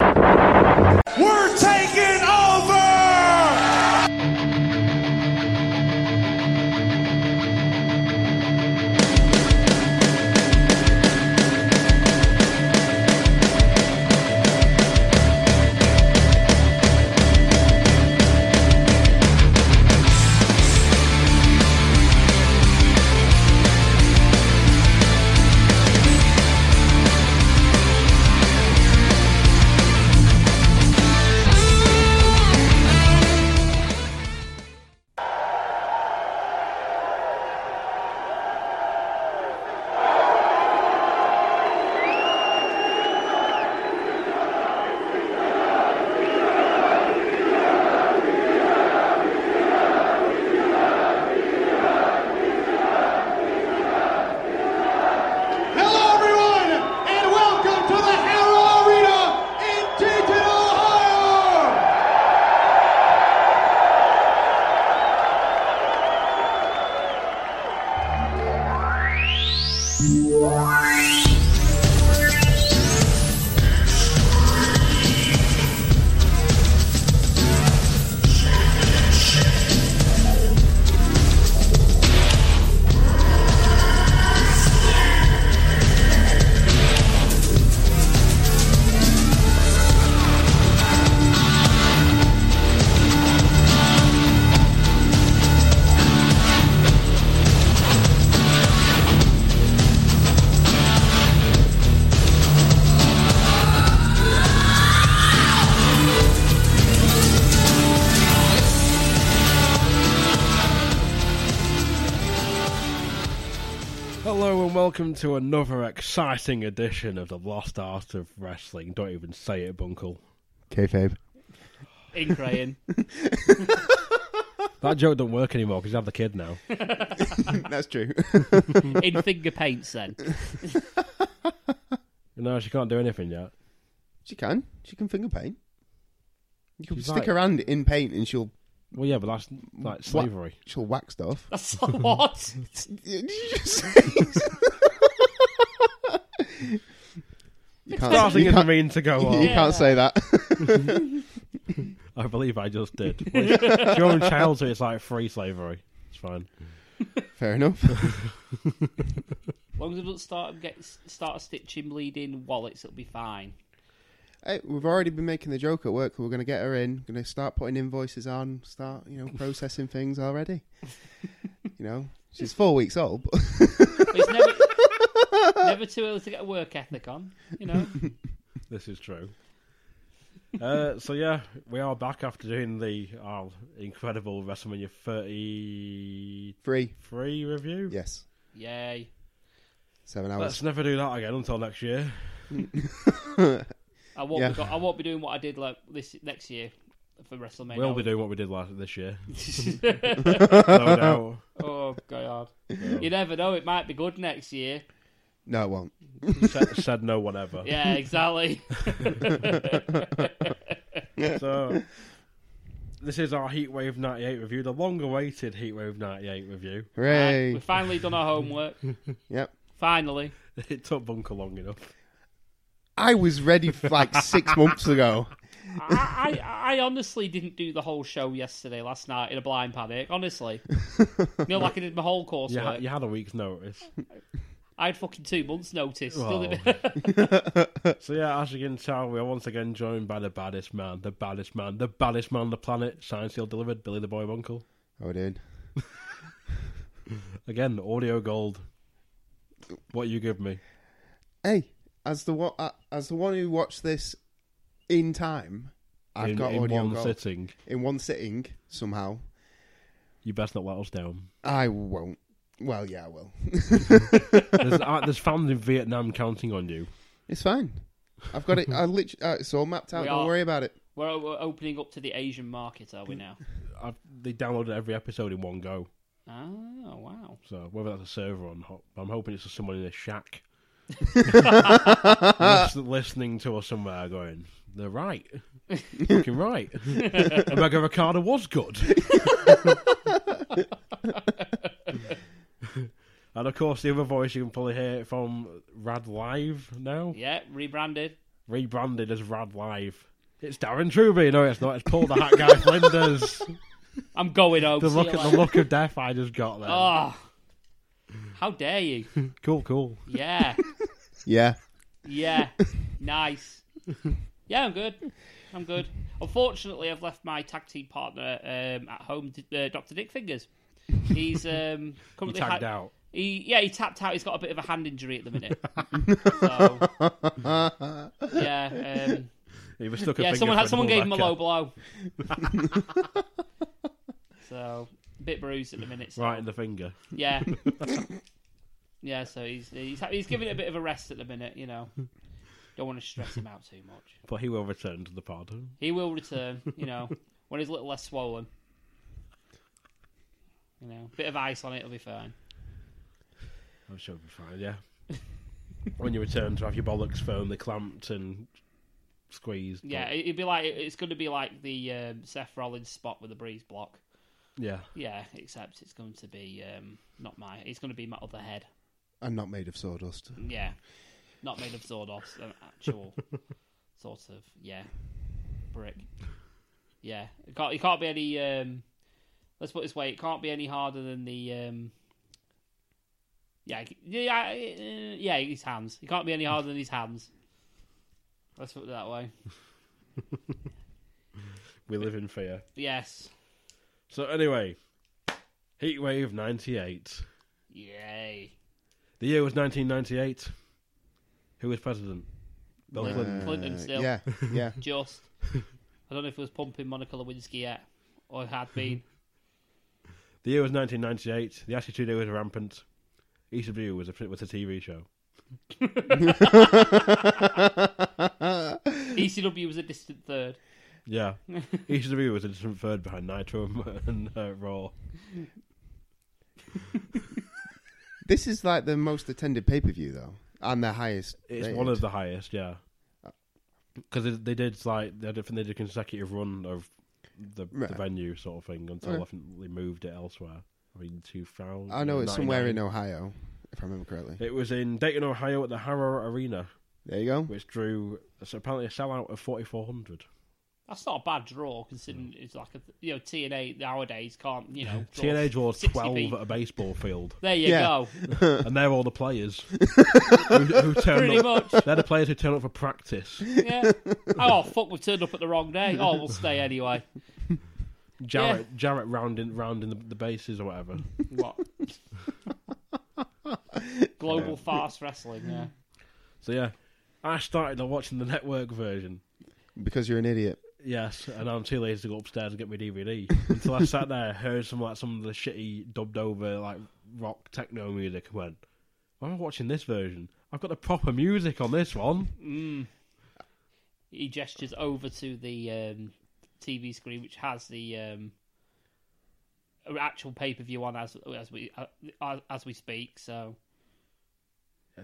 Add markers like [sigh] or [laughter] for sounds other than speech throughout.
We're taking over! Hello, everyone, and welcome to the Harrow Arena in Dayton, Ohio. Hello and welcome to another exciting edition of the Lost Art of Wrestling. Don't even say it, Bunkle. Kayfabe. in crying. That joke don't work anymore because you have the kid now. That's true. in finger paints then. No, she can't do anything yet. she can. She can finger paint. You can She's stick like- her hand in paint and she'll Well, yeah, but that's like wha- [laughs] slavery. she'll whack stuff. [laughs] That's [laughs] a lot. Did you just say? [laughs] you can't, Starting you doesn't can't, mean to go you on. can't say [laughs] that. I believe I just did. Well, it's- During childhood, it's like free slavery. It's fine. Fair [laughs] enough. As long as I don't start get start stitching bleeding wallets, it'll be fine. Hey, we've already been making the joke at work. that We're going to get her in. Going to start putting invoices on. Start, [laughs] you know, processing things already. you know, she's four weeks old. But [laughs] But it's never, never too early to get a work ethic on. You know, This is true. Uh, so yeah, we are back after doing the our incredible WrestleMania 33 three. review. Yes. yay. Seven hours. Let's never do that again until next year. I won't Yeah. be go- I won't be doing what I did like this next year for WrestleMania. We'll be doing what we did last this year. no doubt. Oh god, you never know. It might be good next year. No, it won't. [laughs] Said, said no one ever. Yeah, exactly. So this is our Heatwave 98 review, the long-awaited Heatwave 98 review. [laughs] Hooray. We've finally done our homework. Yep. Finally, It took Bunker long enough. I was ready for like six months ago. I, I I honestly didn't do the whole show yesterday, last night in a blind panic. Honestly, you know, like I did my whole course. You, ha- work. you had a week's notice. I had fucking two months' notice. Still Well. didn't- So yeah, as you can tell, we are once again joined by the baddest man, the baddest man, the baddest man on the planet, Science Seal delivered, Billy the Boy Bunkle. Oh, we're doing. Again, audio gold. What you give me? Hey, as the one, uh, as the one who watched this in time, I've in got in audio one gold. sitting. in one sitting somehow. You best not let us down. I won't. Well, yeah, I will. [laughs] There's, uh, there's fans in Vietnam counting on you. It's fine. I've [laughs] got it. I literally, uh, it's all mapped out. We Don't are- worry about it. [laughs] We're, o- we're opening up to the Asian market, are we now? I've, they downloaded every episode in one go. Oh wow! So whether that's a server or not, I'm hoping it's someone in a shack Listen- listening to us somewhere, going, "They're right, fucking right." Omega Ricardo was good, and of course the other voice you can probably hear from Rad Live now, Yeah, rebranded. rebranded as Rad Live. It's Darren Truby. No, it's not. It's Paul the Hat Guy [laughs] Flinders. I'm going home. The See look you at the later. look of death I just got there. Oh, how dare you? Cool, cool. Yeah, Yeah. yeah, nice. Yeah, I'm good. I'm good. Unfortunately, I've left my tag team partner um, at home, D- uh, Doctor Dick Fingers. He's [laughs] um, You currently tagged ha- out. He [laughs] yeah, he tapped out. He's got a bit of a hand injury at the minute. [laughs] so, yeah, um, He was stuck a yeah. finger Someone through had someone the gave him a Rebecca. low blow. [laughs] so a bit bruised at the minute. So, Right in the finger. Yeah. yeah. So he's he's he's giving it a bit of a rest at the minute. You know, don't want to stress him out too much. But he will return to the pod. He will return. You know, when he's a little less swollen. You know, bit of ice on it, it'll be fine. I'm sure he'll be fine, [laughs] yeah. when you return to have your bollocks firmly clamped and squeezed. Yeah, but- it- it'd be like it's going to be like the um, Seth Rollins spot with the breeze block. Yeah. Yeah, except it's going to be um, not my. It's going to be my other head. I'm not made of sawdust. Yeah, not made of Zordos, an actual sort of yeah brick. Yeah, it can't. It can't be any. Um, let's put it this way: it can't be any harder than the. Um, yeah, it- yeah, uh, yeah. His hands. It can't be any harder than his hands. Let's put it that way. We live in fear. Yes. So anyway, Heatwave 98. Yay. The year was 1998. Who was president? Bill Bill Clinton. Clinton still. [laughs] Uh, Yeah, yeah. Just. I don't know if it was pumping Monica Lewinsky yet, or had been. The year was 1998. The Attitude Era was rampant. ECW was a, was a TV show. ECW E was a distant third. [laughs] Yeah. ECW was a distant third behind Nitro [laughs] and, and uh, Raw. This is like the most attended pay per view though, and the highest. It's rated. one of the highest, yeah. Uh, Because they, they did like they did, they did a consecutive run of the, Right. the venue sort of thing until Okay. I think they moved it elsewhere. I mean, two thousand. I know it's somewhere in Ohio, if I remember correctly. It was in Dayton, Ohio, at the Harrow Arena, There you go. which drew so apparently a sellout of forty four hundred. That's not a bad draw considering it's like a you know TNA nowadays can't you know draw TNA draws 60 twelve people. at a baseball field, There you Yeah. go. and they're all the [laughs] players who, who turn Pretty up. much. They're the players who turn up for practice. Yeah. Oh fuck, we turned up at the wrong day. Oh, we'll stay anyway. Jarrett, Jarrett rounding rounding the, the bases or [laughs] whatever. What? Global fast wrestling. Yeah. So yeah, I started on watching the network version. Because you're an idiot. Yes, and I'm too lazy to go upstairs and get my [laughs] DVD. Until I sat there, heard some like some of the shitty dubbed over like rock techno music, and went, "Why am I watching this version? I've got the proper music on this one." He gestures over to the um, TV screen, which has the um, actual pay per view on as as we uh, as we speak. So.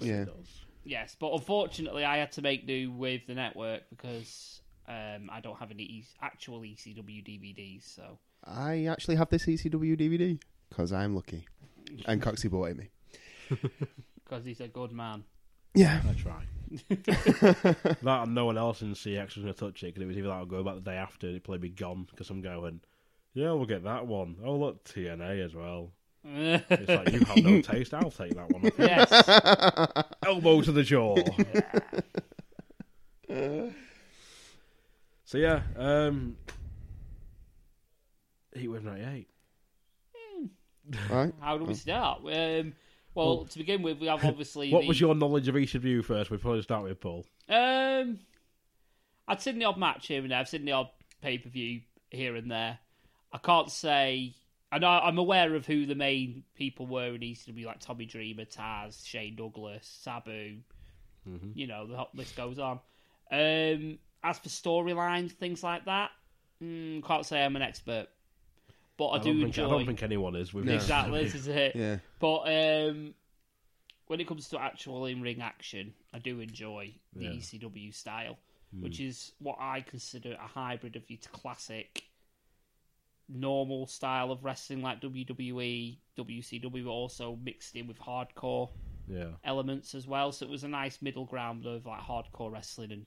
Yes, Yeah. does. Yes, but unfortunately, I had to make do with the network because um, I don't have any e- actual ECW DVDs. So I actually have this E ECW DVD because I'm lucky, and Coxie bought it me. because he's a good man. [laughs] Yeah, I try. that and no one else in CX was going to touch it because it was either that or go back the day after and it'd probably be gone because I'm going, yeah, we'll get that one. Oh, look, TNA as well. It's like, you have no taste, I'll take that one. yes, elbow to the jaw. [laughs] so yeah, um, he was ninety eight. right. how do we start? Um, well, to begin with, we have obviously. What the- was your knowledge of each of you first? We probably start with Paul. Um, I'd seen the odd match here and there. I've seen the odd pay per view here and there. I can't say. And I, I'm aware of who the main people were in ECW, like Tommy Mm-hmm. Dreamer, Taz, Shane Douglas, Sabu. You know, the hot list goes on. Um, as for storylines, things like that, mm, can't say I'm an expert, but I, I do don't, think, enjoy. I don't think anyone is. With this. Exactly, this is it. Yeah. But um, when it comes to actual in ring action, I do enjoy the Yeah. ECW style, which is what I consider a hybrid of your classic normal style of wrestling like E, WWE, WCW, but also mixed in with hardcore Yeah. elements as well. So it was a nice middle ground of like hardcore wrestling and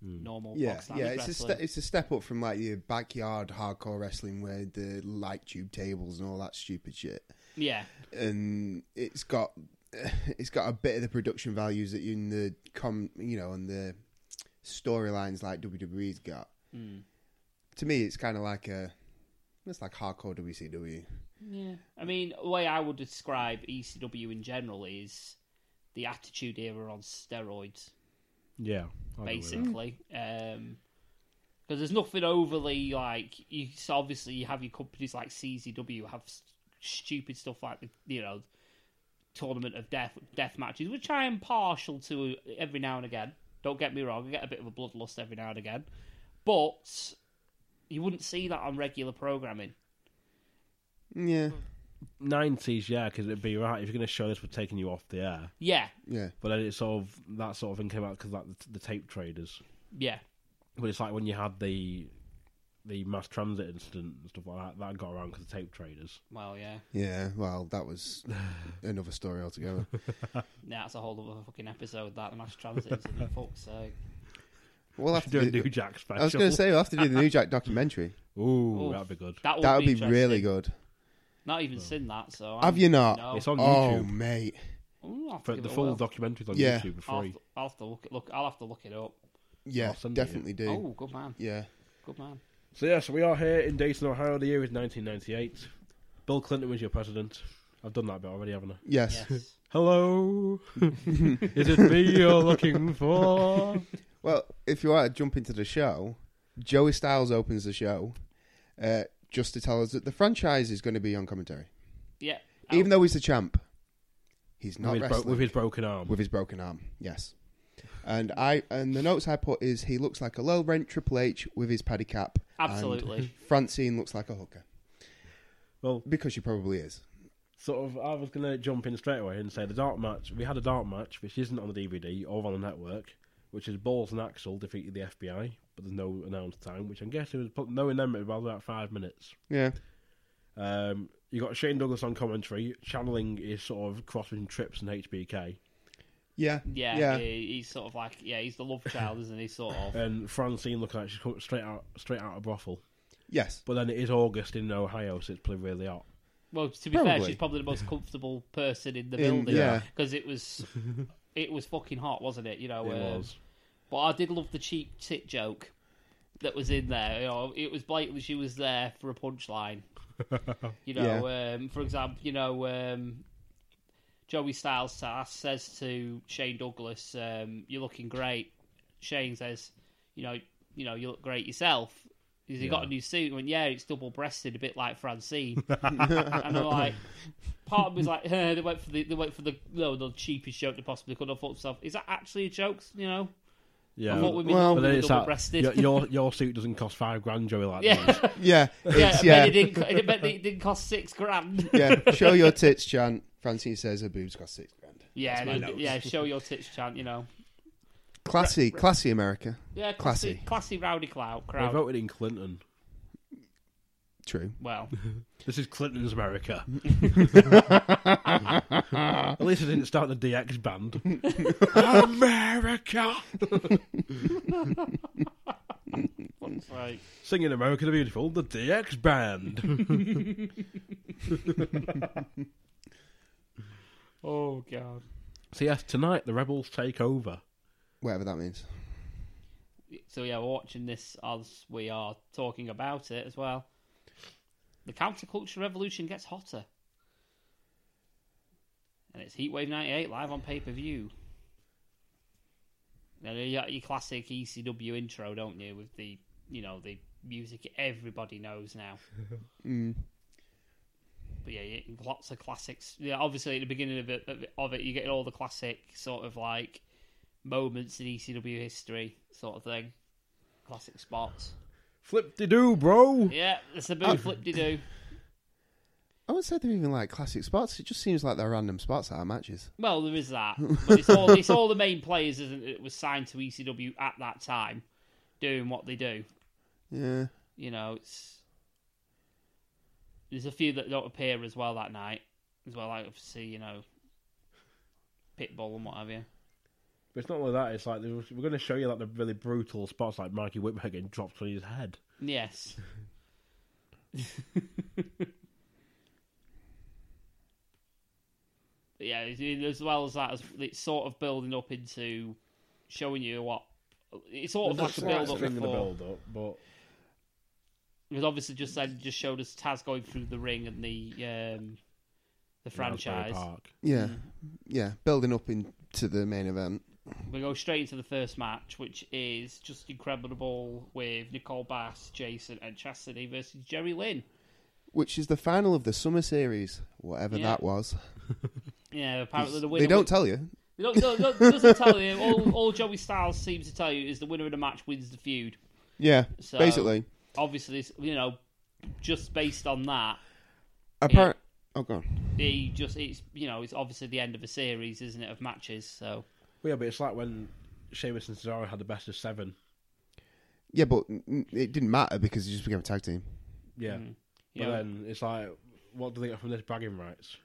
normal Yeah, box standard yeah, it's a wrestling. ste it's a step up from like your backyard hardcore wrestling where the light tube tables and all that stupid shit, yeah, and it's got [sighs] it's got a bit of the production values that you in the com you know and the storylines like WWE's got. Hmm. To me, it's kind of like a it's like hardcore WCW. Yeah. I mean, the way I would describe ECW in general is the Attitude Era on steroids, Yeah. I'll go with that. basically. Because there's nothing overly like. You so obviously you have your companies like CZW have s- stupid stuff like the you know tournament of death death matches, which I am partial to every now and again. Don't get me wrong, I get a bit of a bloodlust every now and again, but you wouldn't see that on regular programming. Yeah, Hmm. 90s, yeah, because it'd be right if you're going to show this, we're taking you off the air. Yeah, yeah, But then it's sort of that sort of thing came out because like the, the tape traders. yeah, But it's like when you had the the mass transit incident and stuff like that. That got around because of tape traders. well, yeah. yeah. Well, that was another story altogether. Yeah, that's a whole other fucking episode. That the mass transit [laughs] incident. Fuck's sake. We'll have to Do a do, New Jack special. I was going to say we'll have to do the New Jack documentary. ooh, Oof. that'd be good. That would, That would be interesting. really good. Not even seen that. So I'm- Have you not? No. It's on Oh, YouTube. mate. Ooh, I'll have to But give the it a full whirl. documentary's on Yeah. YouTube I'll for have, free. to, I'll have to look it. Look, I'll have to look it up. Yeah, I'll send you. definitely do. Oh, good man. Yeah. [laughs] Good man. So yeah, so we are here in Dayton, Ohio. The year is 1998. Bill Clinton was your president. I've done that bit already, haven't I? Yes. Yes. [laughs] Hello, is it me you're looking for? [laughs] Well, if you want to jump into the show, Joey Styles opens the show uh, just to tell us that the franchise is going to be on commentary. yeah. Oh, Even though he's the champ, he's not with, his bro- wrestling. with his broken arm. with his broken arm. Yes. And I and the notes I put is he looks like a low rent Triple H with his paddy cap. and [laughs] Absolutely. Francine looks like a hooker Well, because she probably is. sort of I was gonna jump in straight away and say the dark match. We had a dark match which isn't on the DVD or on the network, which is Balls and Axel defeated the FBI, but there's no announced time, which I'm guessing was put- knowing them it was about about five minutes. Yeah. Um, you got Shane Douglas on commentary, channeling his sort of crossing trips and HBK, Yeah. Yeah. Yeah. He, he's sort of like yeah. He's the love child, isn't he? [laughs] Sort of. and Francine looking like she's come straight out straight out of brothel. Yes. But then it is August in Ohio, so it's probably really hot. Well, to be fair, Probably. she's probably the most comfortable person in the In- building. yeah. Because [laughs] it was, it was fucking hot, wasn't it? You know. It um, was. But I did love the cheap tit joke that was in there. You know, it was blatantly she was there for a [laughs] punchline. You know, um, for example, you know, um, Joey Styles sa- says to Shane Douglas, um, "You're looking great." Shane says, "You know, you know, you look great yourself." He's he got a new suit. And went, yeah, it's double breasted, a bit like [laughs] Francine. and I'm like, part of me was like, [laughs] eh, they went for the they went for the no, the cheapest joke they possibly could. I thought to myself, is that actually a joke? You know, Yeah. I thought we meant Well, we but were then it's double that, breasted. your, [laughs] your your suit doesn't cost five grand, Joey. Like that. yeah, Yeah. [laughs] yeah, It's- I bet it didn't, co- I bet it didn't cost six grand. [laughs] yeah, show your tits, chant. Francine says her boobs cost six grand. Yeah, my they- notes. yeah, show your tits chant, you know. Classy, classy America. Yeah, Classy. classy, classy, rowdy clout They crowd. voted in Clinton. True. [laughs] Well, This is Clinton's America. At least I didn't start the DX band. America! fuck's sake. Singing America the Beautiful, the DX band. oh god, so, yes, tonight the Rebels take over. Whatever that means. so yeah, we're watching this as we are talking about it as well. The counterculture revolution gets hotter. And it's Heatwave 98 live on pay per view. Now, you got your classic ECW intro, don't you? With the, you know, the music everybody knows now. But yeah, you- lots of classics. Yeah, obviously at the beginning of it, of it, you're getting all the classic sort of like moments in ECW history, sort of thing. Classic spots. Oh. Flip de doo, bro. Yeah, it's a big flip de do. I wouldn't say they're even like classic spots. It just seems like they're random spots at our matches. Well, there is that, but it's all it's all the main players, isn't it? that Was signed to ECW at that time, doing what they do. Yeah. You know, it's there's a few that don't appear as well that night as well. Like obviously, you know, Pitbull and what have you. But it's not only that. It's like there was- we're going to show you like the really brutal spots, like Mikey Whitmer getting dropped on his head. Yes. [laughs] But yeah, it's- it- as well as that, as it's sort of building up into showing you what it's sort of There's like a Oh, a build slight up thing in the before. build up, but Because obviously, just then, just showed us Taz going through the ring and the um, Asbury the franchise. Park. Yeah. Mm. Yeah. Building up into the main event. We go straight into the first match, which is just incredible with Nicole Bass, Jason, and Chastity versus Jerry Lynn. Which is the final of the summer series, whatever Yeah. that was. Yeah, apparently the winner. They don't tell you. They don't, no, no, it doesn't tell you. All, all Joey Styles seems to tell you is the winner of the match wins the feud. Yeah. So- Basically. Obviously, it's- you know, just based on that, Appar- Oh, God. he just it's you know it's obviously the end of a series, isn't it, of matches? So Well, yeah, but it's like when Sheamus and Cesaro had the best of seven. Yeah, but mm, it didn't matter because he just became a tag team. Yeah. you But know, then it's like, what do they get from this bragging rights?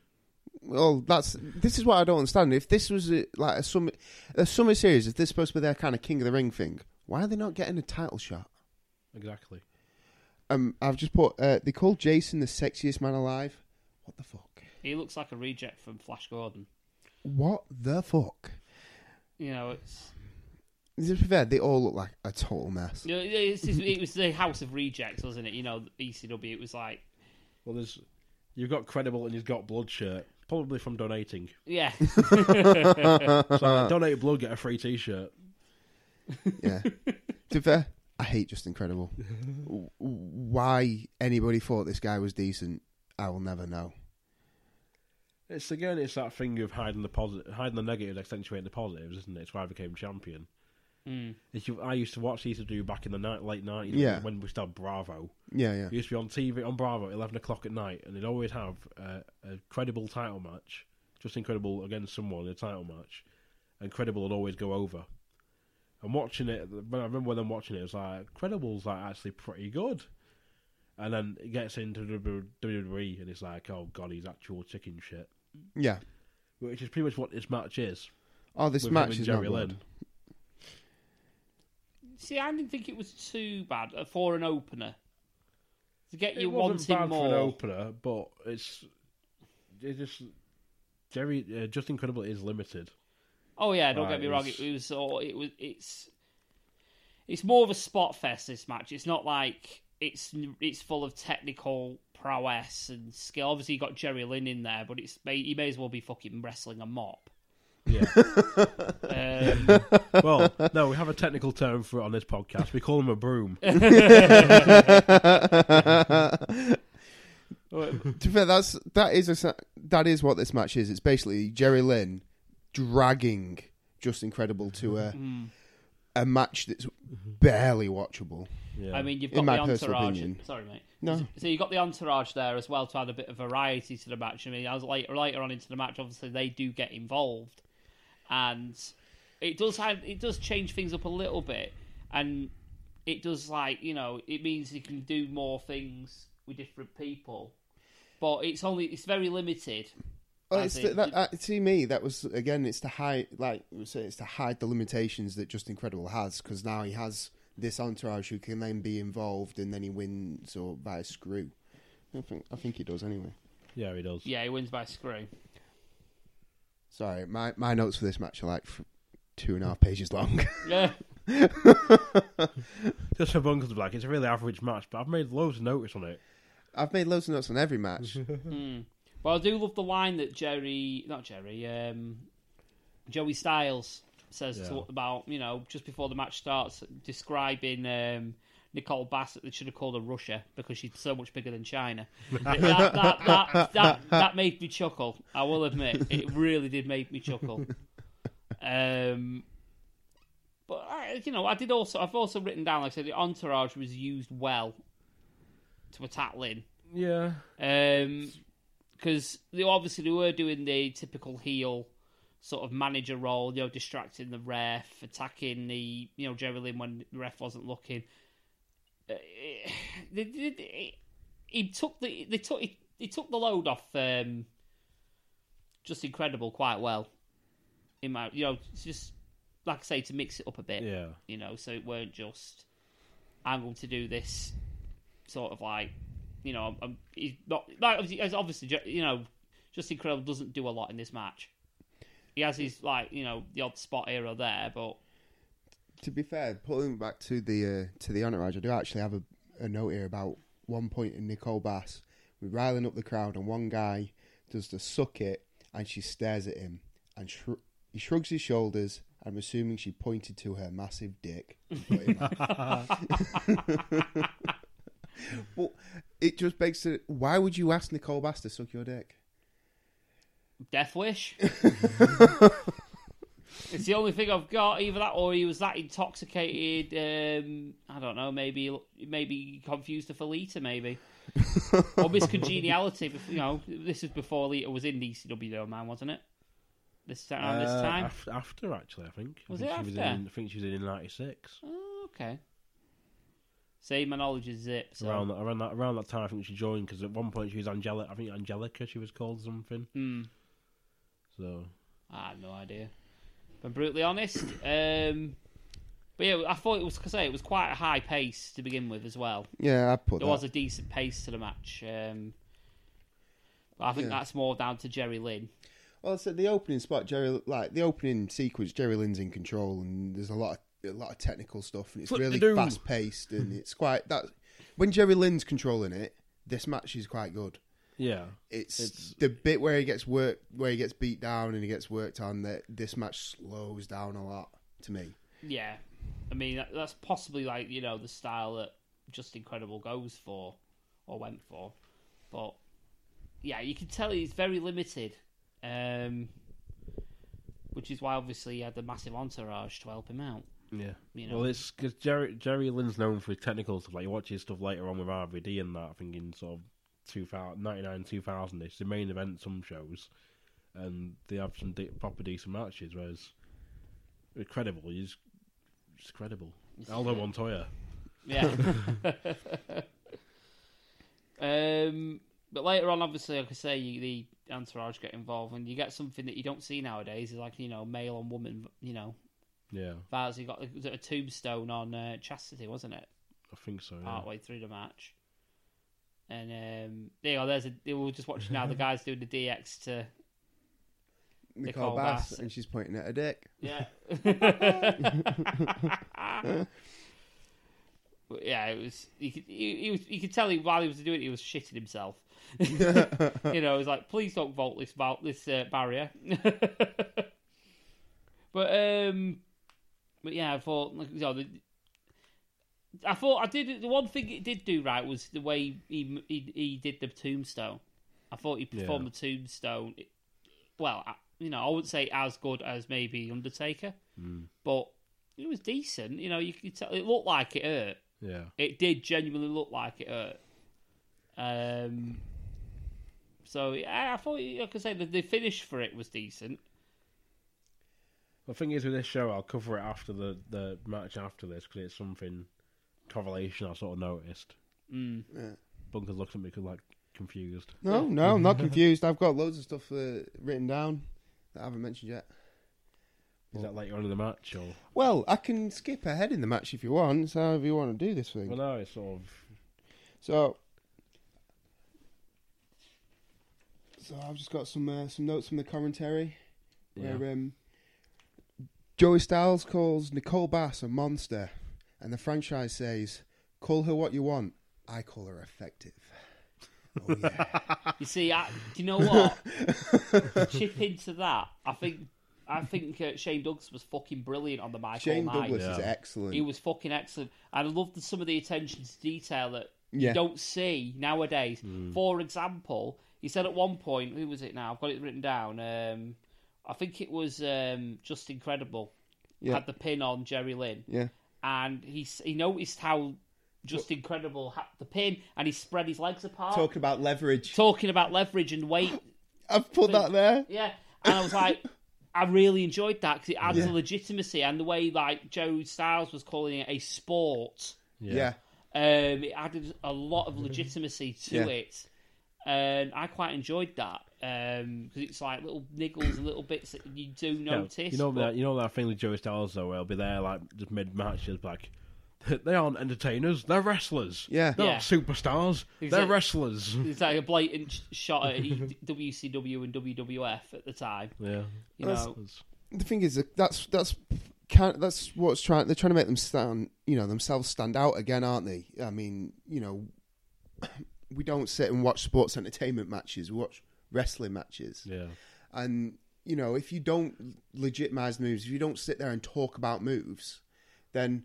Well, that's this is what I don't understand. If this was a, like a summer, a summer series, if this is supposed to be their kind of King of the Ring thing, why are they not getting a title shot? Exactly. Um, I've just put uh, they called Jason the sexiest man alive. What the fuck? he looks like a reject from Flash Gordon. What the fuck? You know, it's To be fair, they all look like a total mess. you know, it's, it's- it was the House of Rejects, wasn't it? You know, ECW. It was like Well, there's you've got credible and you've got blood shirt, probably from donating. yeah, [laughs] So like, donate blood, get a free T-shirt. Yeah. to be fair, I hate just incredible. W- [laughs] Why anybody thought this guy was decent, I will never know. It's again, it's that thing of hiding the positive, hiding the negatives, accentuating the positives, isn't it? It's why I became champion. If you, I used to watch these to do back in the night, late nineties, Yeah. when we started Bravo. Yeah, yeah. It used to be on TV on Bravo at eleven o'clock at night, and they'd always have uh, a credible title match, just incredible against someone in a title match, and credible would always go over. And watching it, when I remember when I'm watching it, it's like credible's like actually pretty good, and then it gets into WWE, and it's like, oh god, he's actual chicken shit, Yeah. which is pretty much what this match is. Oh, this with him match and is Jerry not good. Lynn. See, I didn't think it was too bad uh, for an opener to get you it wasn't wanting bad more. for an opener, but it's it's just Jerry uh, just incredible is limited. [laughs] Oh yeah, don't Right, get me it wrong. was- It was all. It was. It's. It's more of a spot fest. This match. It's not like it's. It's full of technical prowess and skill. Obviously, you got Jerry Lynn in there, but it's. He may as well be fucking wrestling [laughs] a mop. Yeah. Um, Well, no, we have a technical term for it on this podcast. We call him a [laughs] broom. To be fair, that's that is a sa- that is what this match is. It's basically Jerry Lynn dragging Just Incredible to a Mm. a match that's Mm-hmm. barely watchable. Yeah. I mean, you've got In the my personal entourage. opinion. Sorry, mate. No. So you got the entourage there as well to add a bit of variety to the match. I mean, as later later on into the match, obviously they do get involved, and it does have it does change things up a little bit, and it does like you know it means you can do more things with different people, but it's only it's very limited. Oh, I it's think- the, that, uh, to me that was again. It's to hide, like we say, it's to hide the limitations that Just Incredible has because now he has this entourage who can then be involved and then he wins or by a screw. I think I think he does anyway. yeah, he does. Yeah, he wins by screw. Sorry, my my notes for this match are like f- two and a half pages long. [laughs] Yeah. Just for Bunkers to be like, it's a really average match, but I've made loads of notice on it. I've made loads of notes on every match. Well, I do love the line that Jerry, not Jerry, um, Joey Styles says Yeah. to, about, you know, just before the match starts, describing um, Nicole Bassett that should have called her Russia because she's so much bigger than China. that, that, that, that, that, that made me chuckle, I will admit. It really did make me chuckle. Um, But I, you know, I did also. I've also written down, like I said, the entourage was used well to attack Lynn. Yeah. because Um, they obviously they were doing the typical heel sort of manager role, you know, distracting the ref, attacking the you know Jerry Lynn when the ref wasn't looking. Uh, it- [sighs] they- they- they- he took the they took he, he took the load off. Um, just incredible, quite well. In my, you know, it's just like I say, to mix it up a bit Yeah. you know, so it weren't just I'm going to do this sort of like, you know, I'm, I'm he's not like obviously, as obviously ju- you know, Justin Crowell doesn't do a lot in this match. He has his like you know the odd spot here or there, but To be fair, pulling back to the uh, to the entourage, I do actually have a, a note here about one point in Nicole Bass. We're riling up the crowd, and one guy does the suck it, and she stares at him, and shr- he shrugs his shoulders. I'm assuming she pointed to her massive dick. [laughs] well, it just begs to why would you ask Nicole Bass to suck your dick? Death [laughs] Wish. it's the only thing I've got. Either that, or he was that intoxicated. Um, I don't know. Maybe maybe he confused her for [laughs] Lita. Maybe or Miss Congeniality. bef- You know, this is before Lita was in DCW, though, man, wasn't it? This time, around this Uh, time. af- after, actually, I think. Was I think it she was after? in, I think she was in '96. Oh, okay. See, my knowledge is zip. So. Around that, around that, around that time, I think she joined because at one point she was Angelica. I think Angelica, she was called something. Hmm. So I had no idea. If I'm brutally honest. Um, but yeah, I thought it was. 'cause I say it was quite a high pace to begin with as well. Yeah, I put there that. was a decent pace to the match. Um, but I think Yeah. that's more down to Jerry Lynn. Well, so the opening spot, Jerry, like the opening sequence, Jerry Lynn's in control, and there's a lot, of, a lot of technical stuff, and it's Flip the really do. fast paced, and it's quite that. When Jerry Lynn's controlling it, this match is quite good. yeah, It's, the bit where he gets worked, where he gets beat down, and he gets worked on. That this match slows down a lot to me. Yeah, I mean that, that's possibly like you know the style that Just Incredible goes for or went for, but yeah, you can tell he's very limited, um, which is why obviously he had the massive entourage to help him out. yeah. You know. Well, it's because Jerry Jerry Lynn's known for his technical stuff. Like you watch his stuff later on with RVD and that. I think in sort of 2000, 99, 2000 It's the main event some shows, and they have some de- proper decent matches. Whereas, with credible, he's it's credible. Aldo Montoya. Yeah. um, but later on, obviously, like I say, you, the entourage get involved, and you get something that you don't see nowadays. Is like you know, male and woman. You know, Yeah, Vaz, he got was it a tombstone on uh, Chastity, wasn't it? I think so. Yeah. Partway through the match, and um, there you go. There's a. We were just watching now. The guys doing the DX to Nicole Nicole, Bass, Bass. and she's pointing at a dick. [laughs] Yeah. but yeah, it was. You could, he, he was. You could tell he, while he was doing it, he was shitting himself. you know, he was like, "Please don't vault this val- this uh, barrier." [laughs] but um, but yeah, I thought like, you know, the, I thought I did the one thing it did do right was the way he he, he did the tombstone. I thought he performed the tombstone. Well, I, you know, I wouldn't say as good as maybe Undertaker, but it was decent. You know, you could tell it looked like it hurt. Yeah. It did genuinely look like it hurt. Um. So yeah, I thought, like I say, the, the finish for it was decent. The thing is with this show, I'll cover it after the, the match after this because it's something correlation I sort of noticed. Mm. Bunker's looking at me 'cause, like confused. No, no, I'm not confused. I've got loads of stuff uh, written down that I haven't mentioned yet. Is that later on in the match or? Well, I can skip ahead in the match if you want. So, however you want to do this thing. Well, no, it's sort of. So, so I've just got some uh, some notes from the commentary Yeah. where um, Joey Styles calls Nicole Bass a monster, and the franchise says, "Call her what you want. I call her effective." Oh yeah, You see, I, do you know what? [laughs] Chip into that. I think, I think uh, Shane Douglas was fucking brilliant on the mic. Shane all night. Douglas is Yeah. excellent. He was fucking excellent. And I loved some of the attention to detail that Yeah. Hmm. you don't see nowadays. For example, he said at one point, who was it now? I've got it written down. Um, I think it was um, Just Incredible. Yeah. had the pin on Jerry Lynn, Yeah. and he s- he noticed how just incredible ha- the pin, and he spread his legs apart. Talking about leverage. Talking about leverage and weight, I've put that there. yeah, and I was like. I really enjoyed that because it adds a legitimacy and the way like Joe Styles was calling it a sport. Yeah. Um, it added a lot of legitimacy to Yeah. it, and I quite enjoyed that because it's like little niggles and little bits that you do notice. you know but- that you know that thing with Joey Styles though. I'll be there like just mid match. It's like [laughs] they aren't entertainers. They're wrestlers. Yeah. they're Yeah. not superstars. They're Exactly. wrestlers. It's like a blatant sh- shot at E WCW and WWF at the time. Yeah, You That's- know, The thing is, that- that's that's can that's what's trying. They're trying to make them stand, you know, themselves stand out again, aren't they? I mean, you know, we don't sit and watch sports entertainment matches. We watch wrestling matches. yeah. And you know, if you don't legitimize moves, if you don't sit there and talk about moves, then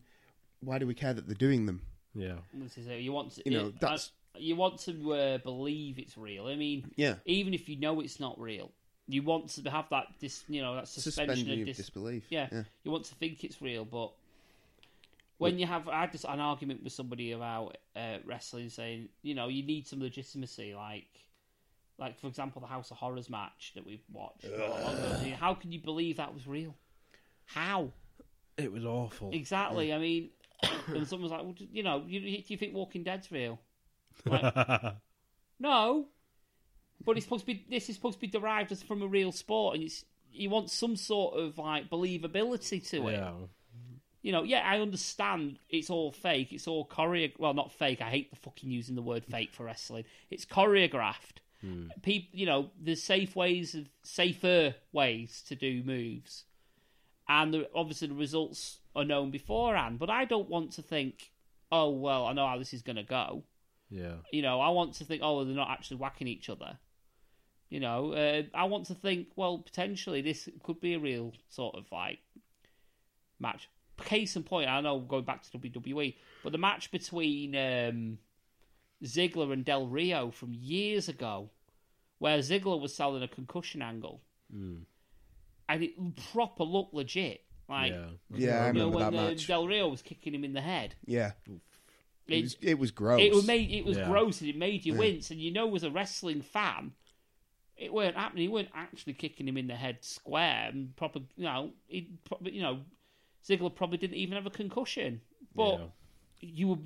why do we care that they're doing them? Yeah, this is it. you want to, You know, it- that's- uh, you want to uh, believe it's real. I mean, Yeah. even if you know it's not real, you want to have that dis, you know, that suspension, Suspending of of dis- disbelief. Yeah, you want to think it's real, but when you have, I had this, an argument with somebody about uh, wrestling, saying you know you need some legitimacy, like like for example the House of Horrors match that we watched. not long ago. I mean, How can you believe that was real? How it was awful. exactly? I mean, [coughs] and someone's like, well, do- you know, you, do you think Walking Dead's real? Like, no, but it's supposed to be. This is supposed to be derived as from a real sport, and it's you want some sort of like believability to it yeah, you know, yeah, I understand it's all fake. It's all choreo. Well, not fake. I hate the fucking using the word fake for wrestling. It's choreographed. People, you know, there's safe ways of safer ways to do moves, and the, obviously the results are known beforehand. But I don't want to think, oh well, I know how this is going to go. yeah. You know, I want to think, oh, they're not actually whacking each other. You know, uh, I want to think, well, potentially this could be a real sort of like match. Case in point, I know going back to WWE, but the match between um, Ziggler and Del Rio from years ago, where Ziggler was selling a concussion angle, Hmm. and it proper looked legit. Like, yeah. Yeah, I you know, remember when that uh, match. Del Rio was kicking him in the head. Yeah, it It- was, it was gross. it was made it was Yeah. gross and it made you wince and you know as a wrestling fan it weren't happening he weren't actually kicking him in the head square and proper you know he probably you know Ziggler probably didn't even have a concussion but Yeah. you were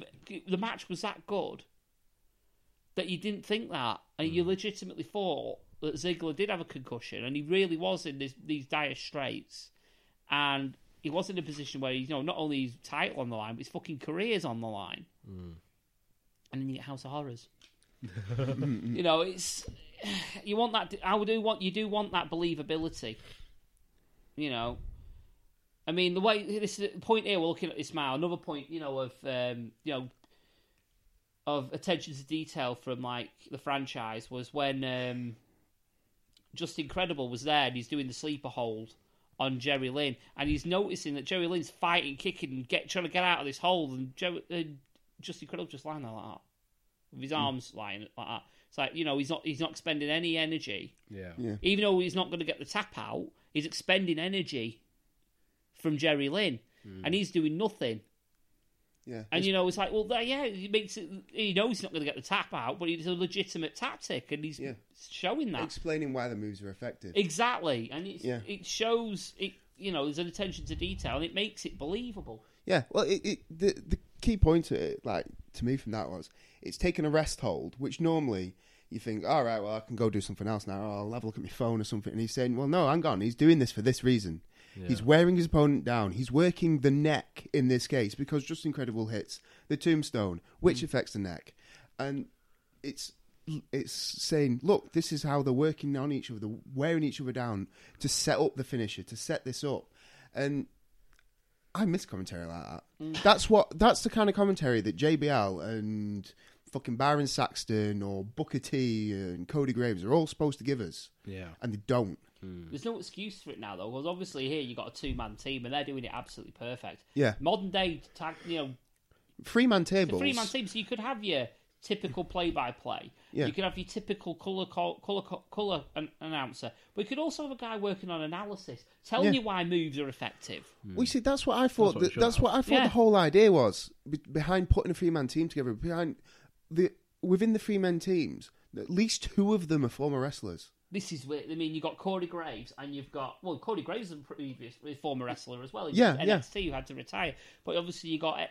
the match was that good that you didn't think that and you legitimately thought that Ziggler did have a concussion and he really was in this, these dire straits and he was in a position where you know not only his title on the line but his fucking career's on the line and then you get House of Horrors. you know, it's [sighs] you want that. I do want you do want that believability. You know, I mean the way this is- point here we're looking at this now. Another point, you know, of um, you know of attention to detail from like the franchise was when um, just incredible was there and he's doing the sleeper hold on Jerry Lynn and he's noticing that Jerry Lynn's fighting, kicking, and get trying to get out of this hold and Jerry, uh, just incredible just lying there like that with Mm. his arms lying like that. It's like you know he's not he's not expending any energy, yeah, even though he's not going to get the tap out. He's expending energy from Jerry Lynn, Mm. and he's doing nothing. Yeah, And you know it's like well there- yeah he makes it, he knows he's not going to get the tap out, but it's a legitimate tactic, and he's Yeah. showing that explaining why the moves are effective. exactly, and it's, Yeah. it shows it. You know, there's an attention to detail, and it makes it believable. Yeah, well, it, it, the the key point to it, like to me from that was it's taking a rest hold, which normally you think, all right, well, I can go do something else now. Or I'll have a look at my phone or something. And he's saying, well, no, hang on, he's doing this for this reason. He's wearing his opponent down. He's working the neck in this case because just incredible hits the tombstone, which affects the neck, and it's it's saying, look, this is how they're working on each other, wearing each other down to set up the finisher, to set this up, and I miss commentary like that. That's what. That's the kind of commentary that JBL and fucking Byron Saxton or Booker T and Cody Graves are all supposed to give us, yeah. and they don't. There's no excuse for it now though, because obviously here you have got a two man team and they're doing it absolutely perfect. Yeah. Modern day tag, you know, Three man it's a tables. three man team, so you could have your typical play-by-play. Yeah. You could have your typical color color color an- announcer, but you could also have a guy working on analysis, telling Yeah. you why moves are effective. We see that's what I thought. Hmm. That's what we That's what, should that's have. what I thought Yeah. the whole idea was be- behind putting a three man team together. Behind the within the three man teams, at least two of them are former wrestlers. This is where I mean, you've got Corey Graves and you've got well, Corey Graves is a previous a former wrestler as well. He was Yeah, NXT yeah. who had to retire, but obviously you got um,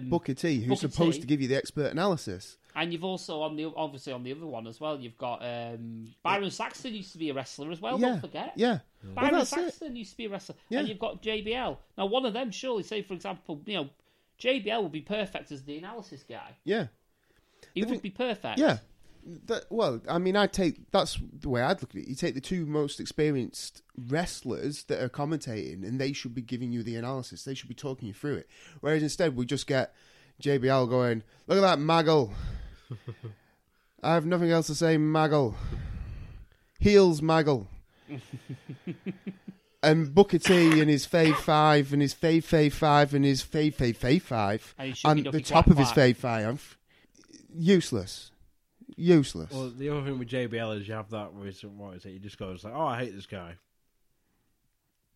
Hmm. Booker T, who's Booker supposed T. to give you the expert analysis. and you've also on the obviously on the other one as well. You've got um, Byron Saxton used to be a wrestler as well. yeah, Oh, Don't forget, yeah. Well, Byron that's it. Saxton used to be a wrestler, Yeah. and you've got JBL. Now one of them surely, say for example, you know, JBL would be perfect as the analysis guy. Yeah, He The would thing- be perfect. yeah. That, well, I mean, I take that's the way I'd look at it. You take the two most experienced wrestlers that are commentating, and they should be giving you the analysis. They should be talking you through it. Whereas instead, we just get JBL going, "Look at [laughs] that maggle." I have nothing else to say, maggle. Heels, [laughs] maggle. and Booker T and his Fave Five and his Fave Fave Five and his Fave Fave Fave Five And he should be and the looking top quite of his flat. Fave Five. Useless. Useless. Well, the other thing with JBL is you have that where it's, what is it? He just goes like, "Oh, I hate this guy."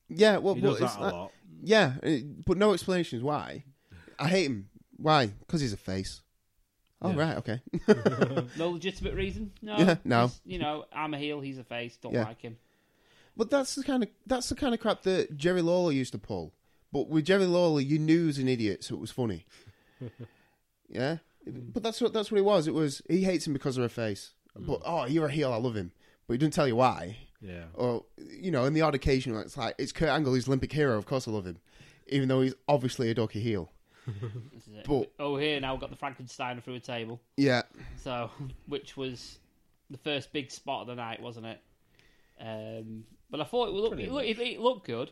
yeah, well, He well does it's that a not- lot. Yeah, it- but no explanations why. I hate him. Why? Because he's a face. Oh, Yeah. right, okay. [laughs] [laughs] No legitimate reason. No. Yeah, no. Just, You know, I'm a heel. He's a face. Don't Yeah. like him. But that's the kind of that's the kind of crap that Jerry Lawler used to pull. But with Jerry Lawler, you knew he was an idiot, so it [laughs] was funny. yeah, but that's what that's what it was. It was he hates him because of her face. Mm. But oh, you're a heel. I love him, but he didn't tell you why. Yeah. Or you know, in the odd occasion, where it's like it's Kurt Angle, he's Olympic hero. Of course, I love him, even though he's obviously a donkey heel. This is it. But- oh, here now we've got the Frankenstein through a table. Yeah, So, [laughs] which was the first big spot of the night, wasn't it? Um, but I thought it looked it, looked, it, it looked good.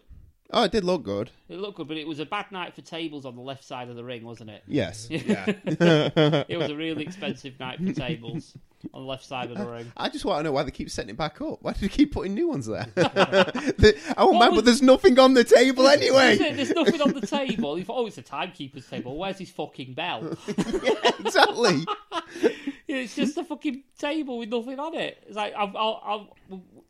oh, it did look good. It looked good, but it was a bad night for tables on the left side of the ring, wasn't it? Yes, [laughs] It was a really expensive night for tables on the left side of the ring. I just want to know why they keep setting it back up. Why do they keep putting new [laughs] ones there? [laughs] The- I won't What mind, was- but there's nothing on the [laughs] table Is anyway. it? [laughs] There's nothing on the table. You thought, oh, it's a timekeeper's table. Where's his fucking bell? [laughs] exactly. It's just a fucking table with nothing on it. It's like I've, I'll, I'll,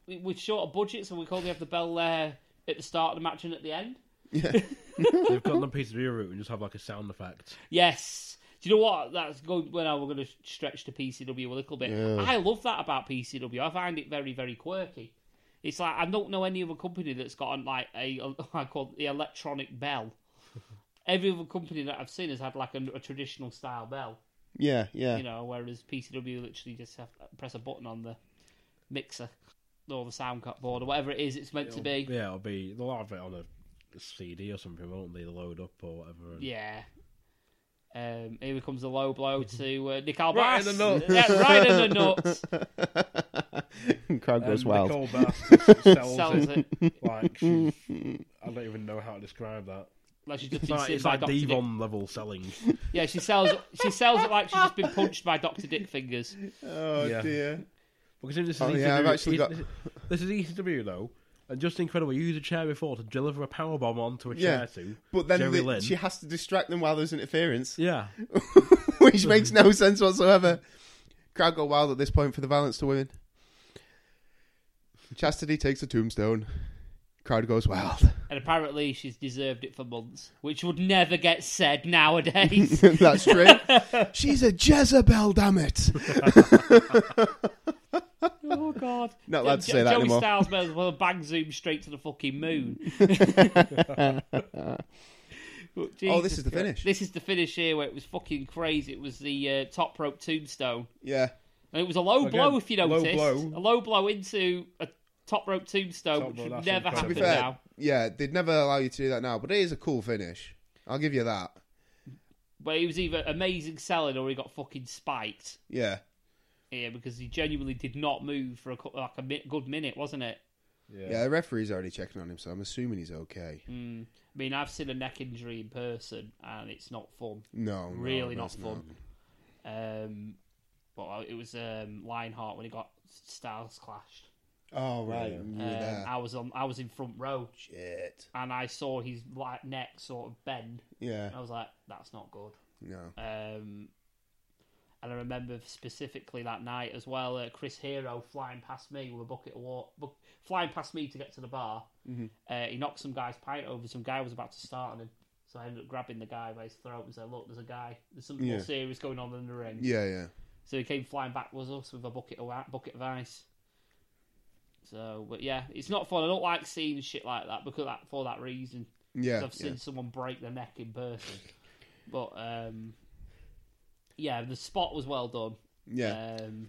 we- we're short of budget, so we can only have the bell there at the start of the match and at the end. They've gone the pizzeria route and just have like a sound effect. Yes. Do you know what? That's good. When I we're going to stretch to PCW a little bit. I love that about PCW. I find it very, very quirky. It's like I don't know any other company that's got an, like a [laughs] I call it the electronic bell. Every other company that I've seen has had like a, a traditional style bell, Yeah, yeah. you know. Whereas PCW literally just have to press a button on the mixer or the sound cut board or whatever it is it's meant to be. Yeah, it'll be they'll have it on a CD or something, won't they? Load up or whatever. and- Yeah. Um, here comes the low blow to uh, Nick Albas. Right in the nuts. Yeah, right [laughs] in the nuts. Crowd And goes wild. [laughs] Nicole Bass sells, Sells it. it. Like she's, I don't even know how to describe that. Like she's just It's been like, seen it's by like Dr. Dick. Devon level selling. Yeah, she sells she sells it like she's just been punched by Doctor Dick Fingers. [laughs] Oh Yeah. dear. Because this is Oh, ECW, yeah, I've actually got- this is ECW though, and just incredible. You use a chair before to deliver a power bomb onto a chair Yeah. to But then Jerry the- Lynn. she has to distract them while there's interference, Yeah, [laughs] which makes no sense whatsoever. Crowd go wild at this point for the violence to women. Chastity takes a tombstone. Crowd goes wild. [laughs] And apparently she's deserved it for months, which would never get said [laughs] nowadays. That's true. She's a Jezebel, damn it. oh god. Not allowed to say that Joey anymore. Styles may as well bang zoom straight to the fucking [laughs] moon. [laughs] But Oh, Jesus this is the Christ. finish. This is the finish here where it was fucking crazy. It was the uh, top rope tombstone. Yeah. And it was a low Again, blow, if you low noticed. blow. A low blow into a top rope tombstone, Top which rope, would that's never incredible. To happen be fair, now. yeah, they'd never allow you to do that now, but it is a cool finish. I'll give you that. But he was either amazing selling or he got fucking spiked Yeah. here because he genuinely did not move for a, cou- like a mi- good minute, wasn't it? Yeah. the referee's already checking on him, so I'm assuming he's okay. Mm. I mean, I've seen a neck injury in person and it's not fun. No, no, really not that's fun. Um, but it was um, Lionheart when he got Styles clashed. Oh right, you were Um, there. I was on, I was in front row Shit. and I saw his like neck sort of bend. Yeah. And I was like, that's not good. No. Um, And I remember specifically that night as well, uh, Chris Hero flying past me with a bucket of water, bu- flying past me to get to the bar. Mm-hmm. Uh, he knocked some guy's pint over. Some guy was about to start on him, so I ended up grabbing the guy by his throat and said, "Look, there's a guy. There's something Yeah. more serious going on in the ring." Yeah, yeah. So he came flying back with us with a bucket of wa- bucket of ice. So, but yeah, it's not fun. I don't like seeing shit like that because of that for that reason. 'Cause Yeah. I've seen someone break their neck in person. but um, yeah, the spot was well done. yeah. Um,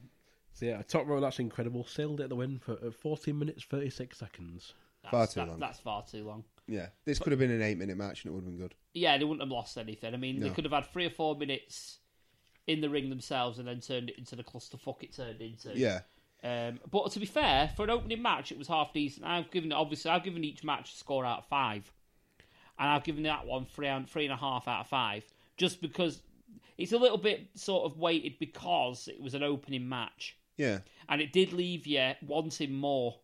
So yeah, top row. That's incredible. Sailed at the win for uh, 14 minutes 36 seconds. that's, Far too that- long. That's far too long. Yeah. This could have been an eight minute match and it would have been good. Yeah, they wouldn't have lost anything. I mean, they No. could have had three or four minutes in the ring themselves and then turned it into the clusterfuck it turned into. Yeah. Um, but to be fair, for an opening match, it was half decent. I've given obviously I've given each match a score out of five, and I've given that one three and three and a half out of five, just because it's a little bit sort of weighted because it was an opening match Yeah. and it did leave you wanting more.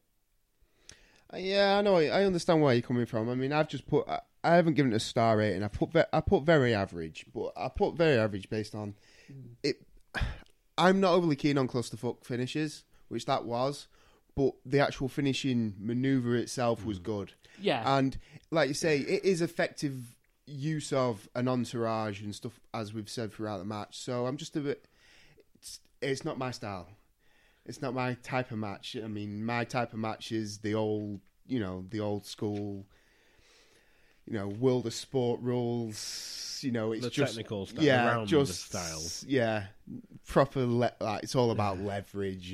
Uh, Yeah, I know. I I understand where you're coming from. I mean, I've just put. I, I haven't given it a star rating. I put. Ve- I put very average, but I put very average based on it. [sighs] I'm not overly keen on clusterfuck finishes, which that was, but the actual finishing maneuver itself was good. Yeah. and like you say, it is effective use of an entourage and stuff, as we've said throughout the match. So I'm just a bit. It's, it's not my style it's not my type of match. I mean, my type of match is the old, you know, the old school, you know, world of sport rules. You know, it's The just technical style, yeah, round just style. yeah, proper. Le- like it's all about leverage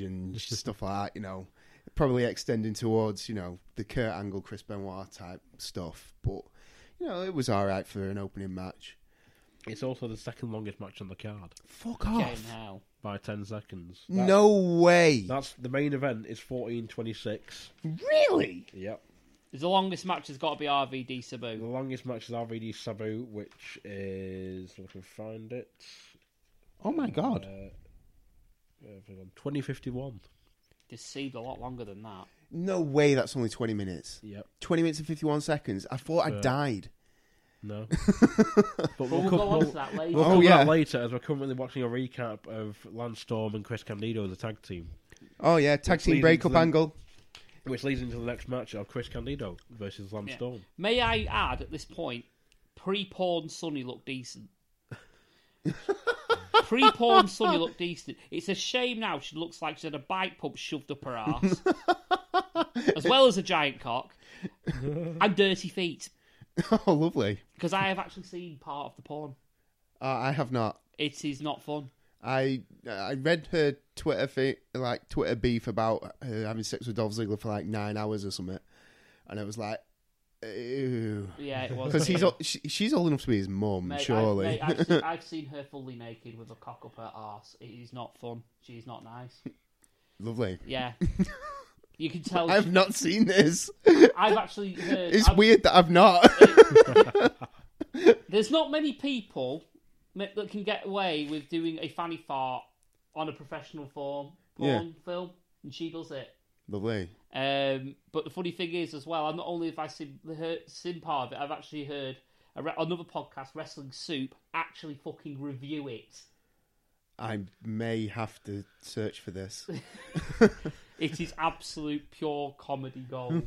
[laughs] and stuff like that. You know, probably extending towards you know the Kurt Angle, Chris Benoit type stuff. But you know, it was all right for an opening match. It's also the second longest match on the card Fuck Okay, off! now. by 10 seconds. No way! That's the main event is 14:26. Really? Yep. The longest match has got to be RVD The Sabu. longest match is RVD Sabu, which is if I can find it. Oh my god! Uh, where have I gone? 2051. This seemed a lot longer than that. No way that's only 20 minutes. Yep. 20 minutes and 51 seconds. I thought I died. [laughs] No. but But we'll, we'll come, go on we'll, to that later. we'll Oh, come to yeah. that later as we're currently watching a recap of Lance Storm and Chris Candido as a tag team, Oh, yeah. Tag Which team leads breakup into the- angle. [laughs] which leads into the next match of Chris Candido versus Lance Yeah. Storm. May I add at this point, pre porn Sonny looked [laughs] decent. pre porn Sonny looked decent. It's a shame now she looks like she had a bike pump shoved up her [laughs] ass, as well as a giant cock and dirty feet. oh, lovely. Because I have actually seen part of the porn. Uh, I have not. It is not fun. I I read her Twitter thing, like Twitter beef about her having sex with Dolph Ziggler for like nine hours or something, and it was like, [laughs] ew, Yeah, it [laughs] was. because he's o- she, she's old enough to be his mum, Mate, surely. I, [laughs] have seen, I've seen her fully naked with a cock up her arse. It is not fun. She's not nice. lovely. [laughs] Yeah. You can tell. I've I've, not seen this. actually heard. It's I've- weird that [laughs] I've not. There's not many people ma- that can get away with doing a fanny fart on a professional form porn film, and she does it. lovely. Um, but the funny thing is, as well, I'm not only have I seen, heard, seen part of it, I've actually heard a re- another podcast, Wrestling Soup, actually fucking review it. I may have to search [laughs] for this. It is absolute pure comedy [laughs] gold.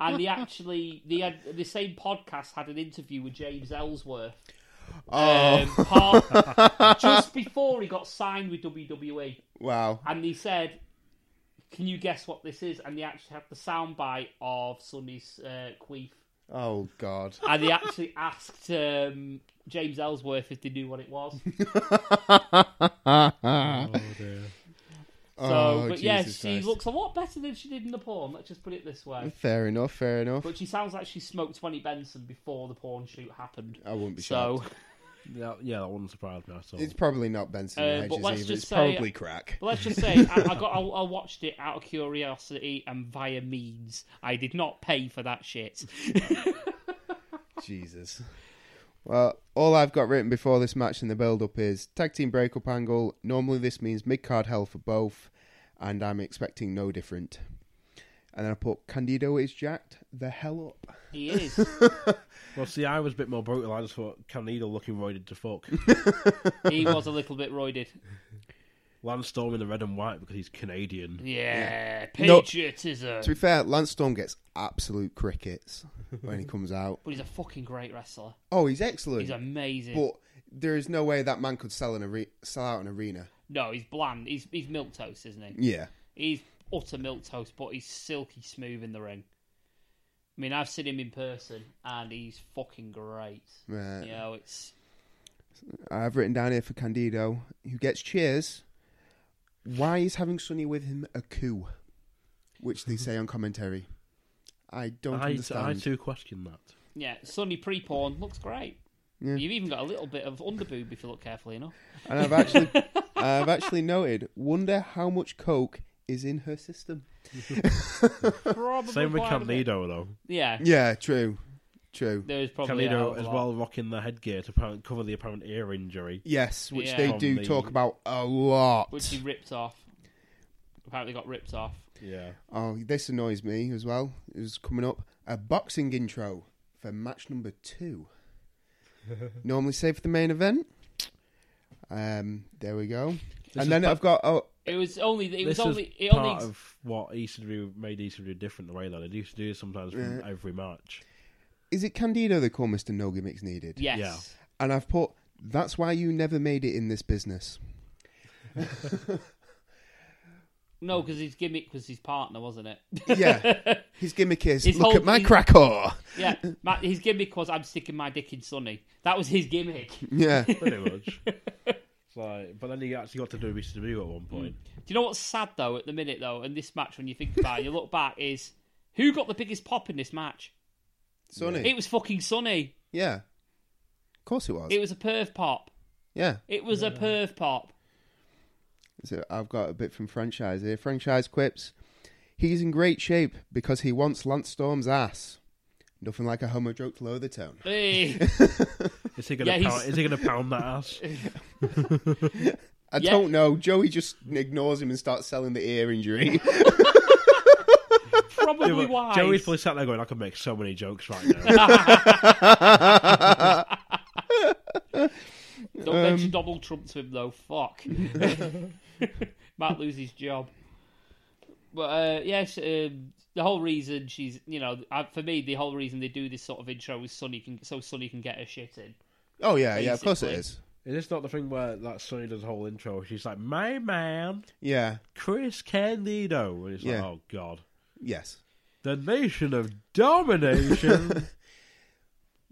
and they actually, they had, the same podcast had an interview with James Ellsworth. Oh, um, [laughs] part- just before he got signed with WWE, wow. and he said, "Can you guess what this is?" And they actually had the soundbite of Sonny's uh, queef, Oh, God. and they actually [laughs] asked um, James Ellsworth if they knew what it [laughs] was. Oh dear. So, Oh, but yeah, Jesus she Christ. looks a lot better than she did in the porn. Let's just put it this way. Fair enough, fair enough. But she sounds like she smoked twenty Benson before the porn shoot happened. I wouldn't be so, shocked. Yeah, yeah, that wouldn't surprise me at all. It's probably not Benson Uh, and but Hedges let's either. just It's say- [laughs] probably crack. but let's just say I, I got I, I watched it out of curiosity and via means. I did not pay for that [laughs] shit. Jesus. Well, all I've got written before this match in the build up is tag team breakup angle. Normally, this means mid card hell for both, and I'm expecting no different. And then I put Candido is jacked the hell up. He is. Well, see, I was a bit more brutal. I just thought Candido looking roided to fuck. he was a little bit roided. Lance Storm in the red and white because he's Canadian. Yeah, No. patriotism. To be fair, Lance Storm gets absolute crickets when he [laughs] comes out. But he's a fucking great wrestler. Oh, he's excellent. He's amazing. But there is no way that man could sell an are- sell out an arena. No, he's bland. He's he's milk toast, isn't he? Yeah. He's utter milk toast, but he's silky smooth in the ring. I mean, I've seen him in person, and he's fucking great. Right. You know, it's I've written down here for Candido, who gets cheers. Why is having Sonny with him a coup? Which they say on commentary. I don't I, understand. I too question that. yeah, Sonny pre-porn looks great. Yeah. You've even got a little bit of underboob if you look carefully enough. And I've actually, I've actually noted. Wonder how much coke is in her system. [laughs] Probably Same with quite a bit. Candido though. Yeah, Yeah, true, true. there is probably Candido a as lot. well rocking the headgear to apparent, cover the apparent ear injury. Yes, which Yeah. they From do the- talk about a lot. which he ripped off. Apparently got ripped off. Yeah. Oh, this annoys me as well. It was coming up a boxing intro for match number [laughs] two. Normally saved for the main event. Um, there we go. and then I've got oh, It was only. It was this only. is It part only. of what ECW made ECW different the way that they used to do it sometimes from every match. is it Candido they call Mister No Gimmicks Needed? yes. yeah. And I've put that's why you never made it in [laughs] this business. No, because his gimmick was his partner, wasn't it? [laughs] Yeah, his gimmick is His look whole- at my his- crack whore. [laughs] Yeah, my, his gimmick was I'm sticking my dick in Sonny. That was his gimmick. Do [laughs] Yeah, Pretty much. It's like, but then he actually got to do ECW at one point. you know what's sad though? At the minute though, in this match, when you think about it, you look back, is who got the biggest pop in this match? Sonny. It was fucking Sonny. yeah, of course it was. It was a perv pop. yeah. It was a perv [laughs] pop. So I've got a bit from franchise here. Franchise quips. He's in great shape because he wants Lance Storm's ass. Nothing like a homo joke to lower the tone. Hey. Is he gonna Yeah, he's- pound, is he gonna pound [laughs] that ass? I Yeah. don't know. Joey just ignores him and starts selling the [laughs] ear injury. Probably But why. Joey's probably sat there going, I could make so many jokes [laughs] right now. Don't um, mention Donald Trump to him though. Fuck. [laughs] [laughs] Might lose his job. But uh, yes, um, the whole reason she's, you know, uh, for me, the whole reason they do this sort of intro is Sonny can, so Sonny can get her shit in. oh yeah, yeah. Of course it Basically. is. is this not the thing where like Sonny does a whole intro? She's like, My man, Yeah. Chris Candido and it's like, Yeah. Oh god. Yes. The nation of [laughs] domination.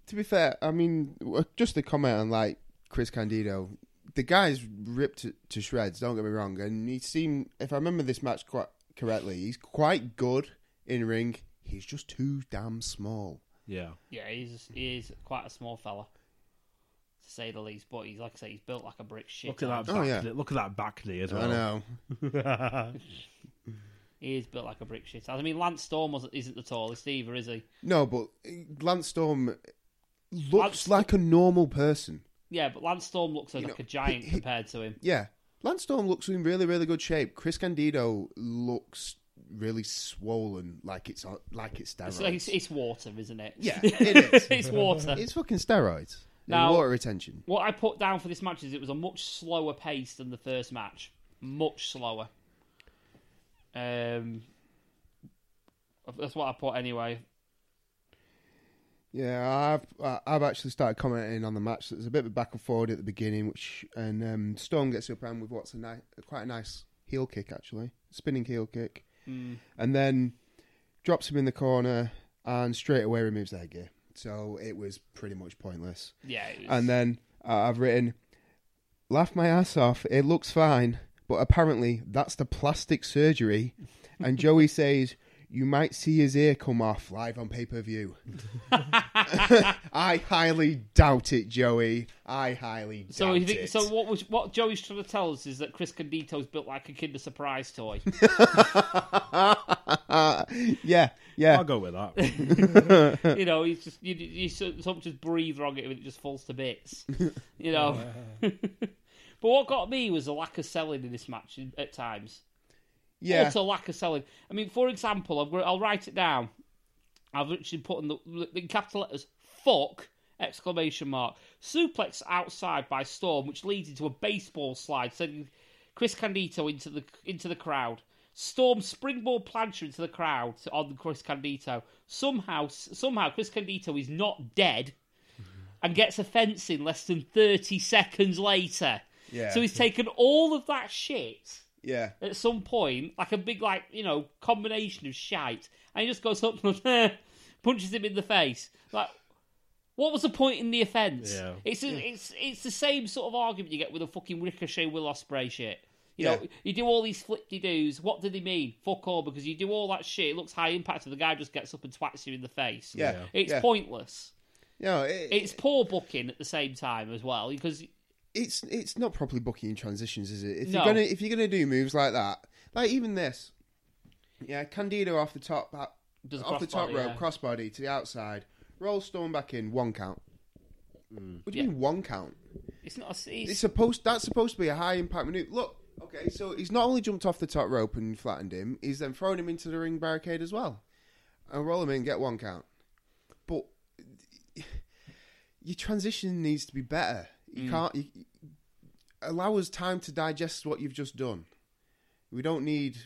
To be fair, I mean, w- just the comment on like Chris Candido. The guy's ripped to, to shreds. Don't get me wrong, and he seemed, if I remember this match quite correctly, he's quite good in ring. He's just too damn small. yeah. Yeah, he's he is quite a small fella, to say the least. But he's like I say, he's built like a brick shit. Look at that Oh, back yeah. knee. Look at that back knee Oh. as well. I know. He is built like a brick shit. house. I mean, Lance Storm wasn't, isn't the tallest either, is he? No, but Lance Storm looks Lance- like a normal person. Yeah, but Lance Storm looks like know, a giant he- he- compared to him. Yeah. Lance Storm looks in really, really good shape. Chris Candido looks really swollen, like it's like it's steroids. It's, like- it's, it's water, isn't it? [laughs] yeah, it is. [laughs] it's water. it's fucking steroids. Now- Water retention. What I put down for this match is it was a much slower pace than the first match, much slower. Um, that's what I put anyway. Yeah, I've uh, I've actually started commenting on the match. There's a bit of a back and forward at the beginning, which and um, Storm gets up and with what's a ni- quite a nice heel kick actually, spinning heel kick, Mm. and then drops him in the corner and straight away removes their gear. So it was pretty much pointless. Yeah, it was, And then uh, I've written, laugh my ass off. It looks fine, but apparently that's the plastic surgery. [laughs] And Joey says. You might see his ear come off live on pay per view. I highly doubt it, Joey. I highly doubt so you think, it. so what was what Joey's trying to tell us is that Chris Condito's built like a Kinder Surprise [laughs] toy. yeah, yeah. I'll go with that. you know, he's just you, you sort sort of just breathe wrong at him and it just falls to [laughs] bits. You know. Oh, [laughs] but what got me was the lack of selling in this match in- at times. Yeah. utter lack of selling. I mean, for example, I've, got- I'll write it down. I've actually put in the in capital letters "fuck" exclamation mark suplex outside by Storm, which leads into a baseball slide, sending Chris Candido into the into the crowd. Storm springboard plancher into the crowd on Chris Candido. Somehow, somehow, Chris Candido is not dead and gets a fencing less than 30 seconds later. Yeah. So he's taken all of that shit Yeah. at some point, like a big, like, you know, combination of shite, and he just goes up and [laughs] punches him in the face. Like, what was the point in the offence? Yeah. It's, it's it's the same sort of argument you get with a fucking Ricochet Will Ospreay shit. You know, Yeah. you do all these flip de doos. What do they mean? Fuck all, because you do all that shit. It looks high impact, and the guy just gets up and twats you in the face. Yeah. Yeah. It's Yeah. pointless. No, it, It's poor booking at the same time as well, because it's it's not properly booking in transitions, is it? If No. you're gonna if you're gonna do moves like that, like even this, yeah, Candido off the top that, Does a off the top crossbody, rope, yeah. crossbody to the outside, roll Storm back in, one count. What do you Yeah. mean one count? it's not. It's, It's supposed that's supposed to be a high impact maneuver. Look, okay, so he's not only jumped off the top rope and flattened him, he's then thrown him into the ring barricade as well, and roll him in, get one count. But [sighs] your transition needs to be better. Mm. You can't you, allow us time to digest what you've just done. We don't need,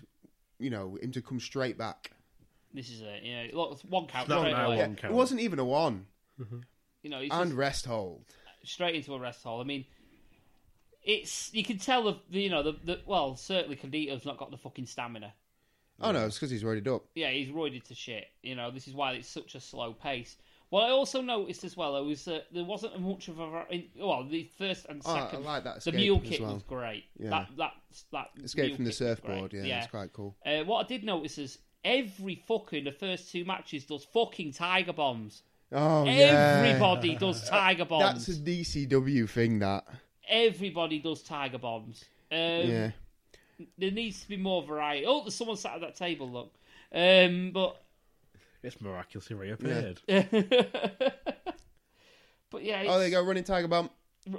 you know, him to come straight back. this is it. You know, look, one count. Not straight now, away. Yeah, One count. it wasn't even a one You know, it's and just- rest hold. straight into a rest hall. I mean, it's you can tell the, the you know the, the well certainly Condito's not got the fucking stamina. Oh no, it's because he's roided up. Yeah, he's roided to shit. You know, this is why it's such a slow pace. What I also noticed as well was that there wasn't much of a in- well the first and Oh, I second. like that the escape mule as kick well. was great. Yeah. That that that Escape mule from the kick was great. surfboard, yeah, yeah. it's quite cool. Uh, what I did notice is every fucker in the first two matches does fucking tiger bombs. Oh yeah. Everybody does tiger bombs. That's a DCW thing, that. Everybody does tiger bombs. Um, yeah. There needs to be more variety. Oh, there's someone sat at that table, look. Um, but [laughs] It's miraculously reappeared. but yeah, Oh, there it's you go, running tiger bump.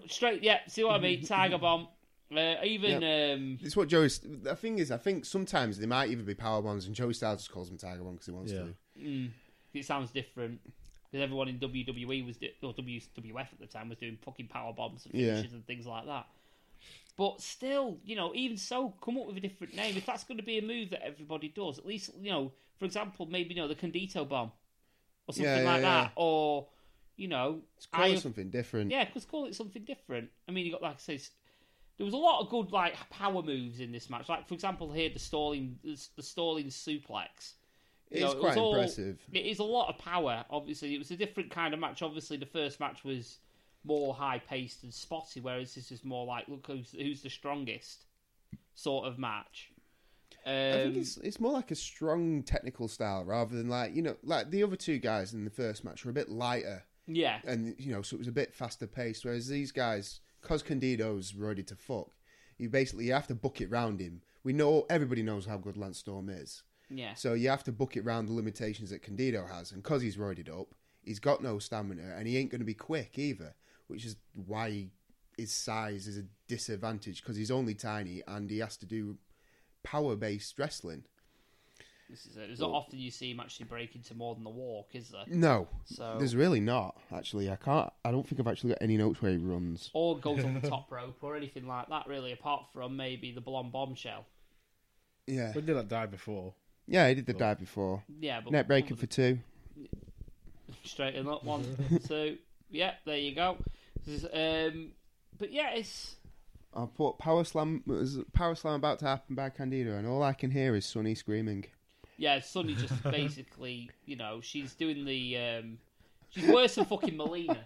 straight. Yeah, see what I [laughs] mean? Tiger bomb. Uh, even um, It's what Joey's. The thing is, I think sometimes they might even be power bombs, and Joey Styles just calls them tiger bomb because he wants Yeah. to. it sounds different because everyone in WWE was do- or WWF at the time was doing fucking power bombs and Yeah. finishes and things like that. But still, you know, even so, come up with a different name. If that's going to be a move that everybody does, at least you know, for example, maybe you know the Condito bomb or something Yeah, yeah, like yeah. that, or you know, Call Eye it of- something different. Yeah, because call it something different. I mean, you got like I say, s- there was a lot of good like power moves in this match. Like for example, here the stalling, the, the stalling suplex. You It's know, it was quite all- impressive. It is a lot of power. Obviously, it was a different kind of match. Obviously, the first match was more high paced and spotty, whereas this is more like look who's, who's the strongest sort of match. Um, I think it's it's more like a strong technical style rather than like you know like the other two guys in the first match were a bit lighter yeah, and you know so it was a bit faster paced. Whereas these guys, cause Candido's ready to fuck, you basically you have to book it round him. We know everybody knows how good Lance Storm is. yeah. So you have to book it round the limitations that Candido has, and because he's roided up, he's got no stamina, and he ain't going to be quick either, which is why he, his size is a disadvantage because he's only tiny and he has to do power-based wrestling. This is it. It's not often you see him actually break into more than the walk, is there? No, So- there's really not actually. I can't. I don't think I've actually got any notes where he runs. or goes on [laughs] the top rope or anything like that, really, apart from maybe the blonde bombshell. Yeah, We did that dive before. yeah, he did the dive before. Yeah, but Net breaking for two. straight in up one, [laughs] two. Yeah, there you go. This is, um, but yeah, it's I put power slam. there's a Power slam about to happen by Candido, and all I can hear is Sonny screaming. yeah, Sunny [laughs] just basically, you know, she's doing the um, she's worse than fucking Melina.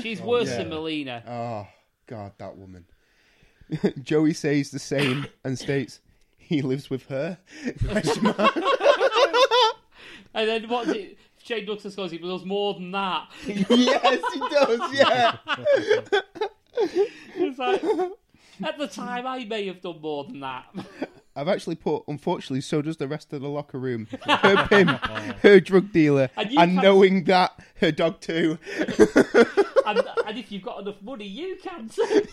She's worse than yeah. Melina. Oh God, that woman. [laughs] Joey says the same and states he lives with her. [laughs] And then what? Did, Shane Douglas goes, he does more than that. [laughs] yes, he does. Yeah, It's like, at the time, I may have done more than that. [laughs] I've actually put. Unfortunately, so does the rest of the locker room. [laughs] Her pimp, her drug dealer, And and, you can't- knowing that her dog too. [laughs] and, and if you've got enough money, you can. too.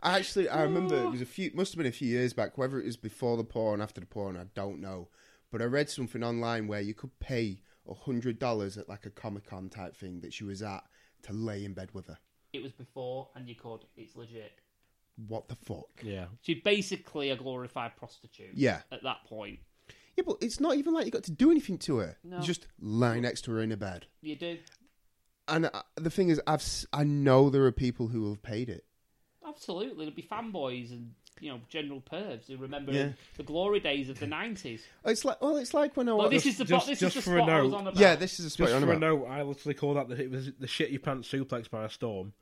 I actually I remember Oh. it was a few must have been a few years back, whether it was before the porn, after the porn, I don't know. But I read something online where you could pay hundred dollars at like a Comic Con type thing that she was at to lay in bed with her. It was before, and you could. It's legit. What the fuck? Yeah. She's basically a glorified prostitute. Yeah. At that point, Yeah, but it's not even like you got to do anything to her. No. You just lie next to her in a bed. you do. And uh the thing is, I've s- I know there are people who have paid it. Absolutely, there'll be fanboys and you know general pervs who remember Yeah. the glory days of [laughs] the nineties. It's like well, it's like when I Well, watched- Oh, this is the just- bo- this just is the for a spot I was note. on about. yeah, this is a spot Just you're on for a note, about. I literally call that the, it was the shit your pants suplex by a storm.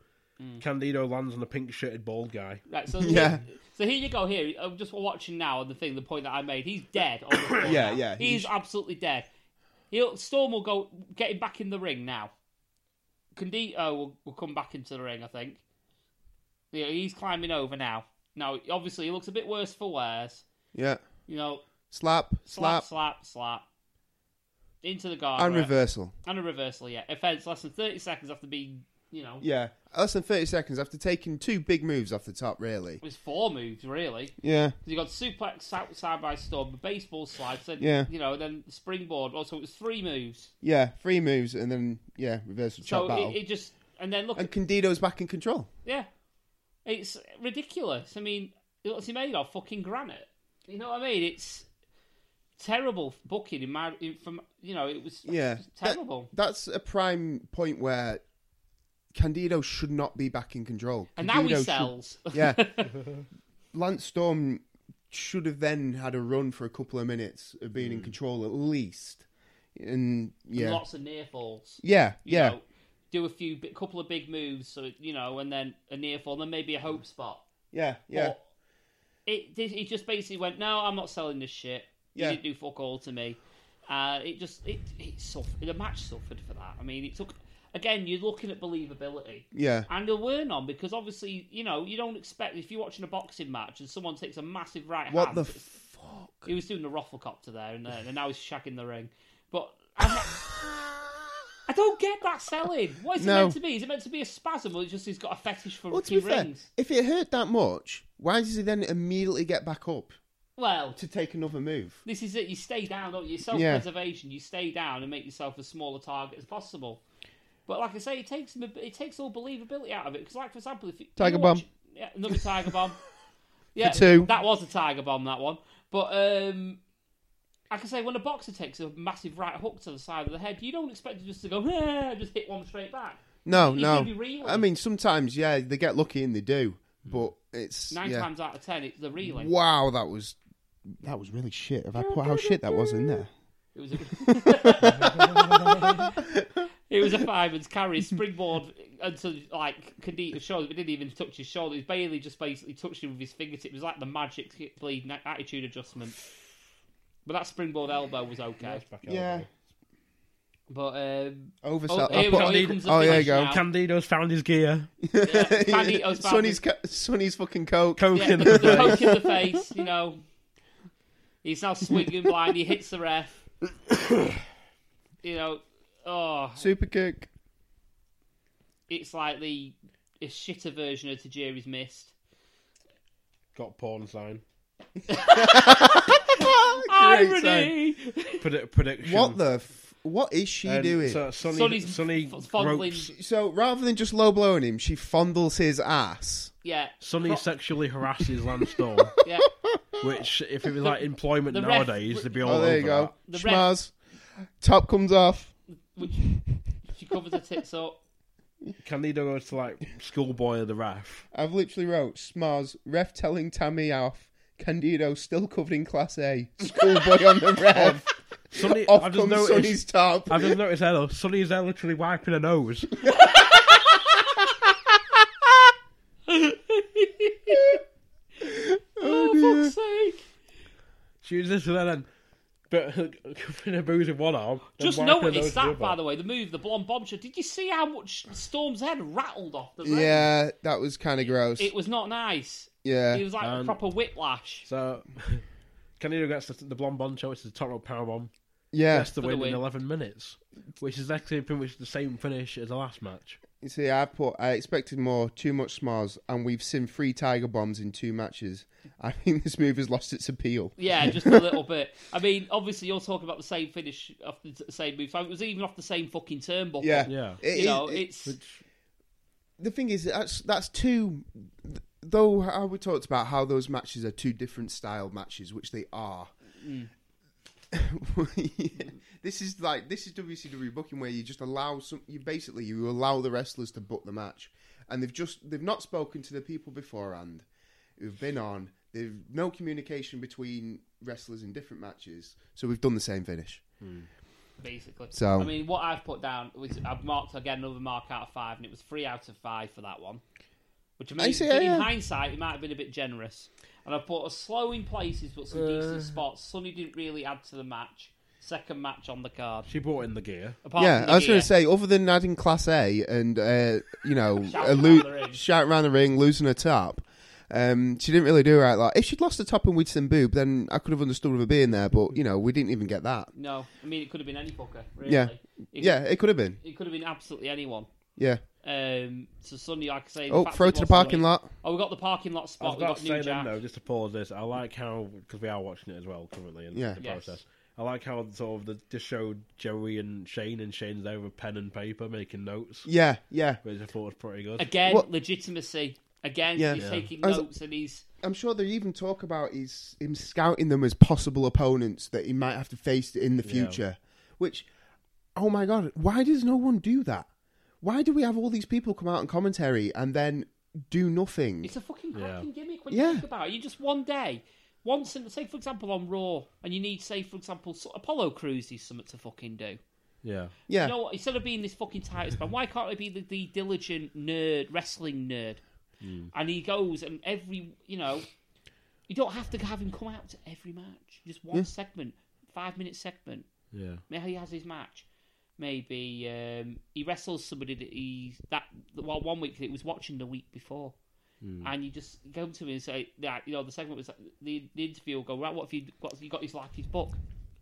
Mm. Candido lands on a pink shirted bald guy. Right, so Yeah. here- so here you go. Here, I'm just watching now, and the thing, the point that I made, he's [coughs] dead. On the floor Yeah, now. yeah, he's, he's- absolutely dead. He'll Storm will go get him back in the ring now. Condito will, will come back into the ring, I think. Yeah, he's climbing over now. Now, obviously, he looks a bit worse for wears. Yeah, You know, slap, slap, slap, slap, slap, into the guard and reversal. and a reversal. Yeah, offense less than thirty seconds after being, you know, Yeah, less than thirty seconds after taking two big moves off the top. Really. it was four moves really. Yeah. You got suplex side, side by storm, a baseball slide, then Yeah. you know, then springboard. Also, it was three moves. Yeah, three moves and then yeah, reversal chop So battle. it, it just and then look, And Candido's back in control. yeah, it's ridiculous. I mean, what's he made of? Fucking granite. You know what I mean? It's terrible booking in my in, from you know it was Yeah, it was terrible. That- that's a prime point where Candido should not be back in control. and now he Candido should- sells. [laughs] yeah, Lance Storm should have then had a run for a couple of minutes of being in control at least. And yeah, Mm. Lots of near falls. yeah, you yeah, know, do a few bi- couple of big moves, so it- you know, and then a near fall, and then maybe a hope spot. yeah, yeah, But it did- he just basically went, no, I'm not selling this shit. Yeah. You didn't do fuck all to me. Uh, it just it it suffered. The match suffered for that. I mean, it took again. You're looking at believability. yeah, [laughs] And there were none because obviously, you know, you don't expect if you're watching a boxing match and someone takes a massive right What hand. the fuck? he was doing the rufflecopter there and then, and now he's shagging the ring. But I'm not- I don't get that selling. What is No. it meant to be? Is it meant to be a spasm or it's just he's got a fetish for Well, to be fucking fair, rings? if it hurt that much, why does he then immediately get back up Well, to take another move? this is it. You stay down, don't you? Self preservation. You stay down and make yourself as small a target as possible. But like I say, it takes him a bit- it takes all believability out of it. Because, like for example, if you Tiger you bomb. watch- yeah, another tiger [laughs] bomb, yeah, two. That was a tiger bomb, that one. But um, like I say, when a boxer takes a massive right hook to the side of the head, you don't expect it just to go [laughs] "Ah," and just hit one straight back. No, He's no. gonna be reeling. I mean, sometimes, yeah, they get lucky and they do, but it's Nine yeah. times out of ten, it's the reeling. Wow, that was that was really shit. Have I put how shit that was in there? It was a, [laughs] it was a fireman's carry springboard until like Candido's shoulder. It didn't even touch his shoulder. He Bailey just basically touched him with his fingertips. It was like the magic bleed na- attitude adjustment. But that springboard elbow was okay. Back Yeah, elbow. But um, oversell. oh, here I we put- go. Here Candido- comes the oh, there finish you go. now. oh, Candido's found his gear. Yeah, [laughs] Candido's found Sonny's his- ca- Sonny's fucking coke. Coke yeah, in the, the the [laughs] face. poke in the face. You know, he's now swinging blind. He hits the ref. [coughs] you know, oh, Super kick. it's like the a shitter version of Tajiri's Mist. Got porn sign. Ah, Great sign. Ah, Irony! Predict, prediction. What the? F- what is she And doing? So, So Sonny, Sonny's Sonny f- fondling. gropes- rather than just low blowing him, she fondles his ass. Yeah, Sonny sexually harasses Lance Storm, [laughs] yeah. which, if it was like employment [laughs] the ref- nowadays, they'd be all Oh, over there you go. The ref- Schmaz. Top comes off. Which, she covers her tits [laughs] up. that. Candido goes to like schoolboy of the ref. I've literally wrote Smaz, ref telling Tammy off, Candido still covered in Class A, schoolboy on the rev, Sonny, [laughs] off I've just comes noticed. Sonny's top. I've just noticed there though. Sonny is there literally wiping her nose. Oh, dear. fuck's sake! She was just there then, but [laughs] covering her booze with one arm. then Just wiping her noticed nose with that, the by other. the way, the move, the blonde bombshell. Did you see how much Storm's head rattled off the ring? Yeah, that was kind of gross. It was not nice. It yeah, was like a Um, proper whiplash. So, [laughs] Candido gets the, the blonde boncho, which is a top rope powerbomb. yeah, That's the For the win in win. 11 minutes, which is actually pretty much the same finish as the last match. You see, I put I expected more, too much smiles, and we've seen three tiger bombs in two matches. I think this move has lost its appeal. Yeah, just a little bit. I mean, obviously, you're talking about the same finish off the t- same move. It was even off the same fucking turnbuckle. Yeah, Yeah. It- you know, it- it's the thing is that's that's two. Though how we talked about how those matches are two different style matches, which they are. [laughs] This is like this is WCW booking where you just allow some. You basically you allow the wrestlers to book the match, and they've just they've not spoken to the people beforehand, who've been on. There's no communication between wrestlers in different matches, so we've done the same finish. basically. So- I mean, what I've put down was I've marked again another mark out of five, and it was three out of five for that one. Which I mean, see, in yeah. hindsight, it might have been a bit generous. And I've put a slow in places, but some Uh. decent spots. Sonny didn't really add to the match. Second match on the card. She brought in the gear. Apart yeah, from the I was going gear. to say, other than adding Class A and uh, [laughs] you know, Shouting a around lo- the ring. shouting around the ring, losing her top, um, she didn't really do right. Like if she'd lost the top and we'd seen boob, then I could have understood her being there. But you know, we didn't even get that. No, I mean it could have been any fucker. Really. Yeah, It- yeah, it could have been. It could have been absolutely anyone. Yeah. Um, so Sunday, like I say, the Oh, fact throw it to the wasn't parking late- lot. Oh, we got the parking lot I was spot. We about got to say New then, Jack. though, just to pause this, I like how, because we are watching it as well currently in Yeah. the Yes. process, I like how sort of the, just showed Joey and Shane, and Shane's there with pen and paper making notes, Yeah, yeah. which I thought was pretty good. Again, What- legitimacy. Again, Yeah. he's Yeah. taking I was- notes and he's I'm sure they even talk about his him scouting them as possible opponents that he might have to face in the future. Which, oh my god, why does no one do that? Why do we have all these people come out and commentary and then do nothing? it's a fucking cracking gimmick when Yeah. you think about it. You just one day, once in say for example on Raw, and you need say for example so- Apollo Crews is something to fucking do. yeah. yeah, You know what? Instead of being this fucking tight span, why can't I be the, the diligent nerd, wrestling nerd? And he goes, and every, you know, you don't have to have him come out to every match. Just one segment, five minute segment. Yeah. Maybe he has his match. Maybe um, he wrestles somebody that he that well one week that he was watching the week before, Hmm. and you just go to him and say, yeah, you know, the segment was the, the interview will go right. What if you got you got his like his book,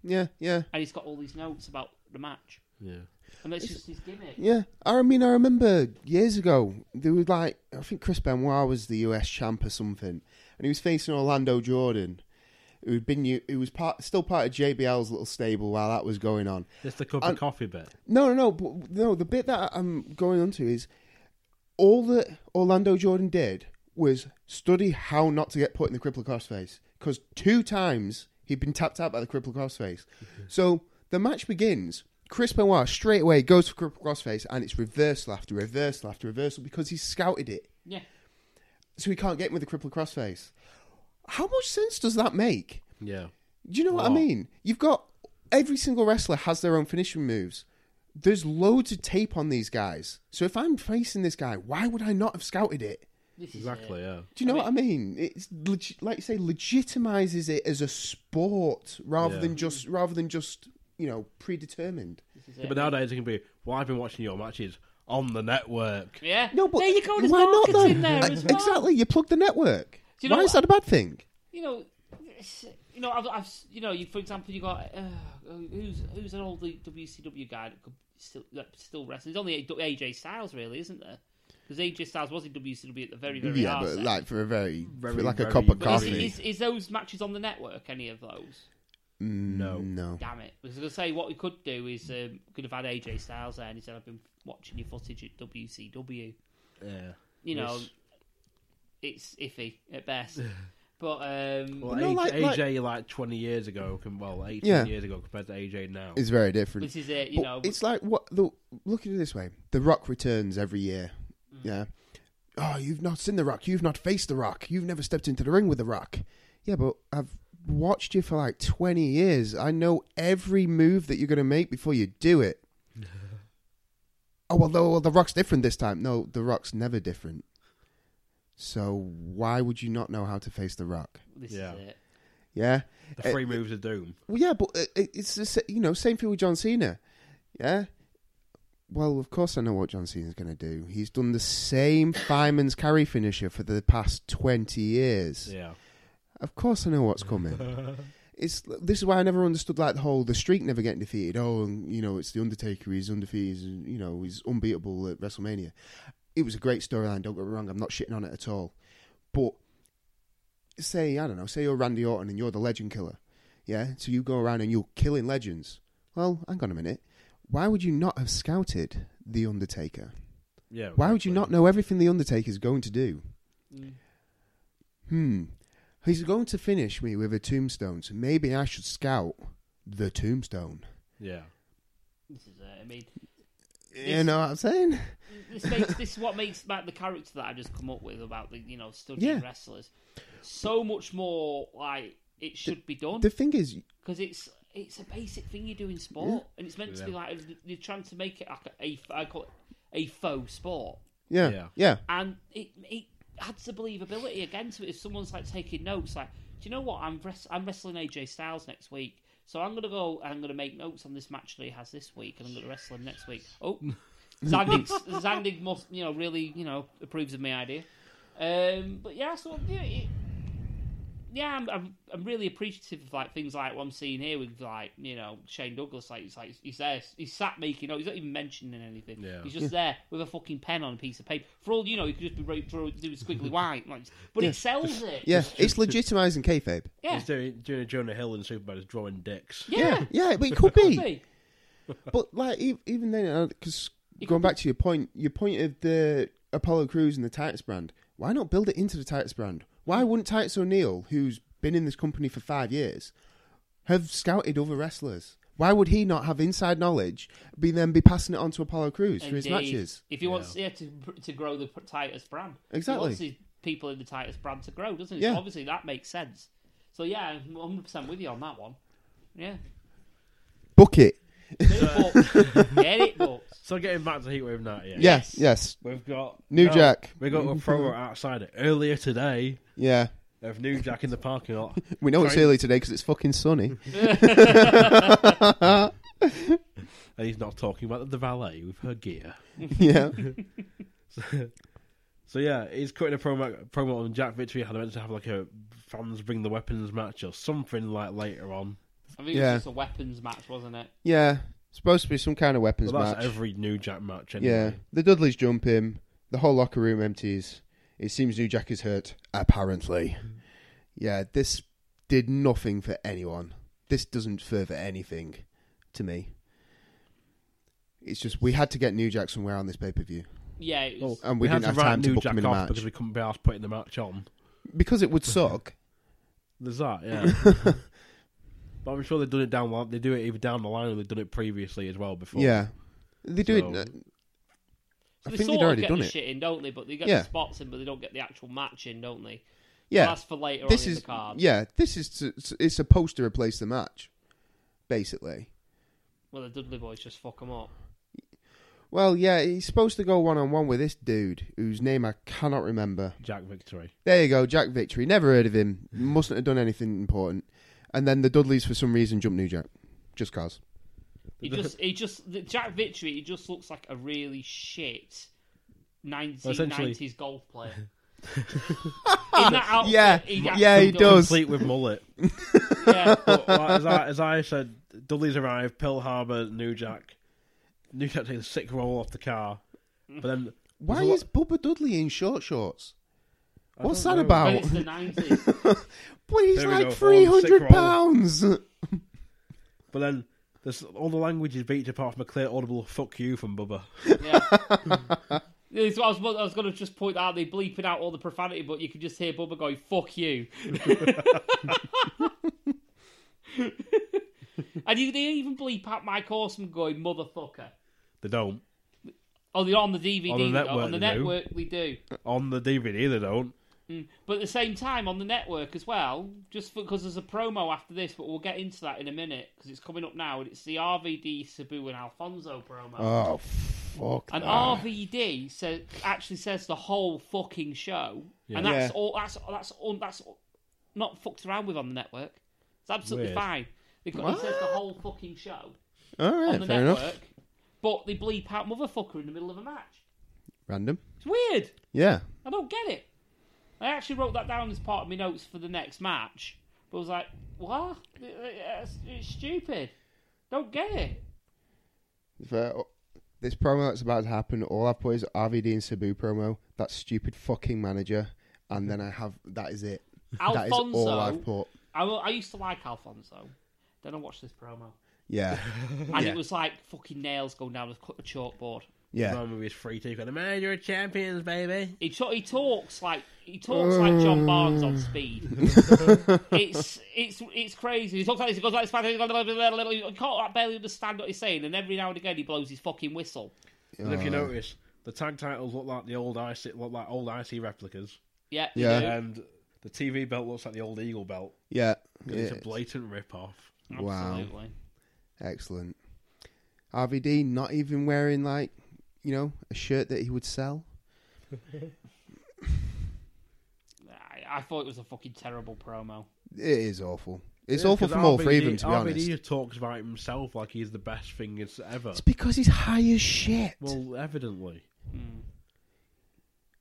yeah, yeah, and he's got all these notes about the match, Yeah. and that's just his gimmick. yeah. I mean, I remember years ago there was like I think Chris Benoit was the US champ or something, and he was facing Orlando Jordan, who had been u- who was part still part of JBL's little stable while that was going on. Just the cup And- of coffee bit. No, no, no, but no. The bit that I'm going on to is all that Orlando Jordan did was study how not to get put in the cripple crossface because two times he'd been tapped out by the cripple crossface. so the match begins. Chris Benoit straight away goes for cripple crossface and it's reversal after reversal after reversal because he scouted it, Yeah, so he can't get him with the cripple crossface. How much sense does that make? Yeah. Do you know what I Wow. mean? You've got every single wrestler has their own finishing moves. There's loads of tape on these guys. So if I'm facing this guy, why would I not have scouted it? this is Exactly, yeah. Do you know what I mean? It's leg- like you say, legitimizes it as a sport rather Yeah. than just rather than just you know predetermined. Yeah, But nowadays it can be, well, I've been watching your matches on the network. it. Yeah, No, but there you go. There's why not though? marketing there E- as well. Exactly, you plug the network. Do you know why is what- that a bad thing? you know, it's- you know, I've, I've you know, you, for example, you got uh, who's who's an old WCW guy that could still that still wrestle. It's only AJ Styles, really, isn't there? Because AJ Styles was in WCW at the very very yeah, arse but end. like for a very, for Very, like a very cup of But coffee. is, is, is those matches on the network? Any of those? No. no. Damn it! Because I was gonna say what we could do is um, could have had AJ Styles there, and he said, "I've been watching your footage at WCW." Yeah. You know, Yes. it's iffy at [laughs] best. But um, Well, But no, A- like- like- AJ, like, 20 years ago, com- well, 18 Yeah. years ago compared to AJ now. It's very different. this is it. You But know, it's like what the look at it this way: The Rock returns every year. Yeah. Oh, you've not seen The Rock. You've not faced The Rock. You've never stepped into the ring with The Rock. Yeah, but I've watched you for like twenty years. I know every move that you're going to make before you do it. oh well, though The Rock's different this time. No, The Rock's never different. So why would you not know how to face The Rock? this Yeah. is it. Yeah. the three moves of doom. Well, yeah, but uh, it- it's the sa- you know same thing with John Cena. Yeah. Well, of course I know what John Cena's going to do. He's done the same fireman's carry finisher for the past twenty years. Yeah. Of course I know what's coming. it's this is why I never understood like the whole the streak never getting defeated. Oh, and you know it's the Undertaker. He's undefeated. He's, you know he's unbeatable at WrestleMania. It was a great storyline. Don't get me wrong. I'm not shitting on it at all. But say I don't know. Say you're Randy Orton and you're the Legend Killer. Yeah. So you go around and you're killing legends. Well, hang on a minute. Why would you not have scouted the Undertaker? Yeah. Why would you exactly. not know everything the Undertaker's going to do? Mm. Hmm. He's going to finish me with a tombstone, so maybe I should scout the tombstone. Yeah. This is it. I mean, You know what I'm saying? this makes this is what makes like, the character that I just come up with about the you know studying Yeah. wrestlers so much more like it should be done The thing is, because it's it's a basic thing you do in sport and it's meant to be like you're trying to make it like a I call it a faux sport yeah, yeah, Yeah. and it it adds the believability again to it. If someone's like taking notes, like, do you know what? I'm wrest- I'm wrestling AJ Styles next week, so I'm gonna go and I'm gonna make notes on this match that he has this week, and I'm gonna wrestle him next week. [laughs] Oh, Zandig, Zandig must you know really you know approves of my idea. Um, but yeah, so yeah, it, yeah, I'm, I'm I'm really appreciative of like things like what I'm seeing here with like you know Shane Douglas. Like he's like he's there, he's sat making. notes. he's not even mentioning anything. Yeah. He's just there with a fucking pen on a piece of paper. For all you know, he could just be wrote, draw, doing [laughs] squiggly white. Like, but it sells it. yeah. It's legitimizing kayfabe. yeah, He's doing, doing a Jonah Hill in Superman is drawing dicks. yeah. yeah, but it could be. Hey, But like, e- even then, because going back to your point, your point of the Apollo Crews and the Titus brand, why not build it into the Titus brand? Why wouldn't Titus O'Neil, who's been in this company for five years, have scouted other wrestlers? Why would he not have inside knowledge, be then be passing it on to Apollo Crews for his indeed. matches? If he wants yeah, to to grow the Titus brand, Exactly. He wants his people in the Titus brand to grow, doesn't he? Yeah. So obviously that makes sense. So yeah, I'm 100 percent with you on that one. Yeah, [laughs] Book it. get it booked. Get it booked. So getting back to Heatwave 98. Yes, yes. We've got New Jack. We got a promo outside earlier today Yeah. of New Jack in the parking [laughs] lot. We know it's Trying- early today because it's fucking sunny. and he's not talking about the valet with her gear. yeah. So yeah, he's cutting a promo promo on Jack Victory. Had meant to have like a fans bring the weapons match or something like later on. I think it Yeah. was just a weapons match, wasn't it? Yeah. Supposed to be some kind of weapons But that's match. every New Jack match. Anyway. yeah. The Dudleys jump him. The whole locker room empties. It seems New Jack is hurt, apparently. Mm. Yeah, this did nothing for anyone. This doesn't further anything to me. It's just we had to get New Jack somewhere on this pay per view. Yeah, it was, And we, had didn't to have write time New to book Jack him in a off match. because we couldn't be asked putting the match on. because it would suck. There's that, [laughs] yeah. but I'm sure they've done it down. the- They do it either down the line or they've done it previously as well before. Yeah. They do So- it. so I they think sort they'd of already get done the it. shit in, don't they? But they get Yeah. the spots in, but they don't get the actual match in, don't they? Yeah. That's for later this on is in the card. yeah this is to, it's supposed to replace the match basically Well, the Dudley boys just fuck them up. well yeah he's supposed to go one-on-one with this dude whose name i cannot remember Jack Victory. there you go jack victory never heard of him mustn't have done anything important and then the dudleys for some reason jump new jack just cause He just, he just, the Jack Victory. He just looks like a really shit Well, nineteen essentially- nineties golf player. [laughs] in that outfit, Yeah. he actually Yeah, he does. Complete with mullet. Yeah, [laughs] But like, as, I, as I said, Dudley's arrived, Pearl Harbor, New Jack. New Jack takes a sick roll off the car. But then. why there's a is bubba dudley in short shorts what's that know. but about [laughs] it's the nineties. but he's There we like go, full on 300 sick roll. pounds lot- But then. There's, all the language is beat apart from a clear audible "fuck you" from Bubba. Yeah. It's what I was, I was going to just point out they bleeping out all the profanity, but you could just hear Bubba going [laughs] "fuck you," and you they even bleep out Mike Awesome going "motherfucker." They don't Oh, they're on the DVD On the they- network on the they do. network we do, on the DVD. They don't. but at the same time on the network as well. Just because there's a promo after this, but we'll get into that in a minute because it's coming up now, and it's the RVD Sabu and Alfonso promo. oh fuck And that. RVD says actually says the whole fucking show, and Yeah. that's Yeah. all. That's that's all. That's not fucked around with on the network. It's absolutely Weird. fine. They've got it says the whole fucking show all on right the fair network, enough but they bleep out motherfucker in the middle of a match. random It's weird. yeah I don't get it. I actually wrote that down as part of my notes for the next match But I was like, what? It's, it's stupid. Don't get it. For, uh, this promo that's about to happen, all I've put is RVD and Sabu promo. That stupid fucking manager, and then I have that is it. That is all Alfonso. I've put. I, will- I used to like Alfonso. Then I watched this [laughs] promo. [laughs] Yeah, And it was like fucking nails going down with a chalkboard. yeah. Roman with his free take on the manager of champions, baby. He, ta- he talks like he talks like Oh. John Barnes on speed. [laughs] it's it's it's crazy. He talks like this. He goes like this. He goes like this. You can't barely understand what he's saying. And every now and again, he blows his fucking whistle. And if you Uh. notice, the tag titles look like the old IC, look like old IC replicas, Yeah, you Yeah. do. and the TV belt looks like the old Eagle belt. Yeah. It's a Yeah. blatant rip off. Wow. absolutely. Excellent. RVD not even wearing like, you know, a shirt that he would sell. I, I thought it was a fucking terrible promo. It is awful. It's awful from all three of them, to be honest. RVD talks about himself like he's the best thing that's ever. It's because he's high as shit. Well, evidently.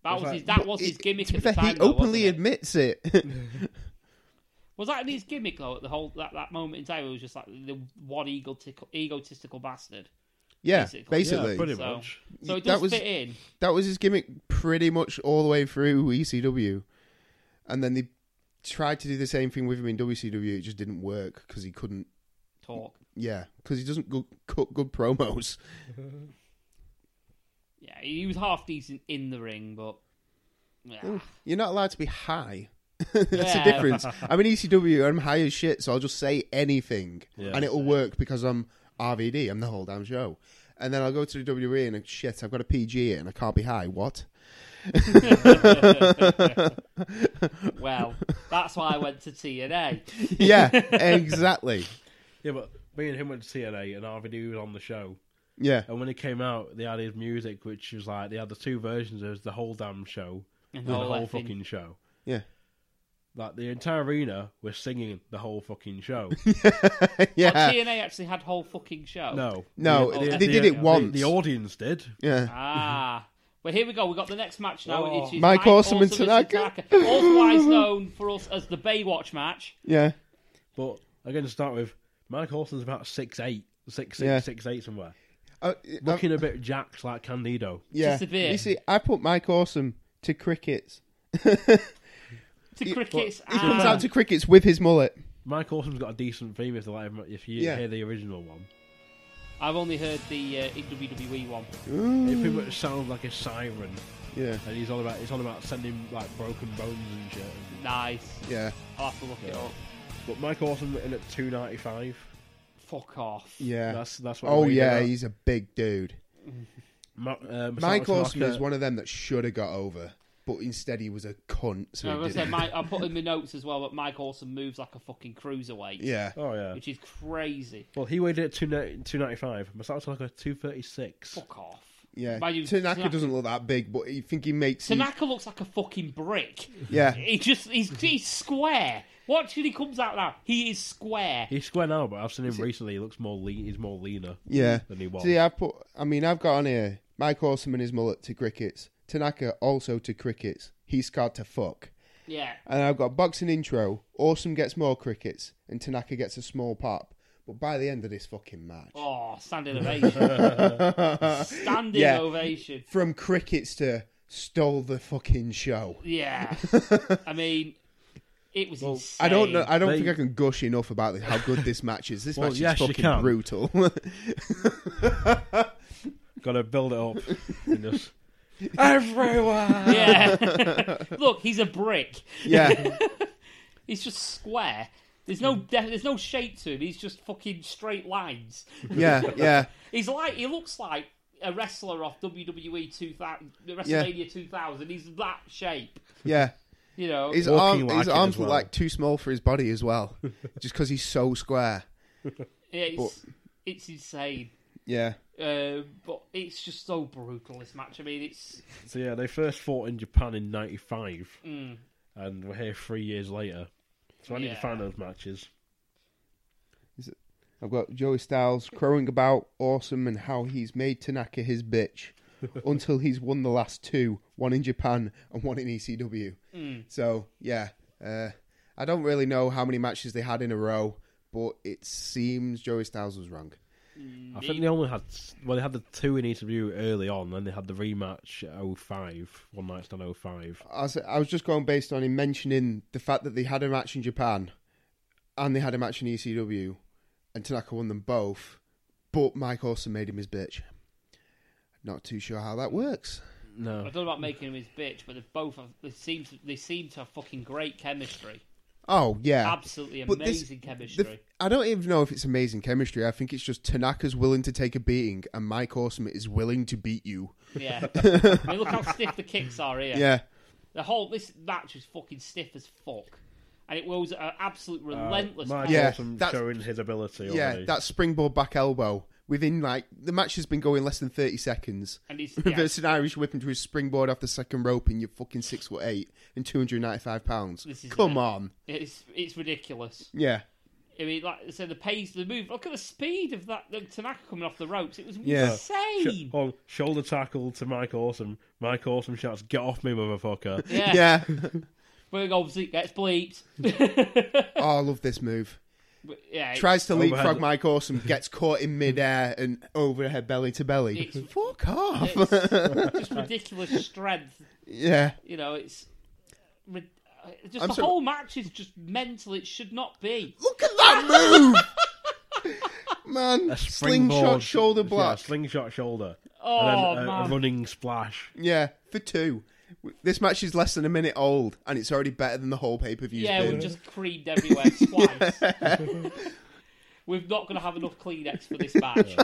That Was was, that- his. That was It- his gimmick to be at the fair, time. he though, openly wasn't it? admits it. [laughs] Was that his gimmick though? At the whole that, that moment in time, where it was just like the one egotistical, egotistical bastard. yeah, Basically. basically. Yeah, pretty So- much. So it That does was- fit in. That was his gimmick pretty much all the way through ECW. And then they tried to do the same thing with him in WCW. It just didn't work because he couldn't. Talk. Yeah, because he doesn't go- cut good promos. Yeah, he was half decent in the ring, but yeah, You're not allowed to be high. [laughs] That's Yeah. the difference. I'm in ECW. I'm high as shit, so I'll just say anything, Yeah. and it'll work because I'm RVD. I'm the whole damn show. And then I'll go to the WWE and shit. I've got a PG and I can't be high. What? well, that's why I went to [laughs] TNA. Yeah, exactly. Yeah, but me and him went to TNA, and RVD was on the show. Yeah, And when he came out, they had his music, which was like they had the two versions of the whole damn show And and the all whole that thing. fucking show. yeah, Like the entire arena was singing the whole fucking [laughs] show. yeah. [laughs] But TNA actually had whole fucking show. No, No, The- they- the- they did the- it once. The, the audience did. yeah. Ah. Well, here we go. We've got the next match now. Oh. which is Mike Awesome and Tanaka. Otherwise known for us as the Baywatch [laughs] match. yeah, But again, to start with, Mike Holston's about six eight, six six six eight Yeah. somewhere, Uh, uh, looking a bit jacked like Candido. yeah. just a bit. You see, I put Mike Awesome to crickets. Ah. To crickets [laughs] He comes and... out to crickets with his mullet. Mike Holston's got a decent theme if they let him, if you Yeah. hear the original one. I've only heard the uh, WWE one. It pretty much sounds like a siren, Yeah, and he's on about he's on about sending like broken bones and shit. Nice. yeah, I'll have to look it up. But Mike Holston in at two ninety five. Fuck off. yeah. That's that's what. oh we're yeah, reading he's a big dude. about. Ma- uh, Masato Mike Orson Tanaka- is one of them that should have got over, but instead he was a cunt. So No, I he said, didn't. Mike, I put in the notes as well that Mike Orson moves like a fucking cruiserweight. [laughs] yeah, Oh yeah. Which is crazy. Well, he weighed in at two ninety five. Masato Tanaka two thirty six. Fuck off. yeah. Mind you, Tanaka, doesn't look that big, but you think he makes. his- Tanaka looks like a fucking brick. yeah, He just he's, he's square. Watch when he comes out now. He is square. He's square now, but I've seen him recently. He looks more lean. He's more leaner. yeah. Than he was. See, I put. I mean, I've got on here Mike Orson and his mullet to crickets. Tanaka also to crickets. He's scarred to fuck. Yeah. And I've got boxing intro. Awesome gets more crickets, and Tanaka gets a small pop. But by the end of this fucking match, Oh, standing [laughs] ovation. standing Yeah. ovation. from crickets to stole the fucking show. [laughs] Yeah. I mean, it was insane. I don't know. I don't They- think I can gush enough about how good this match is. This Well, match yes, is you fucking can. brutal. [laughs] Got to build it up. [laughs] and just everywhere. Yeah. [laughs] Look, he's a brick. yeah, He's just square. There's no de- there's no shape to him. He's just fucking straight lines. yeah, yeah, He's like he looks like a wrestler off WWE 2000 WrestleMania 2000. He's that shape, yeah. you know. His, Walking arm, like his it arms as look well. like too small for his body [laughs] as well, just because he's so square. it's it's insane. Yeah, Uh, but it's just so brutal this match. I mean, it's So yeah, they first fought in Japan in '95, Mm. and we're here three years later. So I need Yeah. to find those matches. I've got Joey Styles crowing about awesome and how he's made Tanaka his bitch until he's won the E last two, one in Japan and one in ECW. So yeah, uh, I don't really know how many matches they had in a row, but it seems Joey Styles was wrong. I think they only had well, they had the two in ECW early on, then they had the rematch at 05, one night stand 05. I was, I was just going based on him mentioning the fact that they had a match in Japan and they had a match in ECW, and Tanaka won them both, but Mike Awesome made him his bitch. Not too sure how that works. I No, don't know about making him his bitch, but they both have, they seem to, they seem to have fucking great chemistry. Oh yeah, Absolutely But this- amazing the- [laughs] chemistry. I don't even know if it's amazing chemistry. I think it's just Tanaka's willing to take a beating, and Mike Awesome is willing to beat you. [laughs] Yeah. I mean, look how stiff the kicks are here. Yeah, The whole this match was fucking stiff as fuck, and it was an absolute relentless. Mike pace. Yeah, Awesome that's- showing his ability. yeah, already. that springboard back elbow within like the match has been going less than thirty seconds. And [laughs] he's- yeah. reverse an Irish whip into his springboard off the second rope, and you're fucking six foot eight and two hundred ninety five pounds. This is it. Come on, It's it's ridiculous. [laughs] yeah, I mean, like I said, the pace, the move. Look at the speed of that the Tanaka coming off the ropes. It was Yeah. insane. Sh- oh, shoulder tackle to Mike Awesome. Mike Awesome shouts, "Get off me, motherfucker!" [laughs] Yeah, [laughs] yeah. Berg obviously gets bleeped. [laughs] oh, I love this move. But, yeah, it- Tries to leapfrog Overhead. Mike Awesome, gets caught in midair and overhead belly to belly. It's- Fuck off. it's just ridiculous strength. [laughs] yeah. You know, it's rid- uh, just I'm the sorry. whole match is just mental. It should not be. Look at that move! [laughs] Man, A slingshot springboard- shoulder yeah, block. Yeah, slingshot shoulder. and Oh, then a, a man. running splash. Mm. for two. This match is less than a minute old, and it's already better than the whole pay per view. Yeah, been. we've [laughs] just creamed everywhere twice. we're not going to have enough Kleenex for this match.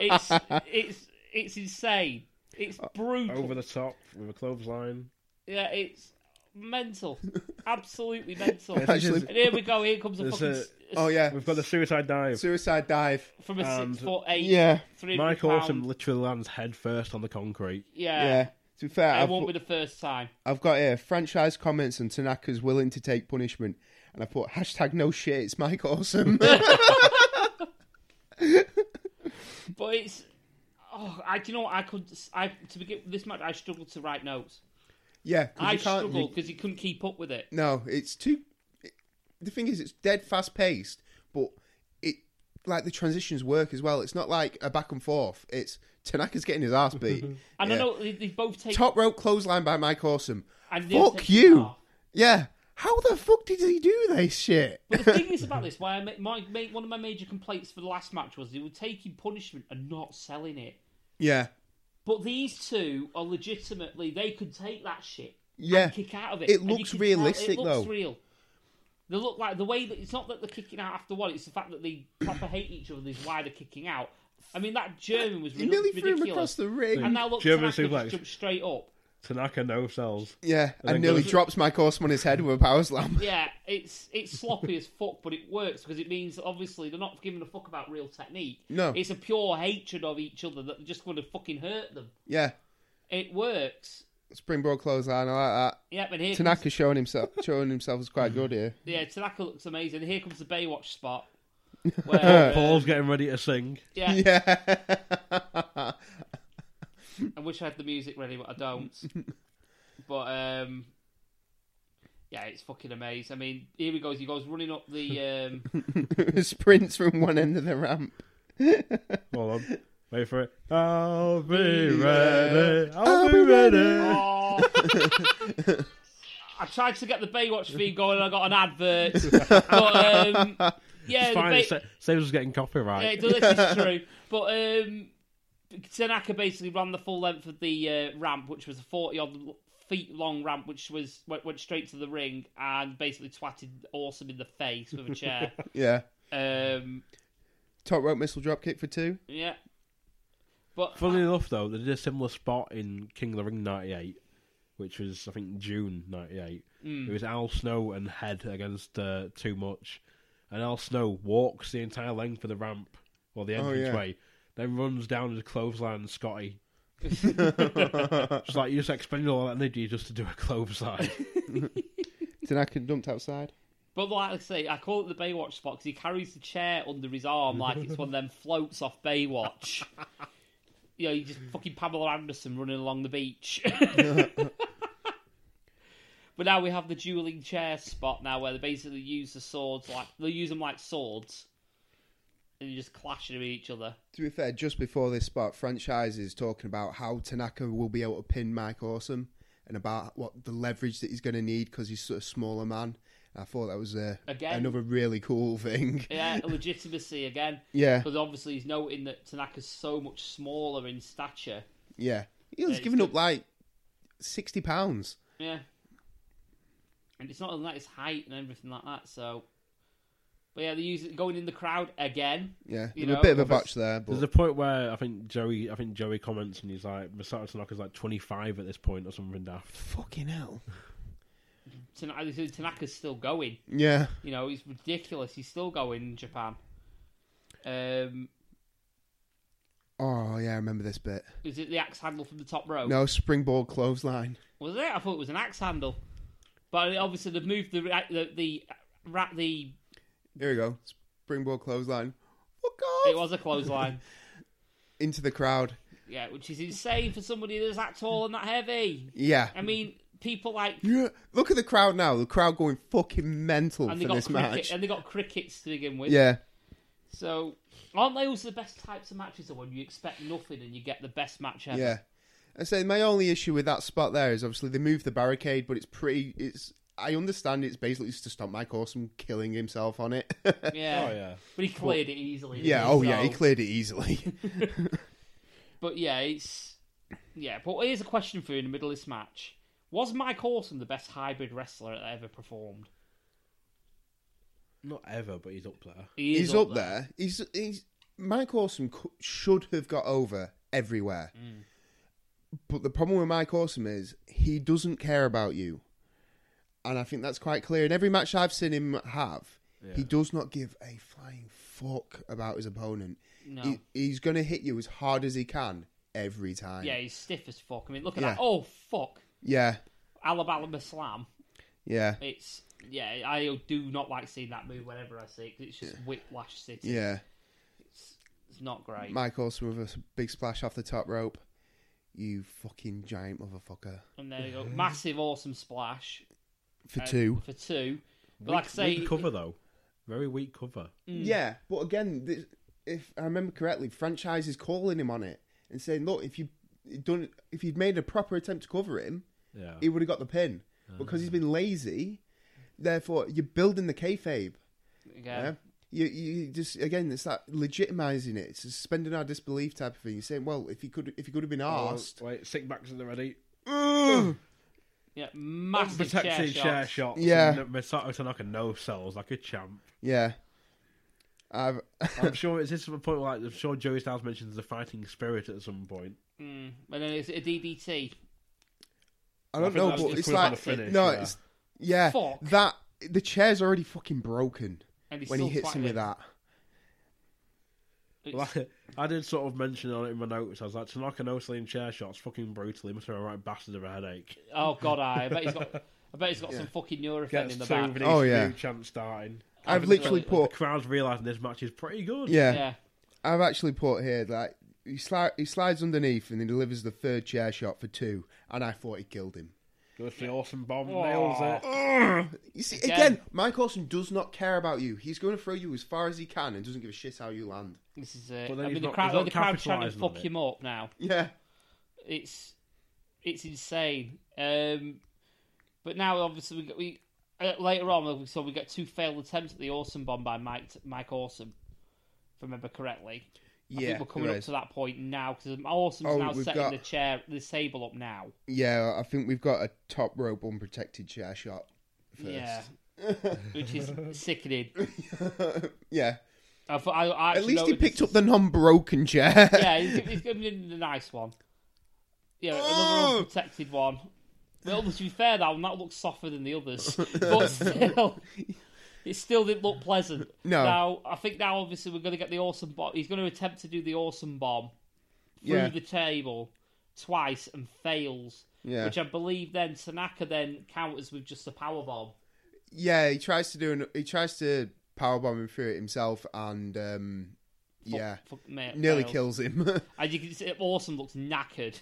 It's it's it's insane. It's brutal. Over the top with a clothesline. Yeah, it's mental. Absolutely mental. and Actually- here we go. Here comes a There's fucking a- s- Oh yeah, We've got the suicide dive. suicide dive. from a and- six foot eight. Yeah. three Mike pound. Awesome literally lands head first on the concrete. Yeah, Yeah. To be fair, it I've, won't be put, the first time. I've got here franchise comments and Tanaka's willing to take punishment, and I put hashtag no shit. It's [laughs] Mike Awesome. But it's. Oh, I do you know what I could I to begin this match I struggled to write notes. yeah, 'cause I you can't- you- struggled because he couldn't keep up with it. No, it's too. It, the thing is, it's dead fast paced, but it like the transitions work as well. It's not like a back and forth. It's Tanaka's getting his [laughs] ass beat. I Yeah. don't know. They, they both take Top rope clothesline by Mike Awesome. and they'll Fuck take you. off. Yeah. How the fuck did he do [laughs] this shit? But the thing is about this, why I ma- my, ma one of my major complaints for the last match was they were taking punishment and not selling it. yeah. But these two are legitimately they could take that shit. Yeah. kick out of it. It And you looks can realistic, tell, it looks though. real. They look like the way that it's not that they're kicking out after one; it's the fact that they proper hate each other. Is why they're kicking out. I mean, that German was He really nearly threw ridiculous. him across the ring. and now look, German Tanaka just suplex. jumped straight up. Tanaka no sells. yeah. And And, then nearly goes- drops Mike Awesome on his head with a [laughs] power slam. Yeah, it's it's sloppy as fuck, but it works because it means that obviously they're not giving a fuck about real technique. No. it's a pure hatred of each other that just going to fucking hurt them. Yeah. It works. Springboard clothesline. I like Yep, and here comes that. Tanaka showing himself showing himself [laughs] is quite good here. [laughs] Yeah, Tanaka looks amazing. Here comes the Baywatch spot. Where, uh, Paul's getting ready to sing. yeah, Yeah. I wish I had the music ready, but I don't. but um, yeah, it's fucking amazing. I mean, here he goes. He goes running up the. Um, [laughs] sprints from one end of the ramp. Hold on. Wait for it. I'll be ready. I'll be ready. oh. I tried to get the Baywatch theme going, and I got an advert. But um, yeah, It's the fine. Bay- It sa- saves us getting Yeah, copyright. no, this is true. But um, Tanaka basically ran the full length of the uh, ramp, which was a forty odd feet long ramp, which was went, went straight to the ring and basically twatted Awesome in the face with a chair. Yeah. um, Top rope missile drop kick for two. yeah, but Funnily enough, though, they did a similar spot in King of the Ring '98, which was I think June '98. It was Al Snow and Head against uh, Too Much, and Al Snow walks the entire length of the ramp or the Oh, entranceway, yeah. way, then runs down to clothesline [laughs] Scotty. It's like you just expended all that energy just to do a [laughs] clothesline. Tanaka dumped outside. but like I say, I call it the Baywatch spot because he carries the chair under his arm like it's one of them floats off Baywatch. you know, you just fucking Pamela Anderson running along the beach. [laughs] But now we have the dueling chair spot now, where they basically use the swords like they use them like swords, and you just clash them with each other. To be fair, just before this spot, franchise is talking about how Tanaka will be able to pin Mike Awesome and about what the leverage that he's going to need because he's sort of smaller man. I thought that was a, Again. another really cool thing. [laughs] [laughs] Yeah, legitimacy again. Yeah. because obviously he's noting that Tanaka's so much smaller in stature. Yeah, he Yeah, was it's giving good. up like sixty pounds. Yeah. And it's not only that, it's height and everything like that, so. But yeah, they use it going in the crowd again. Yeah, You there were know, a bit of a obvious- botch there, There's a but point where I think Joey, I think Joey comments and he's like, Masato Tanaka's like 25 at this point or something daft. fucking hell. Tana- they say Tanaka's still going. Yeah, You know, he's ridiculous. He's still going in Japan. Um, Oh yeah, I remember this bit. was it the axe handle from the top row? No springboard clothesline. Was it? I thought it was an axe handle. But obviously they've moved the ra- the the, ra- the Here we go. Springboard clothesline. Fuck it off! was a [laughs] clothesline. Into the crowd. yeah, which is insane for somebody that's that tall and that heavy. Yeah. I mean, people like yeah. Look at the crowd now. The crowd going fucking mental and they for got this cricket, match. and they got crickets to begin with. Yeah. So, aren't they also the best types of matches? Are when you expect nothing and you get the best match ever. Yeah. I say my only issue with that spot there is obviously they moved the barricade, but it's pretty. It's I understand it's basically just to stop Mike Awesome killing himself on it. [laughs] Yeah. Oh, yeah. But he cleared it easily. yeah. didn't Oh yeah. He So- cleared it easily. [laughs] But yeah, it's yeah. But here's a question for you in the middle of this match: Was Mike Awesome the best hybrid wrestler that ever performed? Not ever, but he's up there. He is he's up there. He's he's Mike Awesome cou- should have got over everywhere. Mm. But the problem with Mike Awesome is he doesn't care about you, and I think that's quite clear in every match I've seen him have. He does not give a flying fuck about his opponent. No. He, he's going to hit you as hard as he can every time. Yeah, he's stiff as fuck. I mean, look at Yeah. that. Oh fuck, yeah, Alabama Slam. yeah, It's yeah. I do not like seeing that move whenever I see it 'cause it's just whiplash city. yeah. It's not great. Mike Awesome with a s- big splash off the top rope. You fucking giant motherfucker And there you go. Massive, awesome splash. for uh, two. For two. But like I say, Weak cover, though. Very weak cover. Mm. Yeah, but again, th- if I remember correctly, franchise is calling him on it and saying, "Look, if you done, if you'd made a proper attempt to cover him, Yeah. he would have got the pin." Uh-huh. Because he's been lazy, therefore you're building the kayfabe. yeah. Yeah, you you just again, it's that legitimizing it, it's suspending our disbelief type of thing. You're saying, "Well, if he could, if he could have been asked, Wait, sick backs at the ready. Yeah, massive chair Protecting shot. chair shots. Yeah. And Masato Tanaka no sells like a champ. yeah." I've [laughs] I'm sure it's this point where, like I'm sure Joey Styles mentions the fighting spirit at some point. Mm. And then it's a DDT. I don't think know, that's but just it's put him on like the finish, no, yeah. it's yeah Fuck. that the chair's already fucking broken And he's when he still hits him twatting with him. that. It's- Like, I did sort of mention on it in my notes. I was like, Tanaka no selling chair shots, fucking brutally. Must have a right bastard of a headache. oh god, I, I bet he's got. I bet he's got some fucking neurofen Gets in the two back. of these Oh, new yeah. champs starting. I've literally The put crowd's realising this match is pretty good. yeah, Yeah, I've actually put here like he, sli- he slides underneath and he delivers the third chair shot for two, and I thought he killed him. Goes for the awesome bomb, Oh. nails it. You see, Again. again, Mike Awesome does not care about you. He's going to throw you as far as he can and doesn't give a shit how you land. this is it. But then I mean, he's the not- crowd, he's not the crowd trying to capitalising on fuck it. him up now. Yeah, It's it's insane. Um, but now obviously we got, we uh, later on we saw we got two failed attempts at the awesome bomb by Mike Mike Awesome, if I remember correctly. I yeah, think we're coming there up is. to that point now because Awesome's Oh, now we've setting got- the chair, the table up now. yeah. I think we've got a top rope unprotected chair shot. First. Yeah, which [laughs] is sickening. yeah. I thought, I, I At actually least he noticed picked this- up the non-broken chair. Yeah, he's, he's giving him the nice one. Yeah, another Oh! unprotected one. Well, to be fair, that one that looks softer than the others, but [laughs] still, it still didn't look pleasant. No. Now I think now obviously we're going to get the awesome bomb. He's going to attempt to do the awesome bomb through [laughs] Yeah. the table twice and fails. Yeah. Which I believe then Tanaka then counters with just a power bomb. Yeah, he tries to do an, he tries to powerbomb him through it himself, and um, yeah, Fuck, mate, nearly fails. kills him. [laughs] And you can see awesome looks knackered.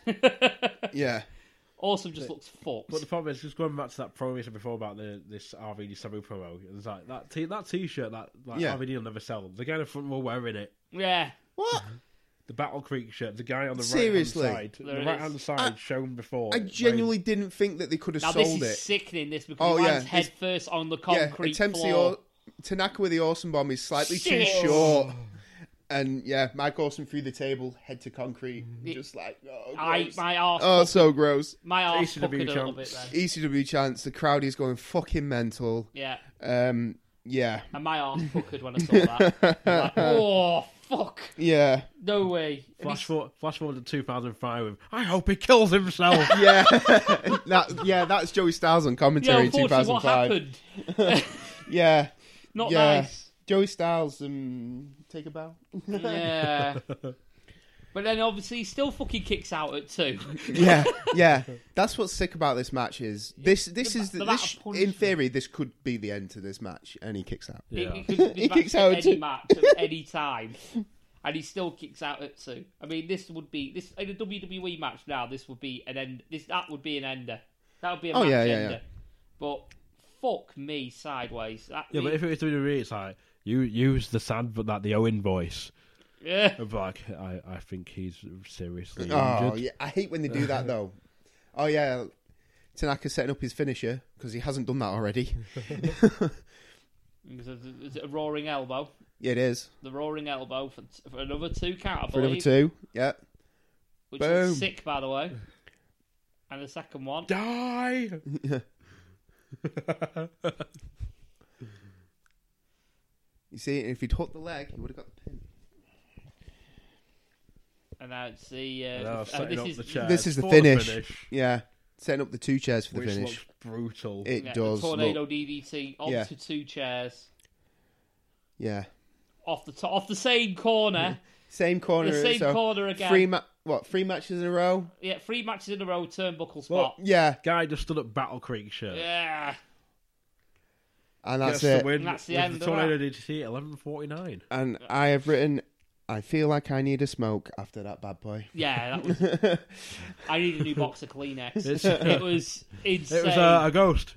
yeah, [laughs] Awesome just looks fucked. But the problem is, just going back to that promo we said before about the this RVD Sabu promo, it's like that t- that T-shirt that like, Yeah. RVD will never sell. The guy in the front row wearing it, yeah, What? Mhm. the Battle Creek shirt, the guy on the Seriously? right hand side, There the it right hand is. side shown before. I genuinely didn't think that they could have now this sold is it. sickening. This because Oh, he yeah, lands head this- first on the yeah, concrete attempts the floor. au- Tanaka with the awesome bomb is slightly Shit. too short. And yeah, Mike Awesome through the table, head to concrete, just like oh, Mm-hmm. I gross. my arse, oh so gross. my arse puckered a ECW little bit chance. then. ECW chance, the crowd is going fucking mental. Yeah, Um, yeah, and my [laughs] arse puckered when I saw that. like, oh fuck! yeah, No way. And Flash he's- forward, flash forward to 2005 with, I hope he kills [laughs] himself. yeah. [laughs] that yeah, that's Joey Styles on yeah, commentary in unfortunately, what 2005. happened? Yeah, Not yeah. nice. Joey Styles, um, take a bow. Yeah. But then obviously he still fucking kicks out at two. [laughs] yeah, [laughs] yeah. That's what's sick about this match is this. This is the the, amount this. of punishment. In theory, this could be the end to this match, and he kicks out. Yeah. It, it could be He back kicks to out at any two. match at any time, and he still kicks out at two. I mean, this would be this in a WWE match now. This would be an end. This that would be an ender. That would be a Oh, match yeah, yeah, ender. yeah. But fuck me sideways. That, yeah, but if it was WWE, it's like you use the sad but that the Owen voice. yeah, Of like, I, I think he's seriously injured. Oh, yeah. I hate when they do that though. Oh yeah, Tanaka setting up his finisher because he hasn't done that already. [laughs] is it- is it a roaring elbow? Yeah, it is The roaring elbow for, for another two count. I for number believe, two. Yeah, which is Boom. sick by the way. And the second one, Die! you see, if he'd hooked the leg, he would have got the pin. and now it's the. Uh, And I was and setting this up is the chair. this is the for finish. The Yeah, setting up the two chairs for the which finish. looks brutal. It yeah, the does. tornado Look, DDT onto Yeah. two chairs. yeah, off the top, off the same corner. same corner. The same so corner again. Three ma- what? Three matches in a row. Oh, yeah, three matches in a row, turnbuckle spot. Yeah, Guy just stood up Battle Creek shirt. yeah, and That's that's the it. win. And that's the with end of The that. tornado DDT at 11:49. And I have written, I feel like I need a smoke after that bad boy. [laughs] yeah. That was. [laughs] I need a new box of Kleenex. it was insane. [laughs] It was uh, a ghost.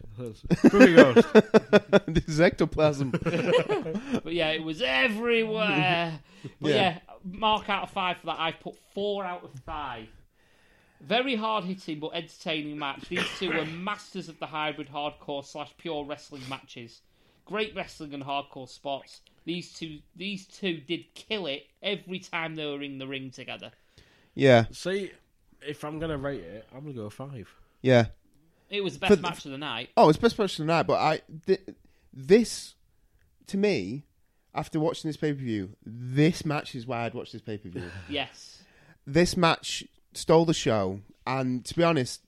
Truly [laughs] ghost. this is ectoplasm. But yeah, it was everywhere. But yeah. Yeah. mark out of five for that. I've put four out of five. Very hard hitting but entertaining match. These two were masters of the hybrid hardcore slash pure wrestling matches. Great wrestling and hardcore spots. These two, these two did kill it every time they were in the ring together. [laughs] yeah, See, if I'm gonna rate it, I'm gonna go five. yeah. It was the best the- match of the night. Oh, it's best match of the night, but I th- this to me after watching this pay per view, this match is why I'd watch this pay per view. Yes, this match stole the show, and to be honest,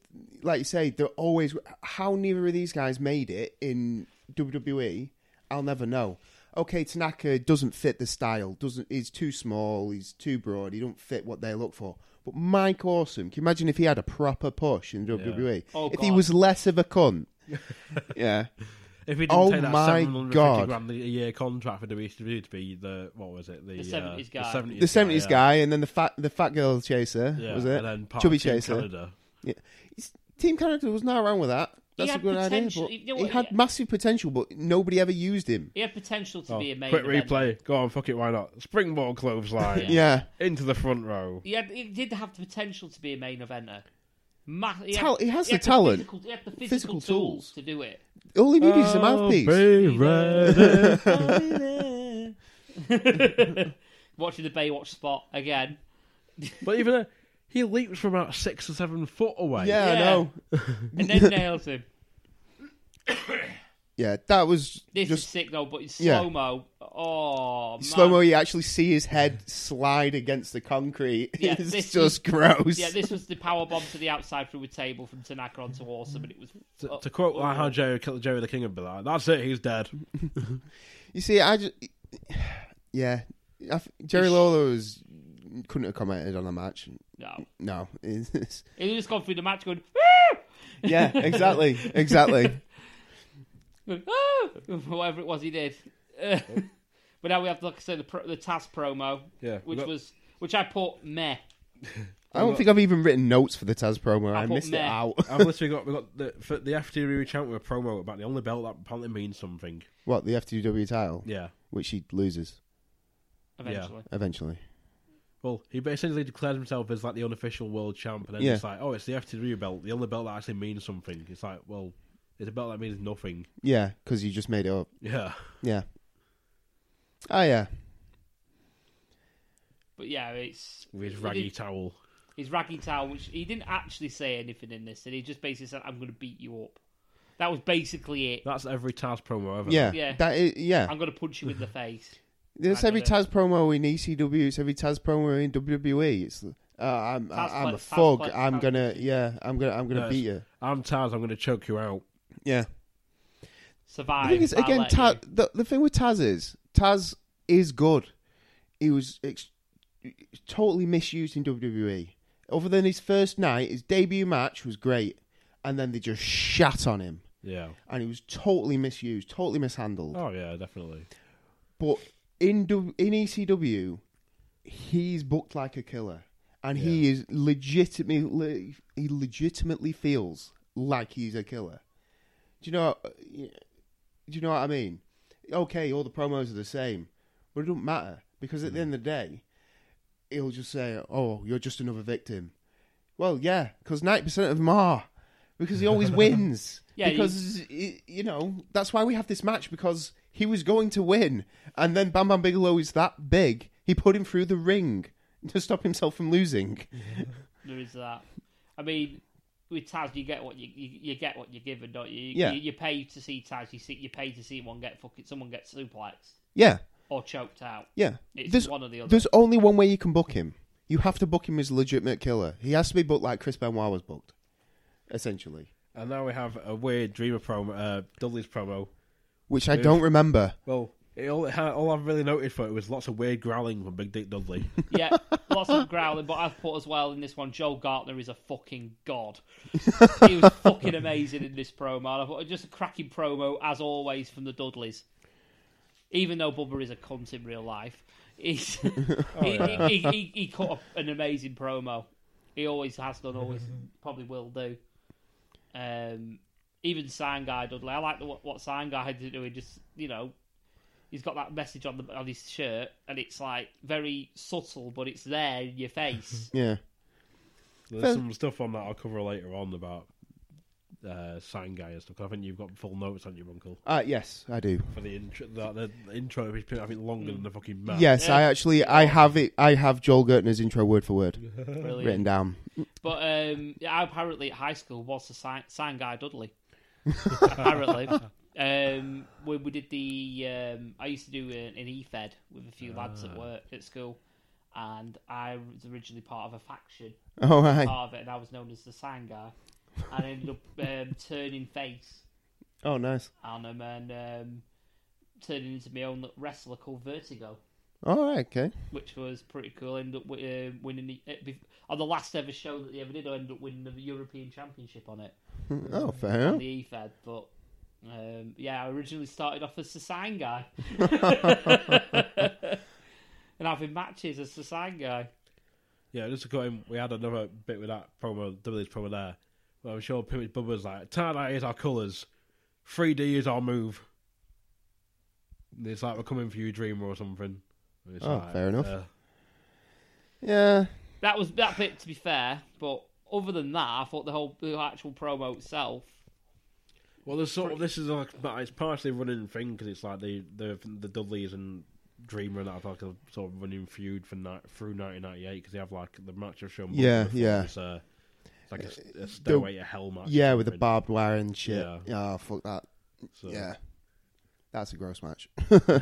like you say, they're always how neither of these guys made it in WWE. I'll never know. Okay, Tanaka doesn't fit the style. Doesn't he's too small? He's too broad. He don't fit what they look for. But Mike Awesome, can you imagine if he had a proper push in WWE? Oh, if he God. was less of [laughs] a cunt, yeah, If he didn't Oh take that my 750 God. grand a year contract for WCW to be the what was it the, The 70s uh, guy. the 70s the seventies yeah. guy, and then the fat the fat girl chaser Yeah, was it? And then part Chubby of Team chaser. Canada. Yeah. His team character was not wrong with that. That's a had good idea. potential- But you know he what, had yeah. massive potential, but nobody ever used him. he had potential to Oh, be a main. quick event. replay. Go on, fuck it. Why not? Springboard clothesline. [laughs] Yeah. Into the front row. He, had, he did have the potential to be a main eventer. Ma- he, Tal- he has the had talent. physical- he had the physical, Physical tools. tools. to do it. All he needed is a Oh, Be mouthpiece. ready. [laughs] Watching the Baywatch spot again. but even uh, he leaps from about six or seven foot away. yeah, Yeah. I know. And [laughs] then nails him. Yeah, that was This is just sick though, but it's yeah. slow mo. Oh, man. slow mo. You actually see his head slide against the concrete. [laughs] Yeah, it's this just was- gross. Yeah, this was the power bomb to the outside through a table from Tanaka onto Awesome, and it was. To, to quote like how Jerry, Jerry the King would be like, "That's it. He's [laughs] dead." You see, I just. Yeah. I f Jerry Lawler was, couldn't have commented on the match. No. No. [laughs] He just gone through the match going. [laughs] yeah, exactly. Exactly. "Ah!" [laughs] whatever it was he did. Uh, [laughs] but now we have, like I said, the, pro- the Taz promo, Yeah, we which got- was which I put meh. I don't think I've even written notes for the Taz promo. I, I put missed meh. it out. I've literally got we got the for the FTW champ with a promo about the only belt that apparently means something. what the FTW title, Yeah. which he loses Eventually, eventually. Well, he basically declared himself as like the unofficial world champ, and then Yeah. it's like, oh, it's the FTW belt, the only belt that actually means something. It's like, well, it's a belt that means nothing. Yeah, because you just made it up. Yeah. Yeah. Oh yeah. but yeah, it's [laughs] With his he raggy did- towel. his raggy towel, which he didn't actually say anything in this, and he just basically said, "I'm going to beat you up." That was basically it. That's every Taz promo ever. Yeah. Yeah. That is, yeah. I'm going to punch you [laughs] in the face. It's I every don't know. Taz promo in ECW. It's every Taz promo in WWE. It's uh, I'm Taz I'm play- a Taz fog. play- I'm Taz- gonna yeah. I'm gonna I'm gonna No, beat you. it's- I'm Taz. I'm going to choke you out. Yeah. Survive. The thing is, I'll again, let Taz, you. the, the thing with Taz is Taz is good. He was ex- totally misused in WWE. Other than his first night, his debut match was great, and then they just shat on him, Yeah. and he was totally misused, totally mishandled. Oh yeah, definitely. But in W- in ECW, he's booked like a killer, and he is legitimately he legitimately feels like he's a killer. Do you know? uh, Do you know what I mean? Okay, all the promos are the same, but it doesn't matter because Mm. at the end of the day, he'll just say, "Oh, you're just another victim." Well, yeah, because ninety percent of them are, because [laughs] he always wins. Yeah, you- because y- you know that's why we have this match because he was going to win, and then Bam Bam Bigelow is that big, he put him through the ring to stop himself from losing. Mm. There is that. I mean, with Taz, you get what you you, you get what you're given, don't you? You, Yeah. you? you pay to see Taz. You see, you pay to see one get fucking someone get suplexed Yeah, or choked out. yeah. It's one or the other. There's only one way you can book him. You have to book him as a legitimate killer. He has to be booked like Chris Benoit was booked, essentially, And now we have a weird Dreamer promo, uh, Dudley's promo. which I don't remember. Well, it all, all I've really noted for it was lots of weird growling from Big Dick [laughs] Dudley. Yeah, lots of growling, but I've put as well in this one. Joel Gartner is a fucking god. He was fucking amazing in this promo. And I thought just a cracking promo as always from the Dudleys. Even though Bubba is a cunt in real life, he's, he, he, he, he, he cut up an amazing promo. He always has done, always probably will do. Um, even Sign Guy Dudley, I like the, what, what Sign Guy did do. He just you know he's got that message on the on his shirt, and it's like very subtle, but it's there in your face. Yeah, There's some stuff on that I'll cover later on about uh, sign guy and stuff. 'cause I think you've got full notes on your uncle uh, yes, I do. for the intro. The, the intro is I think longer Mm. than the fucking match. Yes, I Yeah. actually I have it. I have Joel Gertner's intro word for word Brilliant. [laughs] written down. [laughs] But um, yeah, apparently at high school was the sign, sign guy Dudley. apparently, um, we, we did the. Um, I used to do an, E an e-fed with a few lads at work at school, and I was originally part of a faction All right. part of it, and I was known as the sign guy, and ended up um, turning face Oh, nice. on him and um, turning into my own wrestler called Vertigo. All right. Okay. which was pretty cool. Ended up wi- uh, winning the, uh, bef- on the last ever show that they ever did. I ended up winning the European Championship on it, Oh, fair enough. on uh, the E EFED. But um, yeah, I originally started off as the sign guy, and having matches as the sign guy. Yeah, just to cut in, we had another bit with that promo, Dudley's promo there. Well, I'm sure Pimmy Bubba's like, tie-dye is our colours, 3D is our move. And it's like, we're coming for you, Dreamer, or something. And it's Oh, like, fair enough. uh, Yeah. That was that bit, to be fair. But other than that, I thought the whole the actual promo itself. well, there's sort of, this is like, but it's partially a running thing, because it's like the, the the Dudleys and Dreamer and that have like a sort of running feud for ni- through 1998, because they have like the match of Sean Butler Yeah, before yeah. It's, uh, it's like a, a stairway to hell match. or Yeah, with the something. barbed wire and shit. Yeah. Oh, fuck that. So- Yeah. That's a gross match. But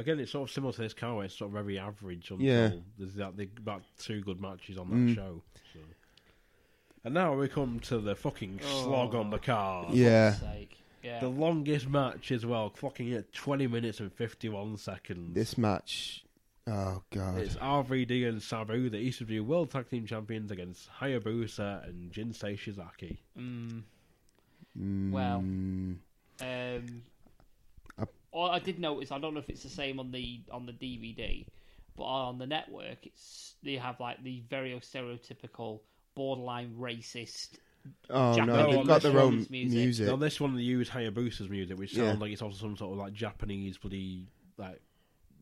again, it's sort of similar to this car where it's sort of very average until Yeah. Mm. there's that, the, about two good matches on that show. So. And now we come to the fucking slog on the car. [laughs] Oh. yeah. Sake. Yeah, The longest match as well, clocking at 20 minutes and 51 seconds. This match. Oh, God. It's RVD and Sabu, the East View World Tag Team Champions, against Hayabusa and Jinsei Shizaki. well. Mm, Um, I- Uh, all I did notice, I don't know if it's the same on the on the DVD, But on the network, it's they have like the very stereotypical, borderline racist. Oh Jack no, Lemon they've got their own Lemon's music. music. Now this one they use Hayabusa's music, which sounds Yeah. like it's also some sort of like Japanese bloody like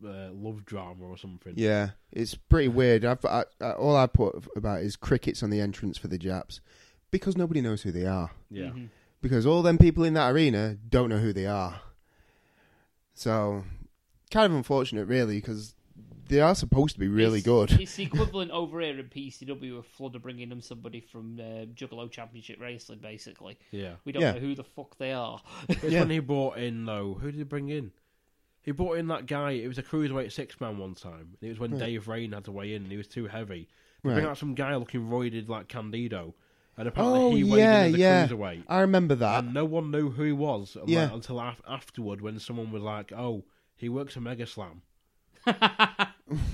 uh, love drama or something. Yeah, it's pretty weird. I've, I, I, all I put about is crickets on the entrance for the Japs because nobody knows who they are. yeah. Because all them people in that arena don't know who they are. So, kind of unfortunate, really, because they are supposed to be really It's- good. It's the equivalent over here in PCW of Flood of bringing them somebody from uh, Juggalo Championship Wrestling, basically. Yeah. We don't Yeah. know who the fuck they are. [laughs] It's when he brought in though. Who did he bring in? He brought in that guy. It was a cruiserweight six man one time. It was when Dave Rain had to weigh in. and He was too heavy. They bring Right. out some guy looking roided like Candido, and apparently [laughs] Oh he weighed yeah, in as a yeah. cruiserweight, Um, I remember that. and no one knew who he was unlike- Yeah. until af- afterward when someone was like, "Oh, he works for Mega [laughs] Slam."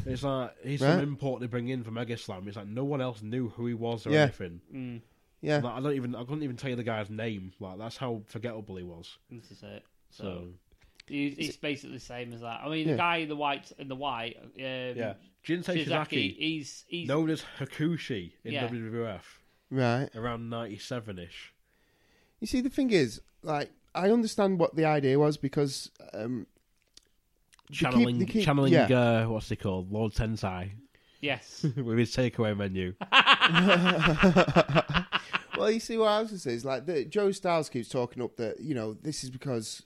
it's like he's some Right. import they bring in for Mega Slam. It's like no one else knew who he was or Yeah. anything. Mm. Yeah, Like, I don't even. I couldn't even tell you the guy's name. Like that's how forgettable he was. this is it. So, So it's it's basically the same as that. I mean, Yeah. the guy in the white in the white, um, yeah, Jinsei Shizaki, Shizaki, he's he's known as Hakushi in Yeah. WWF right. around '97 ish. You see, the thing is, like, I understand what the idea was because um, Channeling, they keep- channeling. yeah. Uh, what's he called? Lord Tensai yes. [laughs] with his takeaway menu. Well, you see what I was going to say is like the, Joe Styles keeps talking up that you know this is because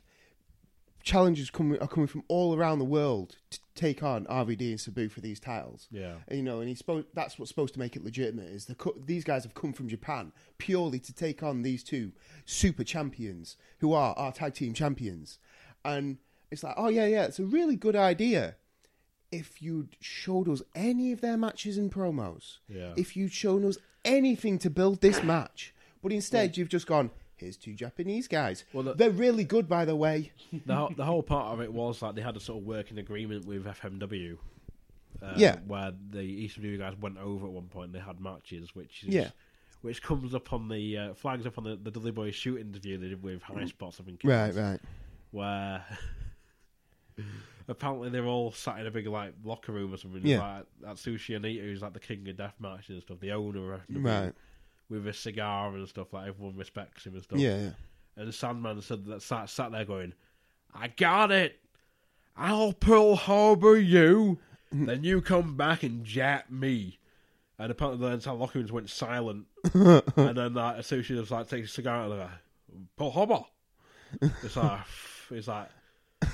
challengers coming are coming from all around the world to take on RVD and Sabu for these titles. Yeah. and, you know, and he's supposed that's what's supposed to make it legitimate is the co- these guys have come from Japan purely to take on these two super champions who are our tag team champions, and it's like oh yeah yeah it's a really good idea if you'd showed us any of their matches and promos, Yeah. if you'd shown us anything to build this match, but instead you've just gone, here's two Japanese guys. Well, the- They're really good, by the way. the, whole, the whole part of it was like they had a sort of working agreement with FMW. Uh, Yeah. Where the ECW guys went over at one point and they had matches, which is, Yeah. which comes up on the uh, flags up on the, the Dudley Boy shoot interview they did with High Spots, I think. it was, right. Where [laughs] apparently they're all sat in a big like locker room or something. Yeah. Like, that Sushi Anita, who's like the king of death matches and stuff, the owner of FMW, Right. with a cigar and stuff, like everyone respects him and stuff. Yeah, yeah. And Sandman said that sat, sat there going, I got it. I'll Pearl Harbor you. then you come back and jap me. And apparently the entire locker room just went silent. and then that associate was like takes a cigar and like, Pearl Harbor. It's like, [laughs] it's like, I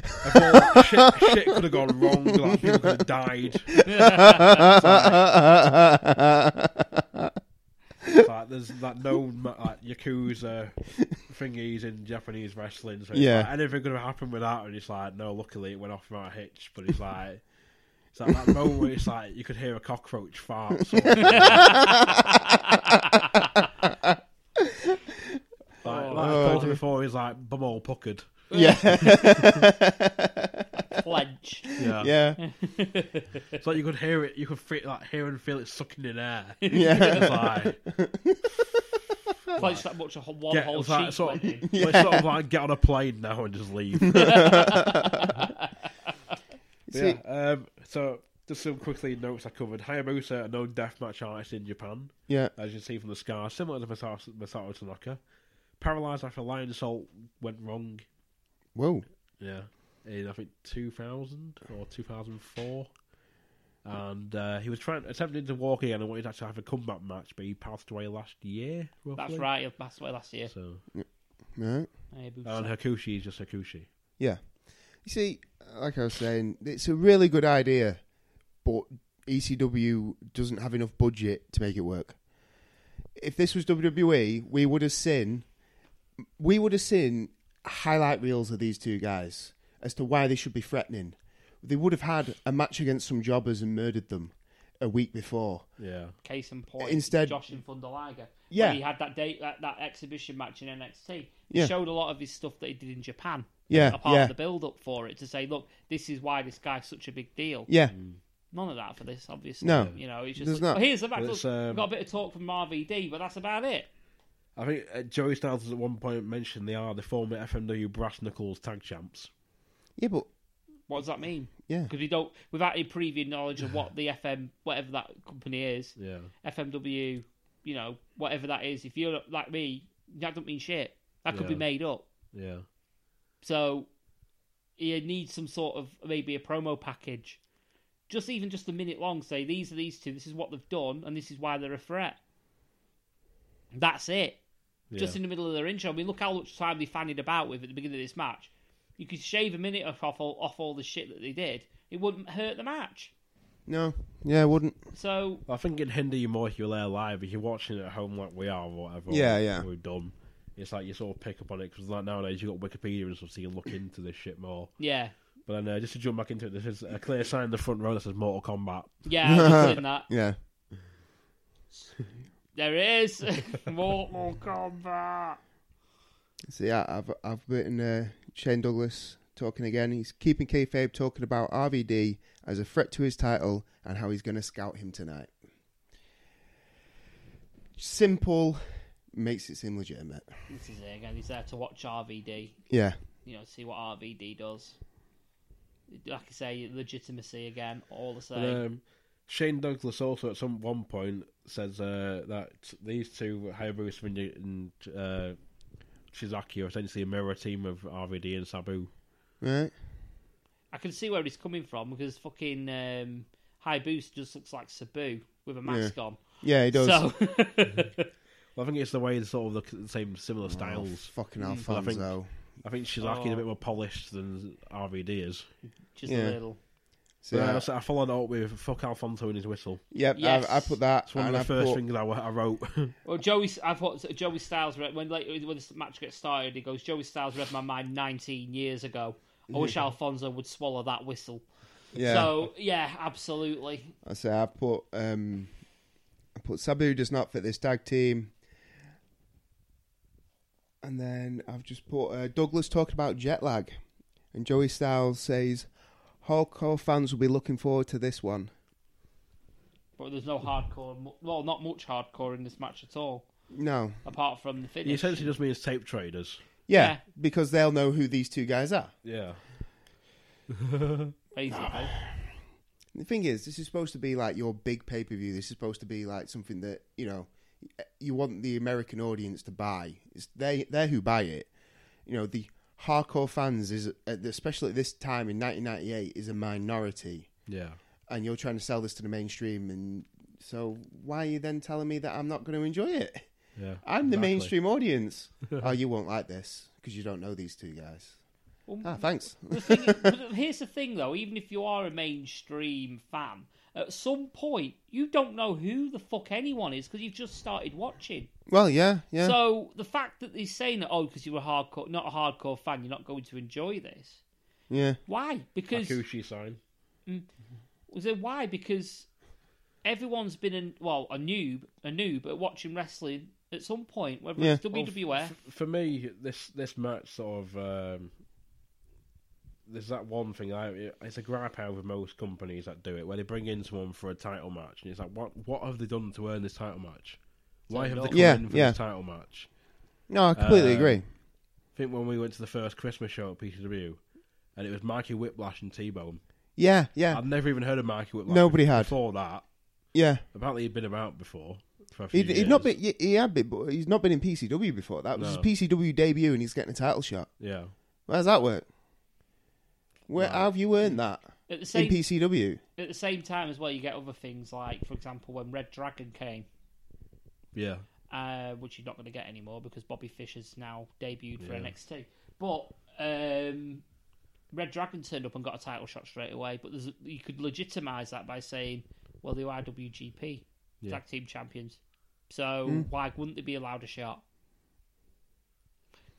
thought shit, shit could have gone wrong. Like, people could have died. It's like there's that known like yakuza thingies in Japanese wrestling. So it's Yeah. like, anything could have happened with that, and it's like no. Luckily, it went off without a hitch. But it's like it's like that moment where it's like you could hear a cockroach fart. sort of. Like, like I told you before, he's like bumhole puckered. Yeah, pledge. Yeah. [laughs] [laughs] yeah, It's like you could hear it, you could feel, like hear and feel it sucking in air. yeah. It's like Pledge that much a ho- one get whole it's like, sheet sort, went of, [laughs] in. well, it's sort of like get on a plane now and just leave. See, Yeah. Um, so just some quickly notes I covered. Hayabusa, a known deathmatch artist in Japan, yeah. as you can see from the scar, similar to Masato, Masato Tanaka. Paralyzed after lion assault went wrong. Whoa. Yeah. In I think 2000 or 2004. And uh, he was trying attempting to walk again and wanted to actually have a comeback match, but he passed away last year. Roughly. That's right. He passed away last year. So Right. um, Hayabusa. and Hakushi is just Hakushi. Yeah. You see, like I was saying, it's a really good idea, but ECW doesn't have enough budget to make it work. If this was WWE, we would have seen we would have seen highlight reels of these two guys as to why they should be threatening. They would have had a match against some jobbers and murdered them a week before. Yeah. Case in point, Instead- Josh and Fundalaga. Yeah. he had that date that, that exhibition match in NXT. He Yeah. showed a lot of his stuff that he did in Japan. Yeah, apart yeah. of the build up for it to say, look, this is why this guy's such a big deal. Yeah, None of that for this, obviously. No, you know, it's just there's like, not. "Oh, here's the match. But Look, it's, um, we've got a bit of talk from RVD, but that's about it. I think uh, Joey Styles has at one point mentioned they are the former FMW Brass Knuckles tag champs. yeah, but What does that mean? Yeah. Because we don't, without any previous knowledge of what the FM, whatever that company is, Yeah. FMW, you know, whatever that is, if you're like me, that doesn't mean shit. That could be Yeah. made up. Yeah. So you need some sort of maybe a promo package, just even just a minute long. Say these are these two. This is what they've done, and this is why they're a threat. That's it. Just Yeah. in the middle of their intro. I mean, look how much time they fannied about with at the beginning of this match. You could shave a minute off off all, off all the shit that they did. It wouldn't hurt the match. No. Yeah, it wouldn't. So I think it'd hinder you more if you're there live. If you're watching it at home like we are or whatever. or Yeah, yeah. We've done. It's like you sort of pick up on it because like nowadays you've got Wikipedia and stuff so you can look into this shit more. yeah, But then uh, just to jump back into it, this is a clear sign in the front row that says Mortal Kombat. yeah, [laughs] I was just in that. Yeah. There it is [laughs] Mortal Kombat. See, I, I've I've written uh, Shane Douglas talking again. He's keeping kayfabe talking about RVD as a threat to his title and how he's going to scout him tonight. Simple makes it seem legitimate. This is it again. He's there to watch RVD. Yeah, you know, see what RVD does. Like I say, legitimacy again, all the same. And, um, Shane Douglas also at some one point says uh, that these two, Hayabu Sminya and uh, Shizaki, are essentially a mirror team of RVD and Sabu. right. I can see where he's coming from because fucking um, High Boost just looks like Sabu with a mask on. Yeah, he does. So [laughs] Well, I think it's the way it's sort of the c- same Oh, similar styles. Fucking Well, Mm, I think- Alfonso. I think Shizaki's a bit more polished than RVD is. just a Yeah. little. So, But I yeah, also- I followed it up with "fuck Alfonso and his whistle." yep, Yes. I, I put that. It's one and of the I first put- things I, I wrote. [laughs] Well, Joey, I've watched Joey Styles read when like when this match gets started. He goes, Joey Styles read my mind 19 years ago. I wish Alfonso would swallow that whistle. Yeah, So yeah, absolutely. I say I put um, I put Sabu does not fit this tag team, and then I've just put uh, Douglas talking about jet lag, and Joey Styles says hardcore fans will be looking forward to this one. But there's no hardcore. mu- Well, not much hardcore in this match at all, No, apart from the he finish. essentially just means tape traders. yeah, Yeah. because they'll know who these two guys are. Yeah, basically. The thing is, this is supposed to be like your big pay per view. This is supposed to be like something that you know you want the American audience to buy. It's they they're who buy it. You know the hardcore fans is at the- especially at this time in 1998 is a minority, yeah. and you're trying to sell this to the mainstream. And so why are you then telling me that I'm not going to enjoy it? Yeah, I'm the exactly. mainstream audience. oh, you won't like this because you don't know these two guys. Well, Ah, thanks. [laughs] the thing is- but here's the thing, though. Even if you are a mainstream fan, at some point you don't know who the fuck anyone is because you've just started watching. well, yeah, yeah. So the fact that he's saying that, oh, because you were hardcore, not a hardcore fan, you're not going to enjoy this. yeah. Why? Because Hakushi sign. was it why? Because everyone's been in, well a noob, a noob at watching wrestling at some point, whether Yeah. it's WWF. F- for me, this this match sort of um, there's that one thing. I it's a gripe I have with most companies that do it, where they bring in someone for a title match, and it's like, what what have they done to earn this title match? Why have they not- come Yeah, in for yeah. this title match? No, I completely Um, agree. I think when we went to the first Christmas show at PCW, and it was Mikey Whiplash and T Bone. Yeah, yeah, I'd never even heard of Mikey Whiplash. Nobody had. before that. yeah. Apparently, he'd been about before. For a few He'd, he'd not years. been, he he had been, but he's not been in PCW before. That was No. his PCW debut, and he's getting a title shot. Yeah, Where does that work? Where how have you earned that At the in same PCW? at the same time as well, you get other things like, for example, when Red Dragon came. yeah. uh, which you're not going to get anymore because Bobby Fischer's now debuted for NXT. But um, Red Dragon turned up and got a title shot straight away. But there's, you could legitimise that by saying, well, they are WGP tag team champions, so Hmm. why wouldn't they be allowed a shot?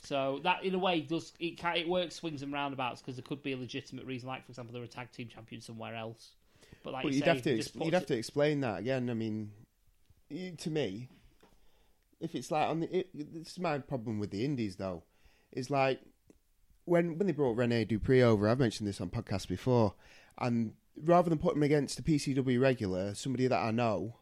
So that, in a way, does it? Can, it works swings and roundabouts because there could be a legitimate reason, like for example, they're a tag team champion somewhere else. But like But you you'd say, have to just ex- puts you'd have it- to explain that again. I mean, you- to me, if it's like on the, it, this is my problem with the indies though, is like when when they brought Rene Dupree over. I've mentioned this on podcasts before, and rather than put him against a PCW regular, somebody that I know,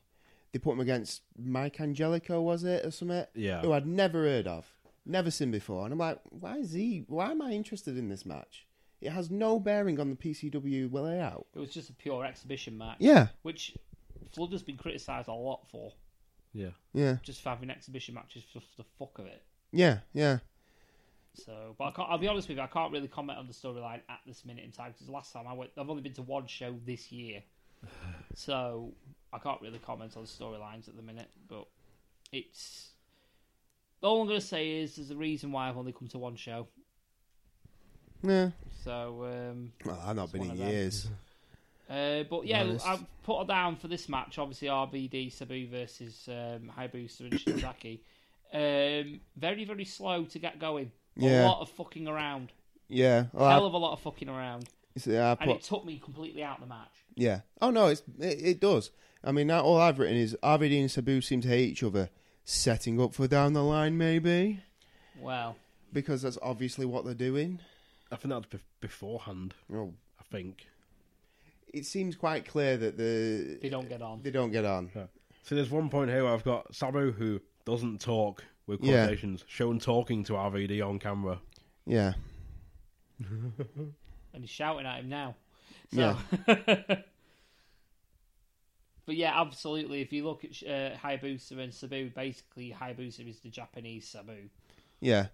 they put him against Mike Angelico, was it or something? Yeah. who I'd never heard of, never seen before, and I'm like, why is he? Why am I interested in this match? It has no bearing on the PCW layout. It was just a pure exhibition match. Yeah, Which Flood has been criticised a lot for, Yeah. yeah, just for having exhibition matches for the fuck of it. yeah, yeah. So, but I can't, I'll be honest with you, I can't really comment on the storyline at this minute in time because last time I went, I've only been to one show this year, so I can't really comment on the storylines at the minute. But it's all I'm going to say is there's a reason why I've only come to one show. Yeah. So, um, Well, I've not been one in of them. years. uh, but yeah, Nice. I've put her down for this match. Obviously, RBD Sabu versus um, Hayabusa and Shinzaki. um, very, very slow to get going. A Yeah. lot of fucking around. Yeah. Well, Hell I, of a lot of fucking around. it's- yeah, I and put- it took me completely out of the match. yeah. Oh no, it's it, it does. I mean, now all I've written is RVD and Sabu seem to hate each other, setting up for down the line maybe Well, because that's obviously what they're doing. I think that's be- beforehand. Oh, I think. it seems quite clear that the they don't get on. they don't get on. Yeah. So there's one point here where I've got Sabu who doesn't talk with Yeah. quotations, shown talking to RVD on camera. Yeah. And he's shouting at him now. So. Yeah. [laughs] but yeah, absolutely. If you look at uh, Hayabusa and Sabu, basically Hayabusa is the Japanese Sabu. Yeah.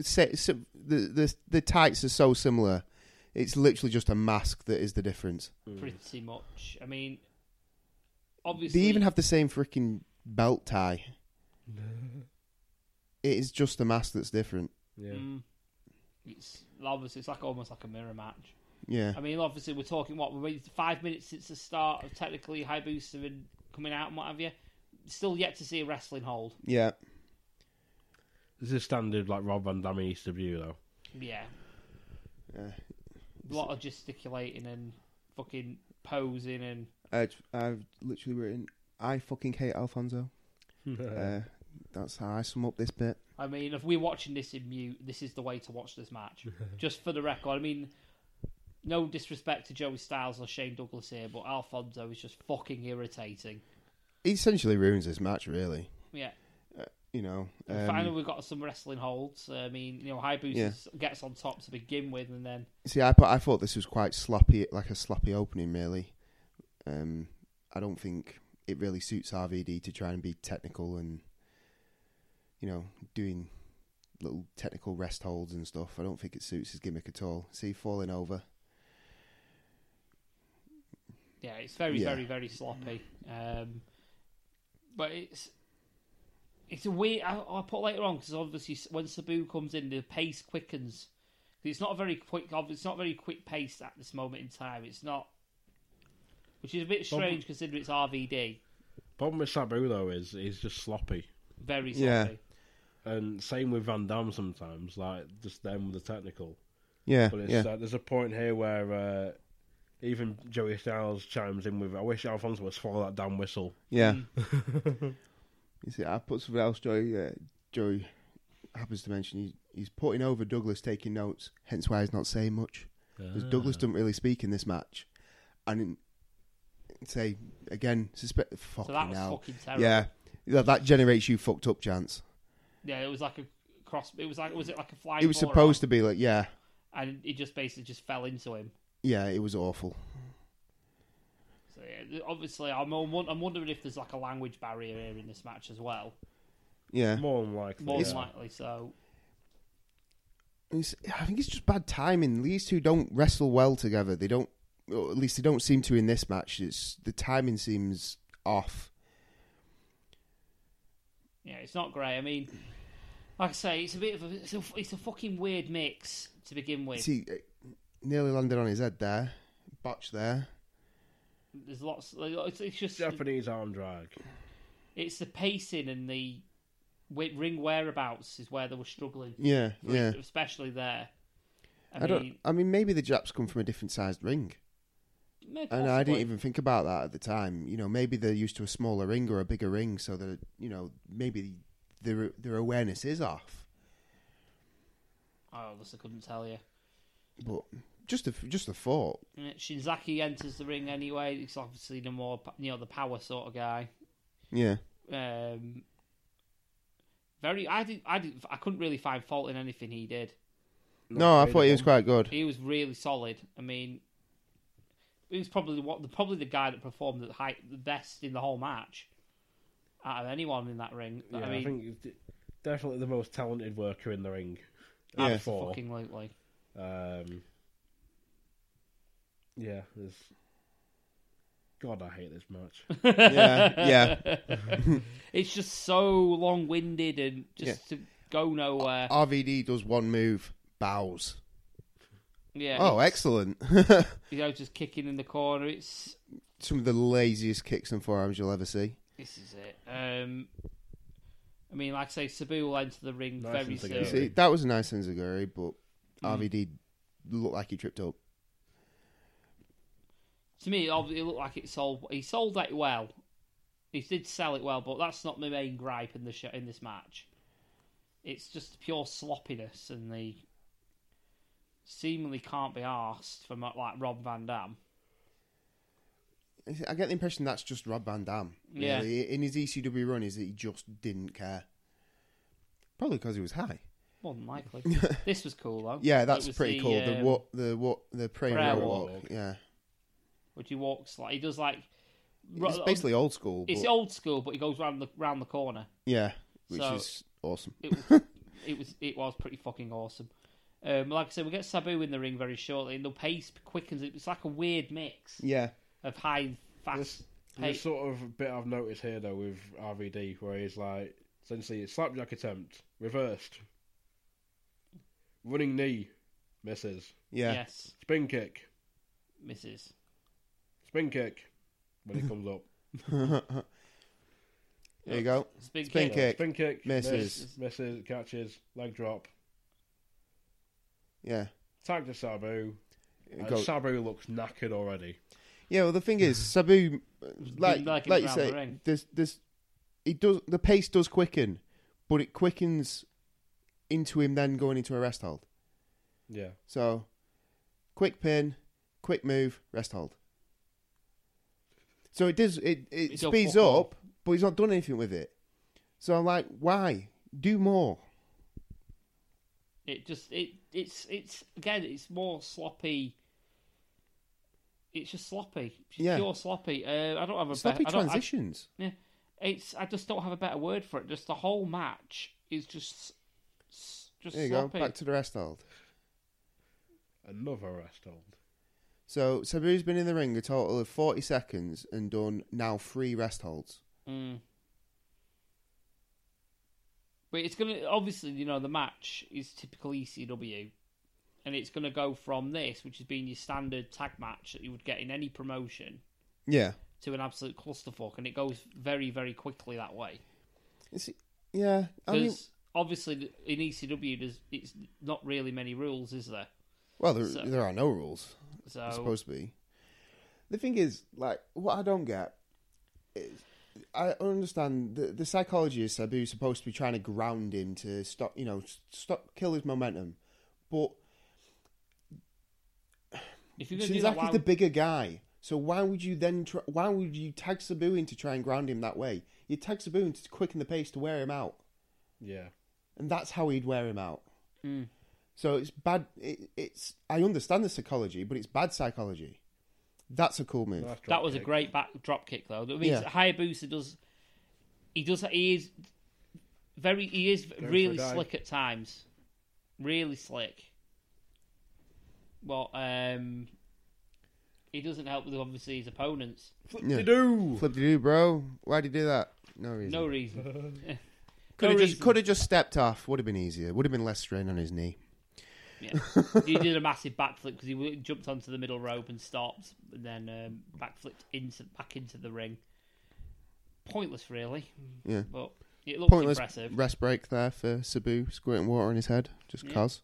Sa- sa- the, the the tights are so similar. It's literally just a mask that is the difference. Pretty much. I mean, obviously. They even have the same freaking belt tie. it is just the mask that's different. Yeah. Mm. it's obviously it's like almost like a mirror match. Yeah. I mean, obviously we're talking what we're waiting five minutes since the start of technically Hayabusa and coming out and what have you. Still yet to see a wrestling hold. Yeah. This is standard like Rob Van Dam used to do though. Yeah, Yeah. a lot of gesticulating and fucking posing and I, I've literally written, I fucking hate Alfonso. uh, that's how I sum up this bit. I mean, if we're watching this in mute, this is the way to watch this match. Just for the record, I mean, no disrespect to Joey Styles or Shane Douglas here, but Alfonso is just fucking irritating. He essentially ruins this match, really. Yeah. You know. And Um, finally, we've got some wrestling holds. I mean, you know, Hayabusa Yeah. s- gets on top to begin with, and then See, I, thought- I thought this was quite sloppy, like a sloppy opening, really. Um, I don't think it really suits RVD to try and be technical and, you know, doing little technical rest holds and stuff. I don't think it suits his gimmick at all. See, falling over. yeah, it's very, Yeah. very, very sloppy. Um, but it's it's a weird. I, I'll put later on because obviously s- when Sabu comes in, the pace quickens. It's not a very quick. ob- It's not very quick paced at this moment in time. It's not, which is a bit Well, strange considering it's RVD. Problem with Sabu though is he's just sloppy. Very sloppy. Yeah. And same with Van Dam sometimes, like just them with the technical. Yeah, But it's yeah, uh, there's a point here where uh, even Joey Styles chimes in with, "I wish Alfonso would swallow that damn whistle." yeah. Mm. [laughs] you see, I put something else. Joey, uh, Joey happens to mention he, he's putting over Douglas, taking notes. Hence why he's not saying much. because Douglas Ah. doesn't really speak in this match. And in, say again, suspect. Fucking So that was hell. fucking terrible. yeah, that, that generates you fucked up chance. Yeah, It was like a cross. It was like was it like a flying? it was supposed to be like, yeah, and it just basically just fell into him. yeah, it was awful. So yeah, obviously, I'm I'm won- I'm wondering if there's like a language barrier here in this match as well. Yeah, More than likely, More yeah. than likely, so It's- I think it's just bad timing. These two don't wrestle well together. They don't, or at least they don't seem to in this match. It's the timing seems off. yeah, it's not great. I mean, like I say, it's a bit of a it's a, it's a fucking weird mix to begin with. See, it nearly landed on his head there, botch there. There's lots. like, It's, it's just Japanese arm drag. it's the pacing and the wi- ring whereabouts is where they were struggling, Yeah, yeah. especially there. I, I don't. mean, I mean, maybe the Japs come from a different sized ring. maybe And I didn't possibly. even think about that at the time. You know, maybe they're used to a smaller ring or a bigger ring, so that you know maybe their their awareness is off. I Oh, honestly couldn't tell you. But just a just a thought. Uh, Shinzaki enters the ring anyway. He's obviously the more you know the power sort of guy. Yeah, Um, very, I didn't, I didn't, I couldn't really find fault in anything he did. No, I thought he was quite [laughs] good. He was really solid. I mean, he was probably what the probably the guy that performed at the, high, the best in the whole match out of anyone in that ring. Yeah, I I, mean, think he's d- definitely the most talented worker in the ring. Yeah. Four. fucking lately. Um, yeah, there's. God, I hate this match. Yeah, yeah. It's just so long-winded and just to go Oh. nowhere. RVD does one move, bows. yeah. Oh, excellent. [laughs] You know, just kicking in the corner. It's Some of the laziest kicks and forearms you'll ever see. this is it. Um, I mean, like I say, Sabu will enter the ring Nice very and soon. together. See, that was a nice Enziguri, but Hmm. RVD looked like he tripped up. to me, it ob- it looked like it sold. He sold it well. He did sell it well, but that's not my main gripe in the show, in this match. It's just pure sloppiness, and the seemingly can't be asked from like Rob Van Dam. I get the impression that's just Rob Van Dam. Yeah. Really. In his ECW run, is that he just didn't care. Probably because he was high. More than [laughs] likely, this was cool though. Yeah, It that's was pretty the, cool. um, the what the what the prayer, prayer walk. walk. Yeah, Which he walks like he does like. it's basically old school. it's but- old school, but he goes round the round the corner. yeah, which So- is awesome. It was, it was it was pretty fucking awesome. Um, like I said, we get Sabu in the ring very shortly, and the pace quickens. It's like a weird mix. Yeah, of high and fast There's pace. sort of bit I've noticed here though with RVD where he's like essentially it's slapjack attempt reversed, running knee misses, yeah, Yes, spin kick, misses. spin kick when it comes [laughs] up, there you go. Spin, Spin kick. kick. spin kick Misses. miss, misses catches leg drop, Yeah, tag to Sabu. Uh, And Go- Sabu looks knackered already. yeah. Well, the [laughs] thing is, Sabu, like like it like, you round the say, ring. there's there's it does the pace does quicken, but it quickens into him then going into a rest hold. Yeah, So, quick pin, quick move, rest hold. So it does it it It's a speeds fuck all. up, but he's not done anything with it. So I'm like, why do more? It just it it's it's again it's more sloppy. It's just sloppy, just Yeah. pure sloppy. Uh, I don't have a Sloppy better, I don't- I- transitions. yeah, it's I just don't have a better word for it. Just the whole match is just s- s- just There you sloppy. go, back to the rest hold. another rest hold. So Sabu's been in the ring a total of 40 seconds and done now three rest holds. Mm. But it's gonna obviously, you know, the match is typical ECW, and it's gonna go from this, which has been your standard tag match that you would get in any promotion, Yeah. to an absolute clusterfuck, and it goes very, very quickly that way. It's, yeah. I Because mean, obviously, in ECW, there's it's not really many rules, is there? well, there, so- Oh. there are no rules. So It's supposed to be. The thing is, like, what I don't get is I understand the, the psychology of Sabu is supposed to be trying to ground him to stop, you know, s- stop, kill his momentum. But if you're gonna do that, Shinzaki's why, the bigger guy, so why would you then? Try, why would you tag Sabu in to try and ground him that way? You tag Sabu in to quicken the pace to wear him out, Yeah, and that's how he'd wear him out. Hmm. So it's bad. It, it's I understand the psychology, but it's bad psychology. That's a cool move. nice drop that was a kick. great back drop kick though. That means Yeah. Hayabusa does. He does. He is very. He is for a really dive. slick at times. Really slick. Well, um, he doesn't help with obviously his opponents. Flip Yeah. de do. Flip de do, bro. Why'd you do that? No reason. [laughs] No reason. could no have just reason. could have just stepped off. Would have been easier. Would have been less strain on his knee. Yeah. he did a massive backflip because he w- jumped onto the middle rope and stopped, and then um, backflipped into back into the ring. Pointless, really. Yeah. But it looked Pointless impressive. rest break there for Sabu squirting water on his head just Yeah. cause.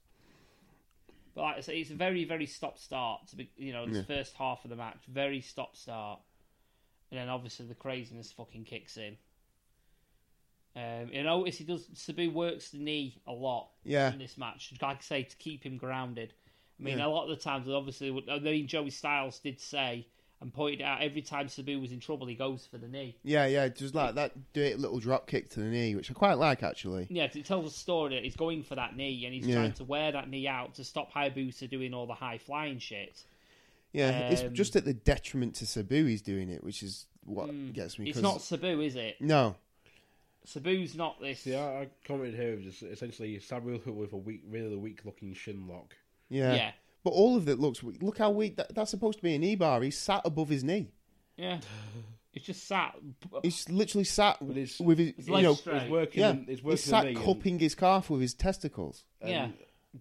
But like I say, it's a very, very stop start. To be, you know, this first half of the match, very stop start, and then obviously the craziness fucking kicks in. Um, you notice he does Sabu works the knee a lot Yeah. in this match, like I say, to keep him grounded. I mean, a lot of the times, obviously, I mean, Joey Styles did say, and pointed out every time Sabu was in trouble, he goes for the knee. Yeah, yeah, just like that dirty little drop kick to the knee, which I quite like actually. Yeah, 'cause it tells a story that he's going for that knee and he's Yeah. trying to wear that knee out to stop Hayabusa doing all the high flying shit. Yeah, it's Um, just at the detriment to Sabu he's doing it, which is what gets me. hmm. It's 'cause- not Sabu, is it? No, Sabu's not this. See, I, I commented here just essentially Sabu with a weak, really weak looking shin lock. yeah. Yeah. But all of it looks weak. Look how weak that, that's supposed to be an e bar. He's sat above his knee. Yeah. It's just sat. He's literally sat it's- with his, His you legs know, straight. It's working. yeah, It's working. he's sat the knee and- cupping his calf with his testicles. Yeah.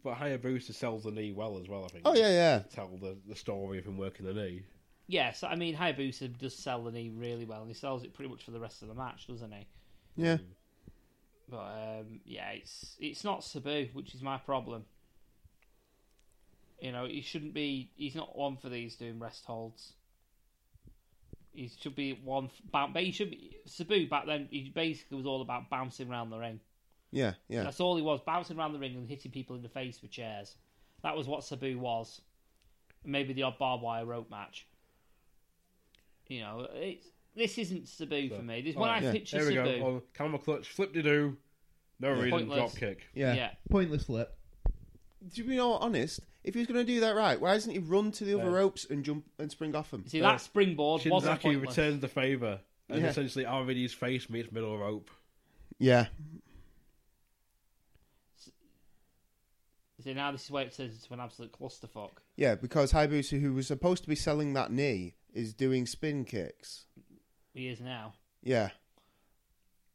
But Hayabusa sells the knee well as well. I think. Oh yeah, yeah, Tell the, the story of him working the knee. Yes, I mean, Hayabusa does sell the knee really well and he sells it pretty much for the rest of the match, doesn't he? yeah. But um, yeah, it's it's not Sabu, which is my problem. You know, he shouldn't be. He's not one for these doing rest holds. He should be one. f- Boun- but he should be Sabu back then. He basically was all about bouncing around the ring. Yeah, yeah, That's all he was, bouncing around the ring and hitting people in the face with chairs. That was what Sabu was. Maybe the odd barbed wire rope match. You know, it's, this isn't Sabu for me. This, when I Alright, picture There we Sabu, go. Oh, camera clutch, flip de doo. No reason, Pointless. drop kick. yeah, yeah, Pointless flip. To be all honest, if he was going to do that right, why doesn't he run to the other Yeah. ropes and jump and spring off them? See that springboard wasn't Shinzaki pointless. returns the favour, and Yeah. essentially RVD's face meets middle rope. Yeah, See now this is where it turns into an absolute clusterfuck. yeah, because Hayabusa, who was supposed to be selling that knee, is doing spin kicks. He is now, Yeah,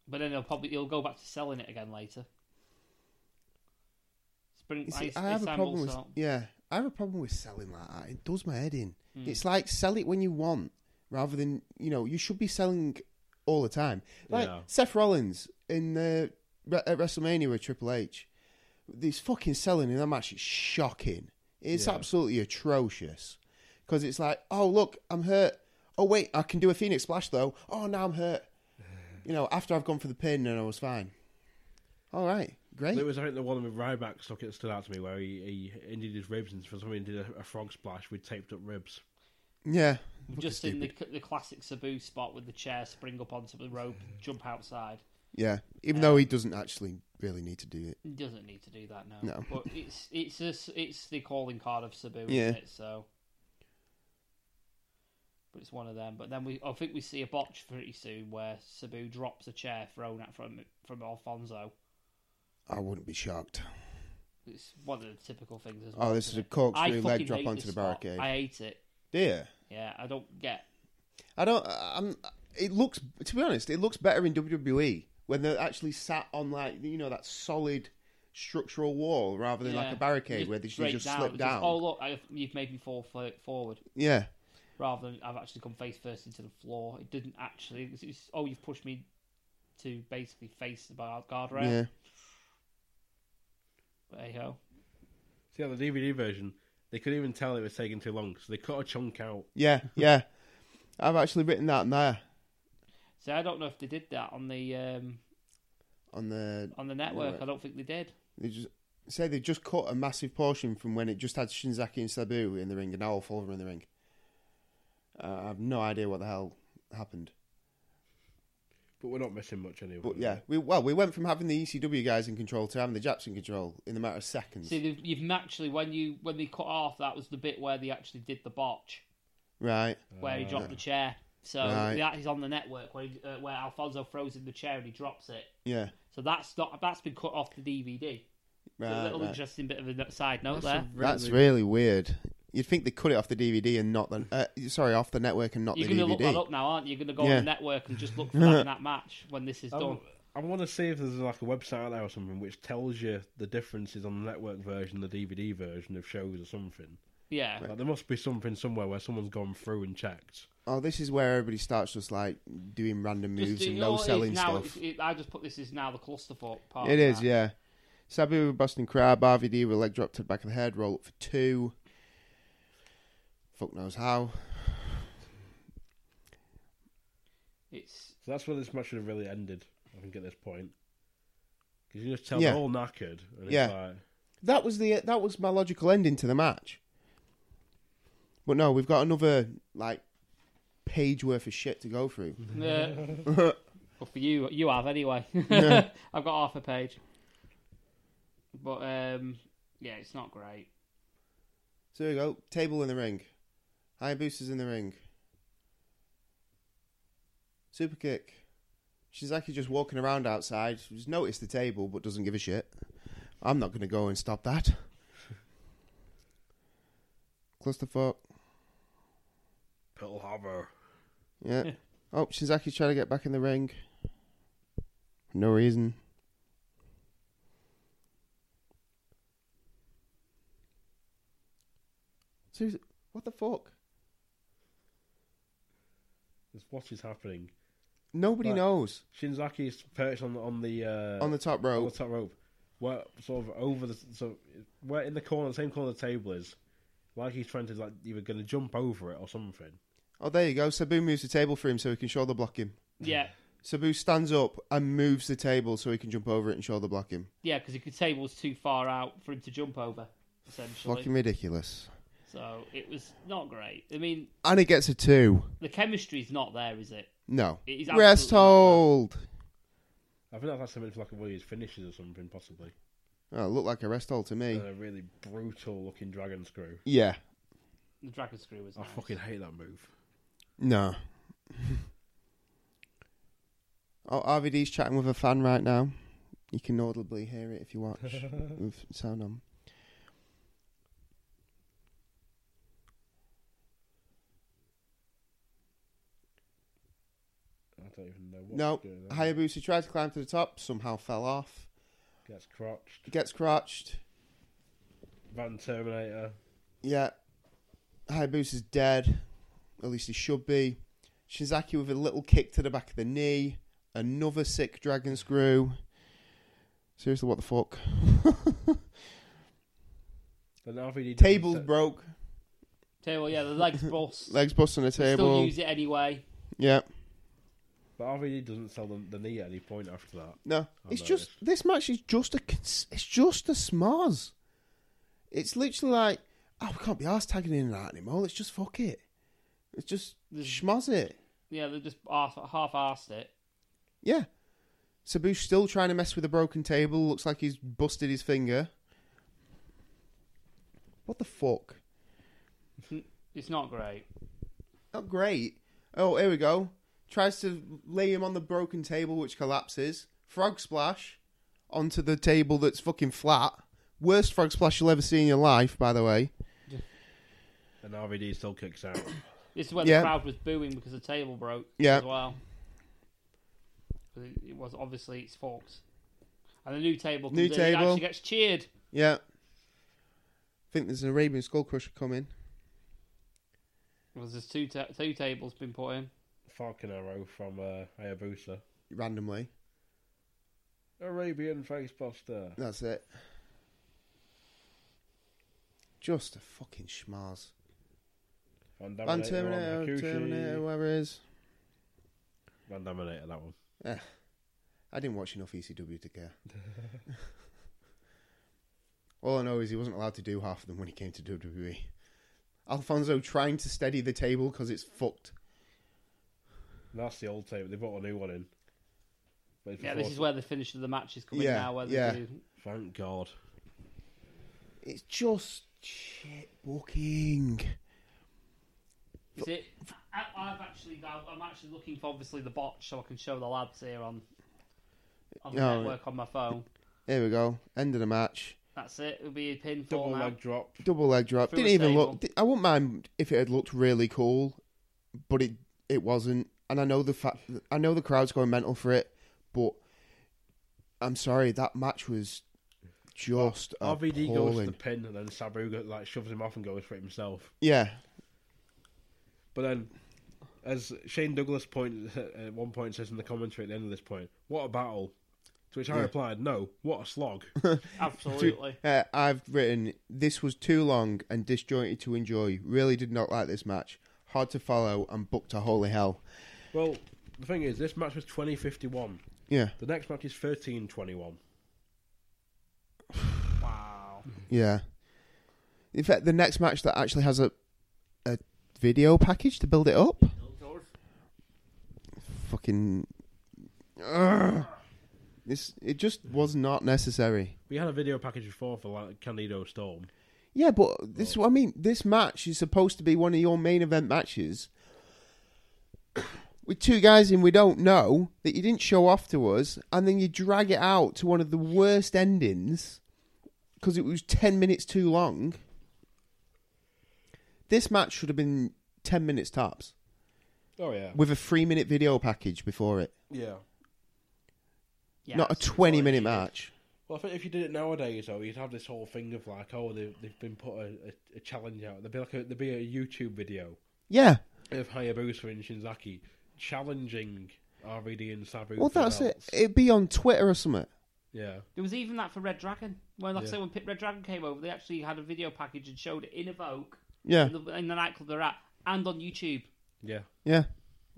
but then he'll probably he'll go back to selling it again later. Spring. You see, ice- I have ice a time problem with also- yeah, I have a problem with selling like that. It does my head in. Hmm. It's like sell it when you want, rather than you know you should be selling all the time. Like Yeah. Seth Rollins in the at WrestleMania with Triple H, this fucking selling in that match is shocking. It's Yeah. absolutely atrocious because it's like, oh look, I'm hurt. Oh wait, I can do a Phoenix Splash though. Oh now I'm [sighs] hurt. You know, after I've gone for the pin and I was fine. All right, great. It was, I think, the one with Ryback stuck it stood out to me where he, he injured his ribs and for some reason did a, a frog splash with taped up ribs. Yeah, We've just seen the, the classic Sabu spot with the chair spring up onto the rope, jump outside. Yeah, even though he doesn't actually really need to do it. He doesn't need to do that now. No. But it's it's just, it's the calling card of Sabu, isn't Yeah. it? So. But it's one of them. But then we, I think we see a botch pretty soon where Sabu drops a chair thrown at from from Alfonso. I wouldn't be shocked. It's one of the typical things as well. Oh, this is isn't a it? corkscrew I leg fucking drop hate onto this the spot. barricade. I hate it. Dear, Yeah, I don't get. I don't. I'm. It looks, to be honest, it looks better in WWE when they're actually sat on like you know that solid structural wall rather than like Yeah. a barricade Just where they should straight just down. slip It's down. oh look, I, you've made me fall for, forward yeah, rather than I've actually come face first into the floor. It didn't actually. It's, it's, oh, you've pushed me to basically face the bar- guardrail. yeah, But hey ho. See, on the DVD version, they couldn't even tell it was taking too long, so they cut a chunk out. yeah, yeah. I've actually written that in there So I don't know if they did that on the um, on the. on the network. Right. I don't think they did. They just say they just cut a massive portion from when it just had Shinzaki and Sabu in the ring, and now all four of them in the ring. Uh, I have no idea what the hell happened. But we're not missing much anyway. But yeah, we well, we went from having the ECW guys in control to having the Japs in control in a matter of seconds. See, they've- you've actually when you when they cut off, that was the bit where they actually did the botch. Right. where he dropped the chair. So Right. that is on the network where he, uh, where Alfonso throws in the chair and he drops it. Yeah. So that's not that's been cut off the DVD. So a Right. little Ah, right. interesting bit of a side note there. That's really weird. You'd think they cut it off the DVD and not the uh, sorry off the network and not You're the going to look that DVD. up now, aren't you? You're going to go E Yeah. on the network and just [laughs] look for that in that match when this is done. I, want to see if there's like a website out there or something which tells you the differences on the network version, the DVD version of shows or something. Yeah, Like, there must be something somewhere where someone's gone through and checked. Oh, this is where everybody starts just like doing random Just moves do- and all no it is selling now, stuff. it's- It, I just put this is now the clusterfuck part. It of is, that. yeah. Sabu with Boston Crab, RVD with a leg drop to the back of the head, roll up for two. Fuck knows how. It's So that's where this match should have really ended, I think, at this point. Because you just tell Yeah. they're all knackered. And Yeah. It's like, That was the that was my logical ending to the match. But no, we've got another like page worth of shit to go through. Yeah. [laughs] well, uh, for you, you have anyway. [laughs] I've got half a page. But um, yeah, it's not great. So here we go. Table in the ring. High boosters in the ring. Super kick. Shizaki just walking around outside. She's noticed the table but doesn't give a shit. I'm not going to go and stop that. Clusterfuck. Pearl Harbor. Yeah. oh, Shizaki's trying to get back in the ring. For no reason. Seriously, what the fuck? It's what is happening. Nobody Right. knows. Shinzaki is perched on the on the uh, On the top rope. on the top rope, where sort of over the so where in the corner, the same corner the table is, like he's trying to like either going to jump over it or something. Oh, there you go. Sabu moves the table for him so he can shoulder block him. Yeah, Sabu stands up and moves the table so he can jump over it and shoulder block him. yeah, because the table's too far out for him to jump over, essentially. Fucking ridiculous. So it was not great. I mean, And it gets a two. the chemistry's not there, is it? No. It is Rest absolutely not fair. hold. I think that's like something for like one of his finishes or something possibly. Oh, it looked like a rest hold to me. And a really brutal looking dragon screw. yeah. The dragon screw Oh, was. I nice. fucking hate that move. No. [laughs] oh, RVD's chatting with a fan right now. You can audibly hear it if [laughs] you watch with sound on. I don't even know what's No, going on. Hayabusa tried to climb to the top, somehow fell off, Gets crotched. gets crotched. Van Terminator. Yeah. Hayabusa's dead. At least he should be. Shizaki with a little kick to the back of the knee. Another sick dragon screw. Seriously, what the fuck? And RVD does Tables the- broke. Table, yeah, the legs [laughs] bust. Legs bust on the Still table. use it anyway. Yeah. But RVD doesn't sell them the knee at any point after that. No, it's no, just this match is just a cons- it's just a smaz. It's literally like oh, we can't be arse tagging in and out anymore. Let's just fuck it. Let's just schmaz it. Yeah, they just half half assed it. Yeah. Sabu's still trying to mess with a broken table. Looks like he's busted his finger. What the fuck? It's not great. Not great. Oh, here we go. Tries to lay him on the broken table, which collapses. Frog splash onto the table that's fucking flat. Worst frog splash you'll ever see in your life, by the way. And RVD still kicks out. [coughs] This is where Yeah. the crowd was booing because the table broke Yeah. as well. 'Cause It it was obviously its fault. And the new table comes New in, it table. actually gets cheered. Yeah. think there's an Arabian skull crusher coming. Because there's two ta- two tables been put in. Falcon Arrow from uh, Hayabusa. Randomly. Arabian Facebuster. That's it. Just a fucking schmaz. Van Terminator. on Van Terminator, Hakushi. Terminator, whoever it is. Van Terminator, that one. Eh, I didn't watch enough ECW to care. All I know is he wasn't allowed to do half of them when he came to WWE. Alfonso trying to steady the table because it's fucked. And that's the old table. They brought a new one in. But it's Yeah, before- this is where the finish of the match is coming Yeah, now. Where they yeah. do Thank God. It's just shit booking. Is it? I, I've actually, I'm actually looking for obviously the botch so I can show the lads here on on the Oh, network on my phone. Here we go. End of the match. That's it. It'll be a Double pinfall now. leg drop. Double leg drop. Through Didn't a even table. look. I wouldn't mind if it had looked really cool, but it it wasn't. And I know the fact. I know the crowd's going mental for it, but I'm sorry that match was just RVD appalling. goes to the pin and then Sabu go- like shoves him off and goes for it himself. Yeah, But then, as Shane Douglas point uh, at one point says in the commentary at the end of this point, "What a battle!" To which I replied, "No, what a slog." Absolutely. uh, I've written this was too long and disjointed to enjoy. Really did not like this match. Hard to follow and booked to holy hell. well, the thing is, this match was twenty fifty one. Yeah, The next match is thirteen twenty one. wow. yeah. In fact, the next match that actually has a a video package to build it up. Does. fucking. Ugh. This it just was not necessary. We had a video package before for like Candido Storm. Yeah, but this is what I mean. This match is supposed to be one of your main event matches with two guys in we don't know that you didn't show off to us, and then you drag it out to one of the worst endings because it was 10 minutes too long. This match should have been 10 minutes tops Oh yeah, with a three minute video package before it, yeah. Yeah, not a it's- 20 minute shit. match. Well, I think if you did it nowadays, though, you'd have this whole thing of like, oh, they've, they've been put a, a, a challenge out. There'd be like a, there'd be a YouTube video Yeah. of Hayabusa and Shinzaki challenging RVD and Sabu. Well, for that's it. belts. It'd be on Twitter or something. Yeah, There was even that for Red Dragon. Well, like I Yeah. said, when Pit Red Dragon came over, they actually had a video package and showed it in Evoke, Yeah. in the, in the nightclub they're at, and on YouTube. yeah. Yeah.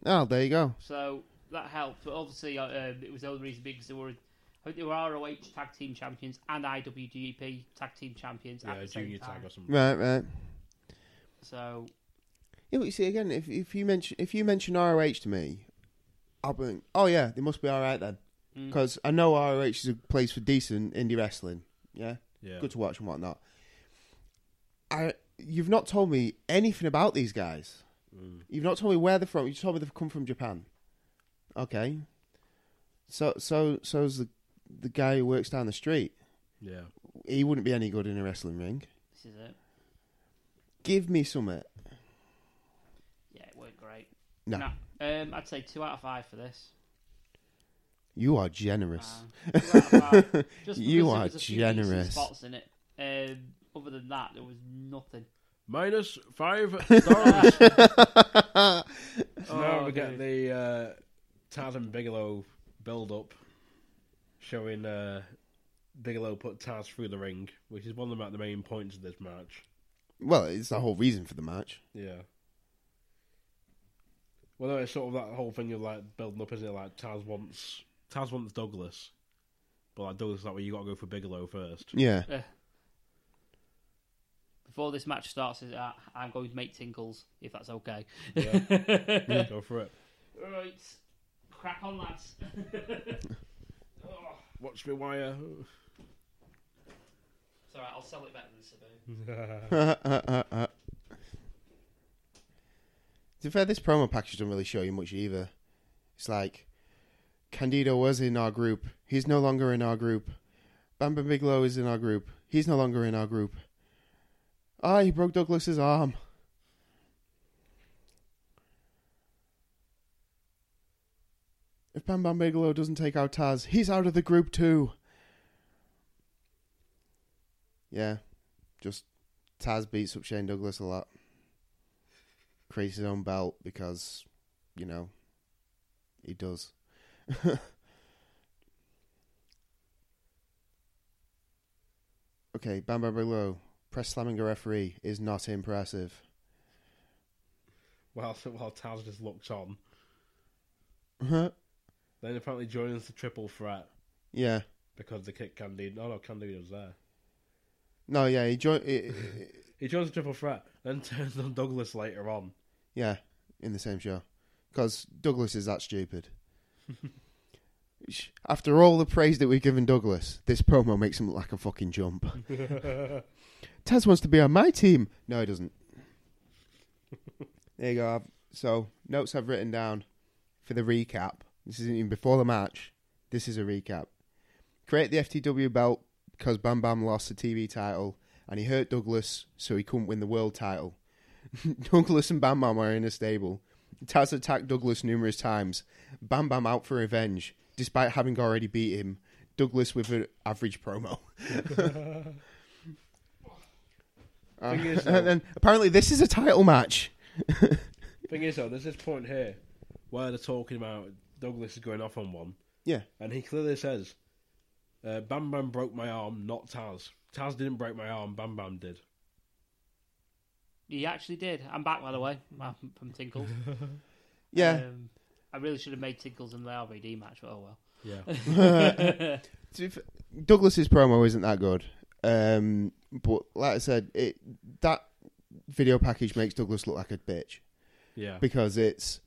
Oh, there you go. So that helped. But obviously, uh, um, it was the only reason because there were, I think there were ROH tag team champions and IWGP tag team champions Yeah, at the same junior time. tag or something. Right, right. So Yeah, but you see again, if if you mention if you mention ROH to me, I'll be like, oh yeah, they must be all right then, because I know ROH is a place for decent indie wrestling. Yeah, Yeah. good to watch and whatnot. I you've not told me anything about these guys. You've not told me where they're from. You told me they've come from Japan. Okay. So so so's the the guy who works down the street. Yeah, He wouldn't be any good in a wrestling ring. this is it. Give me something. Yeah, it worked great. No, Nah, um, I'd say two out of five for this. you are generous. Um, two out of [laughs] five. [laughs] Just You because there are was a few decent generous. Spots in it. Um, other than that, there was nothing. minus five stars. [laughs] So now Oh, we get dude. the uh, Taz and Bigelow build up, showing uh, Bigelow put Taz through the ring, which is one of like, the main points of this match. Well, it's the whole reason for the match. Yeah. Well, no, it's sort of that whole thing of like building up, isn't it? Like Taz wants Taz wants Douglas, but like Douglas, is like, well, you got to go for Bigelow first. Yeah. Uh, before this match starts, is, uh, I'm going to make tingles if that's okay. [laughs] go for it. right, crack on, lads. Watch me wire. [laughs] It's alright, I'll sell it better than Sabu. to be fair, this promo package doesn't really show you much either. It's like Candido was in our group. He's no longer in our group. Bam Bam Bigelow is in our group. He's no longer in our group. Ah, he broke Douglas's arm. If Bam Bam Bigelow doesn't take out Taz, he's out of the group too. Yeah, just Taz beats up Shane Douglas a lot. Creates his own belt because, you know, he does. [laughs] okay, Bam Bam Bigelow. Press slamming a referee is not impressive. While while Taz just looks on. Then apparently joins the triple threat Yeah. because because they kick Candido. Oh no, Candido's there. No, yeah, he joined. He joins the triple threat, then [laughs] turns on Douglas later on. Yeah, in the same show. Because Douglas is that stupid. Sh- After all the praise that we've given Douglas, this promo makes him look like a fucking jump. Taz wants to be on my team. No, he doesn't. There you go. I've- So, notes I've written down for the recap. This isn't even before the match. This is a recap. Create the FTW belt because Bam Bam lost the TV title and he hurt Douglas so he couldn't win the world title. [laughs] Douglas and Bam Bam are in a stable. Taz attacked Douglas numerous times. Bam Bam out for revenge, despite having already beat him. Douglas with an average promo. [laughs] Uh, Thing is, [laughs] and though, then apparently this is a title match. thing is, though, there's this point here where they're talking about Douglas is going off on one, Yeah. and he clearly says, uh, "Bam Bam broke my arm, not Taz. Taz didn't break my arm. Bam Bam did." He actually did. I'm back, by the way, I'm from Tinkles. Yeah. Um, I really should have made Tinkles in the RVD match, but oh well. Yeah, To be f- Douglas's promo isn't that good. Um, but like I said, it that video package makes Douglas look like a bitch. yeah, because it's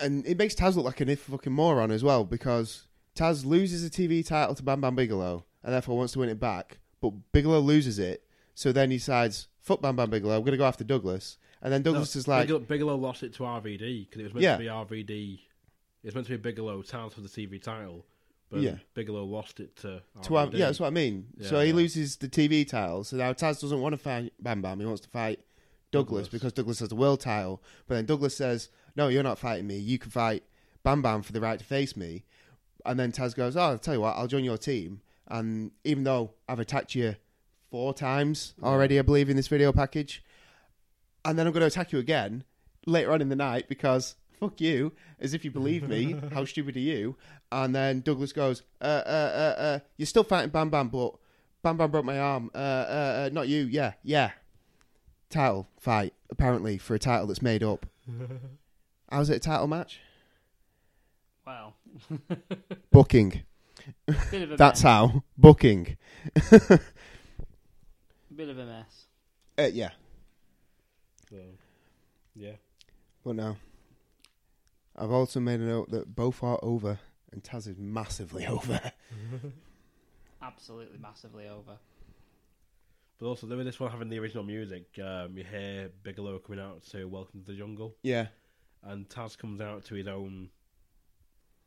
and it makes Taz look like an if fucking moron as well because Taz loses the TV title to Bam Bam Bigelow and therefore wants to win it back, but Bigelow loses it, so then he decides fuck Bam Bam Bigelow, I'm gonna go after Douglas, and then Douglas is like, Bigelow, Bigelow lost it to RVD because it was meant Yeah. to be RVD. It was meant to be Bigelow title for the TV title, but Yeah. Bigelow lost it to RVD. to Am- yeah, that's what I mean. so Yeah, he yeah. loses the TV title, so now Taz doesn't want to fight Bam Bam, he wants to fight Douglas, Douglas. because Douglas has the world title, but then Douglas says, no, you're not fighting me, you can fight Bam Bam for the right to face me, and then Taz goes, oh, I'll tell you what, I'll join your team, and even though I've attacked you four times already, I believe, in this video package. And then I'm going to attack you again later on in the night because fuck you, as if you believe me. how stupid are you? And then Douglas goes, uh, uh, uh, uh, you're still fighting Bam Bam, but Bam Bam broke my arm. Uh, uh, uh, not you. Yeah, yeah. Title fight, apparently, for a title that's made up. How's it a title match? Wow. Booking. Bit of a That's mess. how. Booking. Bit of a mess. Uh, yeah. So, yeah. But no. I've also made a note that both are over and Taz is massively [laughs] over. Absolutely massively over. But also, there was this one having the original music. Um, you hear Bigelow coming out to "Welcome to the Jungle," Yeah. and Taz comes out to his own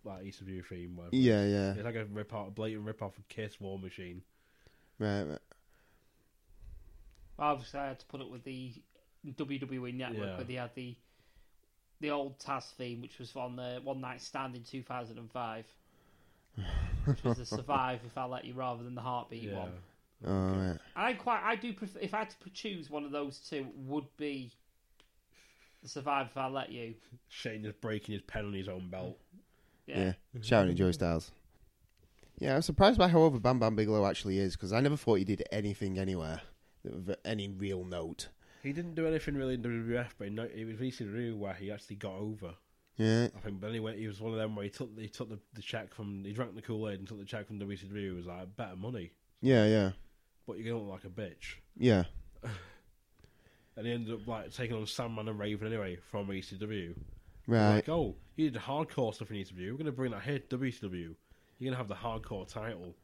like East of You theme. Whatever. Yeah, yeah. It's like a rip off, blatant rip off of Kiss War Machine. Right, right. Well, obviously, I had to put up with the WWE Network Yeah. where they had the the old Taz theme, which was on the One Night Stand in 2005, which [laughs] was the Survive If I Let You rather than the Heartbeat Yeah. one. All right. I quite, I do prefer. If I had to choose one of those two, would be the Survive If I Let You. Shane is breaking his pen on his own belt. Yeah. Yeah. Shouting at Joy Styles. Yeah, I'm surprised by how over Bam Bam Bigelow actually is because I never thought he did anything anywhere of any real note. He didn't do anything really in WWF, but he, no, it was ECW where he actually got over. Yeah. I think, but anyway, he was one of them where he took he took the, the check from he drank the Kool Aid and took the check from WCW. It was like better money, Yeah, yeah. but you're gonna look like a bitch. Yeah. And he ended up like taking on Sandman and Raven anyway from ECW. Right. Like, oh, you did hardcore stuff in ECW. We're gonna bring that here to WCW. You're gonna have the hardcore title.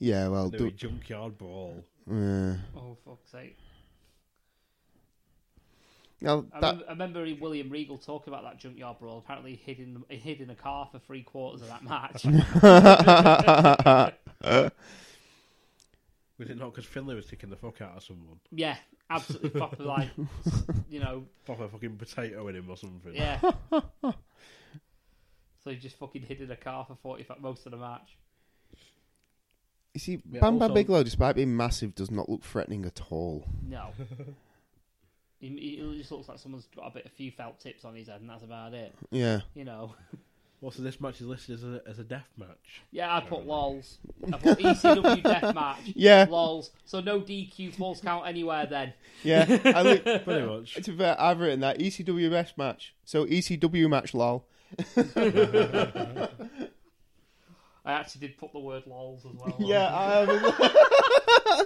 Yeah, well, Do a do, junkyard brawl. uh, Oh fuck's sake! now I, that, remember, I remember he- William Regal talking about that junkyard brawl. Apparently, he hid in he hid in a car for three quarters of that [laughs] match. Was it not because Finlay was kicking the fuck out of someone? yeah, absolutely proper like you know Proper fucking potato in him or something. Yeah. [laughs] so he just fucking hid in a car for 45 most of the match. you see, Yeah, Bam Bam also- Bigelow, despite being massive, does not look threatening at all. [laughs] No. he, he just looks like someone's got a bit a few felt tips on his head, and that's about it. Yeah. You [laughs] know. Also, this match is listed as a, as a death match. Yeah, I put lols. [laughs] I put ECW death match. Yeah. Lols. So no DQ false count anywhere then. [laughs] Yeah, I look, Pretty much. to be fair, I've written that E ECW match match. So ECW match, lol. I actually did put the word lols as well. Yeah, I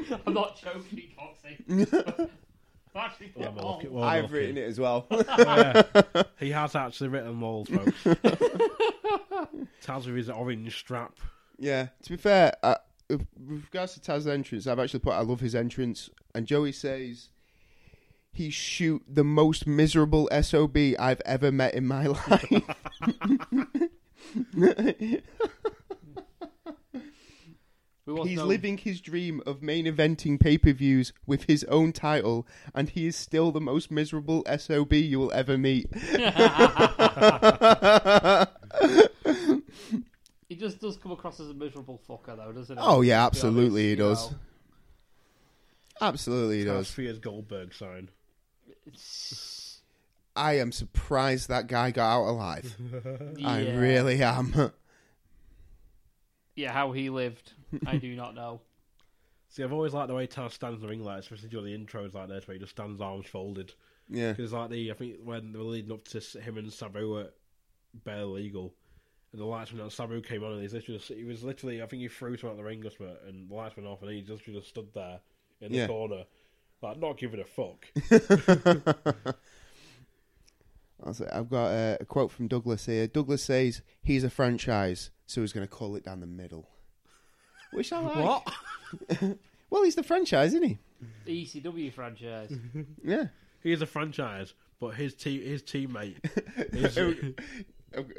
[laughs] have. [laughs] I'm not joking, [laughs] Foxy. [laughs] I actually put Well, I'm lols. lucky- well, I'm I've lucky. written it as well. He has actually written walls, folks. [laughs] Taz with his orange strap. yeah, to be fair, uh, with regards to Taz's entrance, I've actually put I love his entrance. And Joey says he shoot the most miserable sob I've ever met in my [laughs] life. We want He's no- living his dream of main eventing pay per views with his own title, and he is still the most miserable SOB you will ever meet. He just does come across as a miserable fucker, though, doesn't he? Oh, yeah, To be absolutely he you does. know. Absolutely, he That's does. Fear's Goldberg sign. I am surprised that guy got out alive. I Yeah. really am. [laughs] Yeah, how he lived, I do not know. See, I've always liked the way Taz stands in the ring, like especially during the intros like this, where he just stands arms folded. yeah. Because like the, I think when they were leading up to s- him and Sabu at Bare Legal, and the lights went on, Sabu came on, and he's literally, just- he was literally, I think he threw something at the ring or something, and the lights went off, and he just just stood there in the Yeah. corner, like not giving a fuck. That's it. I've got uh, a quote from Douglas here. Douglas says he's a franchise, so he's going to call it down the middle. Which I like. What? [laughs] Well, he's the franchise, isn't he? The ECW E franchise. Yeah. He's a franchise, but his team, his [laughs] teammate, is, Um,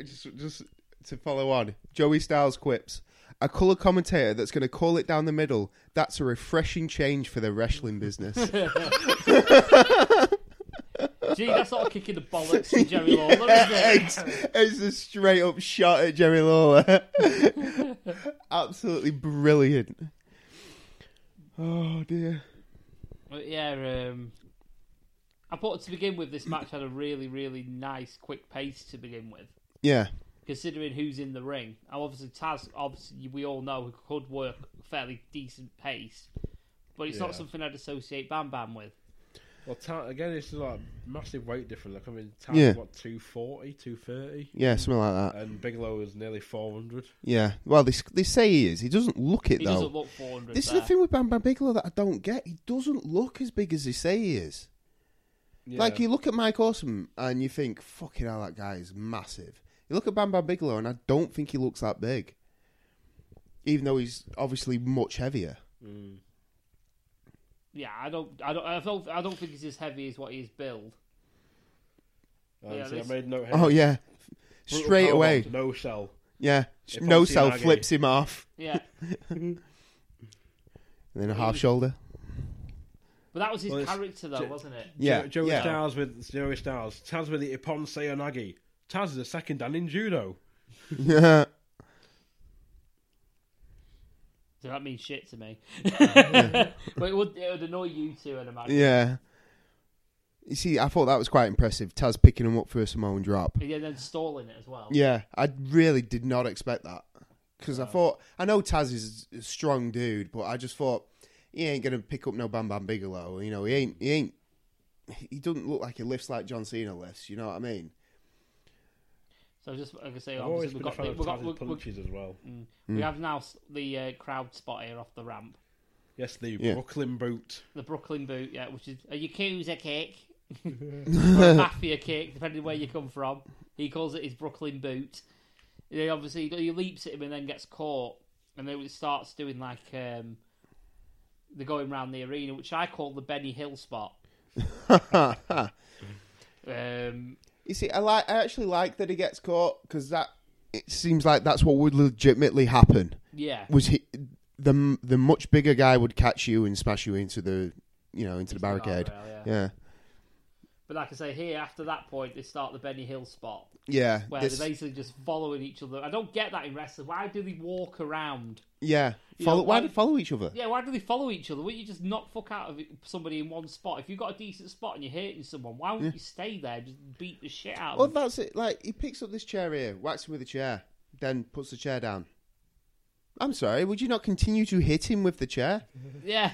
just, just to follow on, Joey Styles quips. A colour commentator that's going to call it down the middle, that's a refreshing change for the wrestling business. Gee, that's not a kick in the bollocks to Jerry Lawler, is it's, it? it's a straight up shot at Jerry Lawler. Absolutely brilliant. Oh dear. But yeah, um, I thought to begin with, this match had a really, really nice, quick pace to begin with. Yeah. considering who's in the ring. And obviously, Taz, obviously, we all know could work fairly decent pace, but it's Yeah. not something I'd associate Bam Bam with. well, Ta- again, it's like massive weight difference. Like, I mean, Taz Yeah. what 240, 230, Yeah, something like that. and Bigelow is nearly four hundred. Yeah. Well, they, s- they say he is. He doesn't look it He though. doesn't look 400. this is there. the thing with Bam Bam Bigelow that I don't get. He doesn't look as big as they say he is. Like you look at Mike Awesome and you think, "Fucking hell, that guy is massive." You look at Bam Bam Bigelow and I don't think he looks that big, even though he's obviously much heavier. Yeah, I don't, I don't, I don't, I don't think he's as heavy as what he is billed. And yeah, see, this- I made note here. Oh yeah, Brutal straight powerbomb, away. no sell. Yeah, If no I'm cell Tianagi. flips him off, Yeah, and then a half shoulder. but that was his Well, it's- character, though, J- wasn't it? Yeah, Jo- Joey yeah. Styles with Joey Styles. Taz with the Ippon Sayonagi. Taz is a second dan in judo. Yeah, So that means shit to me. but it would, it would annoy you too, I'd imagine. [laughs] yeah. You see, I thought that was quite impressive. Taz picking him up for a Samoan drop. Yeah, then stalling it as well. Yeah, I really did not expect that because I thought I know Taz is a strong dude, but I just thought he ain't gonna pick up no Bam Bam Bigelow. You know, he ain't. He ain't. He doesn't look like he lifts like John Cena lifts. You know what I mean? So just like I say, I've obviously always we've been a got, fan the- of we've got, Taz's we've- Mm. punches as well. Mm. we have now s- the uh, crowd spot here off the ramp. Yes, the Yeah. Brooklyn boot. The Brooklyn boot, yeah, which is a Yakuza kick. [laughs] or a mafia kick, depending where you come from. He calls it his Brooklyn boot. He obviously he leaps at him and then gets caught, and then it starts doing like um, they're going round the arena, which I call the Benny Hill spot. [laughs] Um, You see, I like. I actually like that he gets caught because that it seems like that's what would legitimately happen. yeah, Was he the the much bigger guy would catch you and smash you into the you know into the barricade? guardrail, yeah. yeah, but like I say, here after that point, they start the Benny Hill spot yeah, where this- they're basically just following each other. I don't get that in wrestling. Why do they walk around? yeah. Follow. know, why like- do they follow each other? Yeah, why do they follow each other? Wouldn't you just knock fuck out of it- somebody in one spot? If you've got a decent spot and you're hurting someone, why wouldn't you stay there and just beat the shit out Well, of them? that's it. Like he picks up this chair here, whacks him with a chair, then puts the chair down. I'm sorry. Would you not continue to hit him with the chair? Yeah.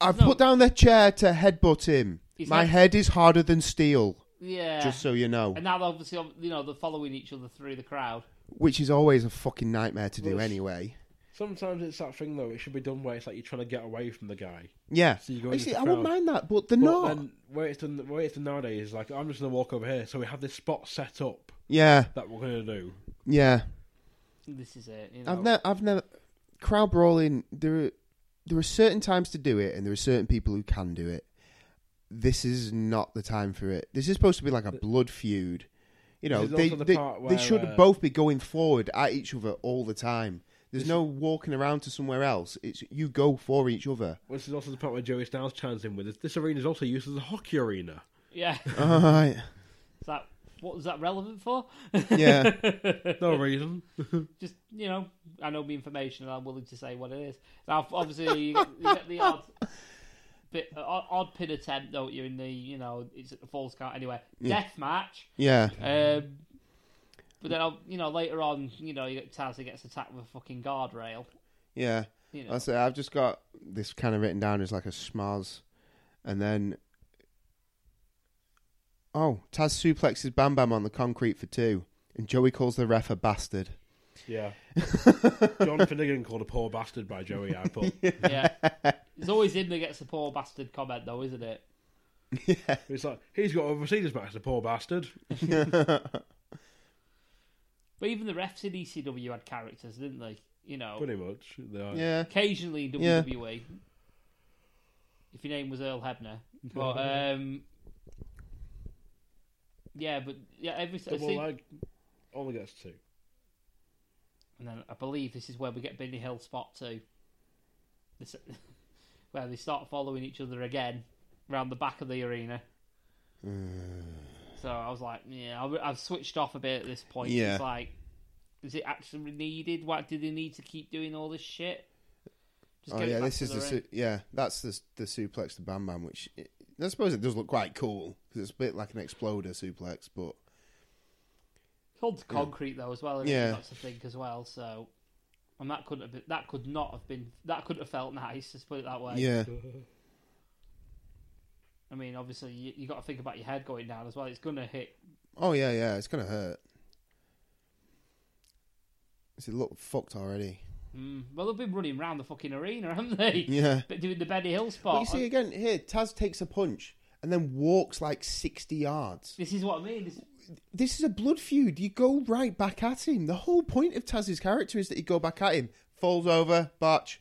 I've No. put down the chair to headbutt him. He's My not- head is harder than steel. Yeah. Just so you know, And now, they're obviously, you know, they're following each other through the crowd. which is always a fucking nightmare to do Well, it's- anyway. Sometimes it's that thing though. It should be done where it's like you're trying to get away from the guy. Yeah. So you go I into see, the I wouldn't crowd. mind that, but they're But not. then where it's done, where it's done nowadays is like I'm just gonna walk over here. So we have this spot set up Yeah, that we're gonna do. yeah. This is it. You know. I've never, I've never. Crowd brawling. There, are, there are certain times to do it, and there are certain people who can do it. This is not the time for it. This is supposed to be like a blood feud. You know, This is they also the they, part they where, should uh, both be going forward at each other all the time. There's no walking around to somewhere else. It's you go for each [laughs] other. Which is also the part where Joey Styles chimes in with this. This arena is also used as a hockey arena. Yeah. [laughs] All right. It's like, what was that relevant for? Yeah. [laughs] No reason. just, you know, I know the information and I'm willing to say what it is. Now, obviously, you get, you get the odd. Bit, odd, odd pin attempt, don't you? In the you know, it's a false count anyway. Death match. yeah. Um, but then, I'll- you know, later on, you know, you get Taz that gets attacked with a fucking guardrail. Yeah. You know. I say I've just got this kind of written down as like a schmaz, and then oh, Taz suplexes Bam Bam on the concrete for two, and Joey calls the ref a bastard. Yeah. [laughs] John Finnegan called a poor bastard by Joey. I put. Yeah. it's always him that gets the poor bastard comment, though, isn't it? Yeah. It's like he's got a Mercedes back, the poor bastard. But even the refs in ECW had characters, didn't they? You know, Pretty much. They are- Yeah. occasionally in Yeah. WWE. If your name was [laughs] Earl Hebner, but um, yeah, but yeah, every I Double see- leg only gets two. and then I believe this is where we get Benny Hill spot too. This, [laughs] where they start following each other again round the back of the [sighs] arena. so I was like, yeah, I've, I've switched off a bit at this point. Yeah. It's like, is it actually needed? What do they need to keep doing all this shit? Just Oh get it yeah, back this to is the ring. su- yeah. That's the the suplex to Bam Bam, which it, I suppose it does look quite cool because it's a bit like an exploder suplex, but Holds concrete though as well. Isn't Yeah. yeah, that's a thing as well. So, and that couldn't have been, that could not have been that couldn't have felt nice. Let's put it that way. yeah, [laughs] I mean, obviously you, you got to think about your head going down as well. It's gonna hit. oh yeah, yeah. It's gonna hurt. It's it look fucked already? Mm, well, they've been running round the fucking arena, [laughs] haven't they? Yeah. But doing the Benny Hill But spot. you see again here, Taz takes a punch and then walks like sixty yards. this is what I mean. This, This is a blood feud. You go right back at him. The whole point of Taz's character is that he go back at him, falls over, botch.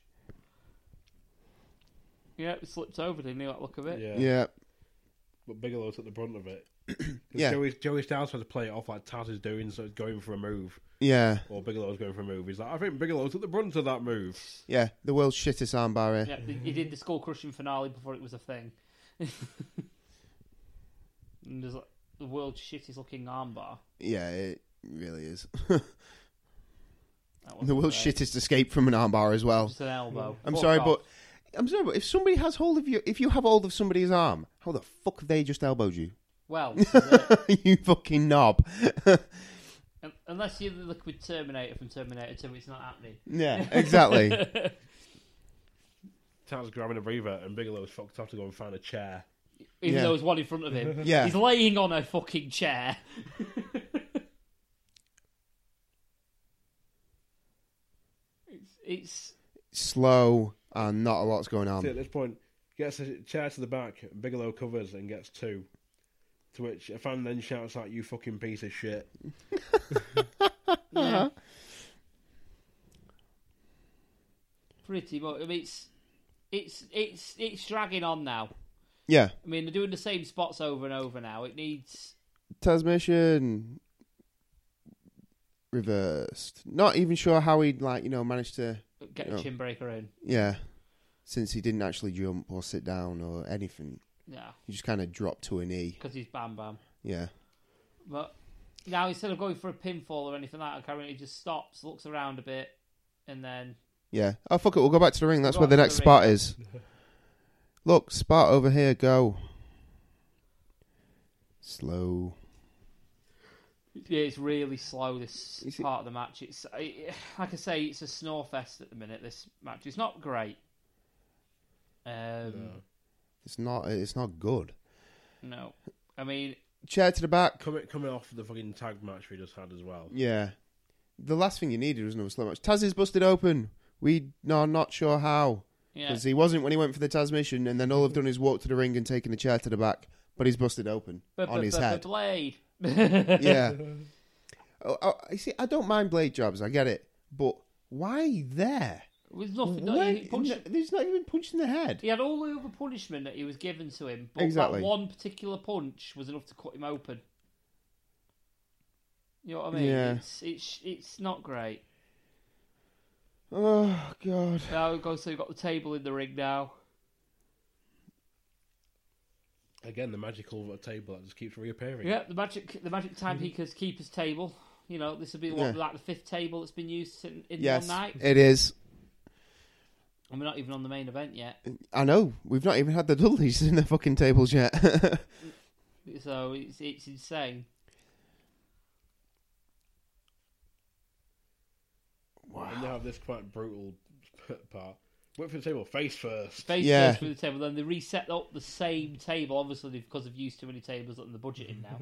yeah, it slipped over. Didn't he? That look of it. Yeah. Yeah, But Bigelow took the brunt of it. 'Cause Yeah. Joey, Joey Styles had to play it off like Taz is doing, so going for a move. yeah, Or Bigelow's going for a move. He's like, I think Bigelow took the brunt of that move. yeah. The world's shittest armbar eh? here. Yeah, they- he did the skull crushing finale before it was a thing. [laughs] and there's like the world's shittiest looking armbar. Yeah, it really is. [laughs] That the wasn't world's great. shittest escape from an armbar as well. Just an elbow. I'm Fuck sorry, off. but I'm sorry, but if somebody has hold of you, if you have hold of somebody's arm, how the fuck have they just elbowed you? [laughs] [laughs] well, this is it. you fucking knob. [laughs] Un- unless you're the liquid Terminator from Terminator 2, it's not happening. yeah, exactly. Taz grabbing a breather, and Bigelow's fucked off to go and find a chair. Even Yeah. though there's one in front of him, [laughs] Yeah. he's laying on a fucking chair. [laughs] it's, it's Slow and not a lot's going See, on. at this point, gets a chair to the back, and Bigelow covers and gets two. To which a fan then shouts out, You fucking piece of shit. yeah. pretty much. I mean, it's it's it's it's dragging on now. Yeah, I mean, they're doing the same spots over and over now. It needs transmission reversed. Not even sure how he'd like you know managed to get a Yeah. chin breaker in. yeah, since he didn't actually jump or sit down or anything. Yeah, He just kind of dropped to a knee. because he's bam bam. Yeah. But now instead of going for a pinfall or anything like that, currently just stops, looks around a bit, and then Yeah. Oh fuck it, we'll go back to the ring. That's Go where the back next to the spot is. Look, spot over here. Go. Slow. yeah, it's really slow. This Is it- part of the match, it's I like I say, it's a snore fest at the minute. This match, it's not great. Um, It's not. It's not good. no, I mean, Chair to the back. Coming, coming off the fucking tag match we just had as well. Yeah. The last thing you needed was another slow match. Taz is busted open. We are not sure how yeah, because he wasn't when he went for the Taz mission, and then all I've done is walk to the ring and taken the chair to the back, but he's busted open but on his head. blade. yeah. Oh, oh, you see, I don't mind blade jobs. I get it, but why there? [laughs] With nothing, no, Why- he, punched- no, there's not even punching the head. he had all the other punishment that he was given to him, but Exactly. that one particular punch was enough to cut him open. You know what I mean? Yeah. It's it's it's not great. Oh god. Now go so you've got the table in the ring now. Again, the magical table that just keeps reappearing. Yeah, the magic the magic time keepers keepers table. You know, this will be Mm-hmm. Yeah. what, like the fifth table that's been used in, in Yes, one night. it is. And we're not even on the main event yet. I know. We've not even had the Dudleys [laughs] in the fucking tables yet. [laughs] So it's it's insane. And they have this quite brutal part. Went for the table face first. Face Yeah. first through the table, then they reset up the same table, obviously because they've used too many tables on the budget in now.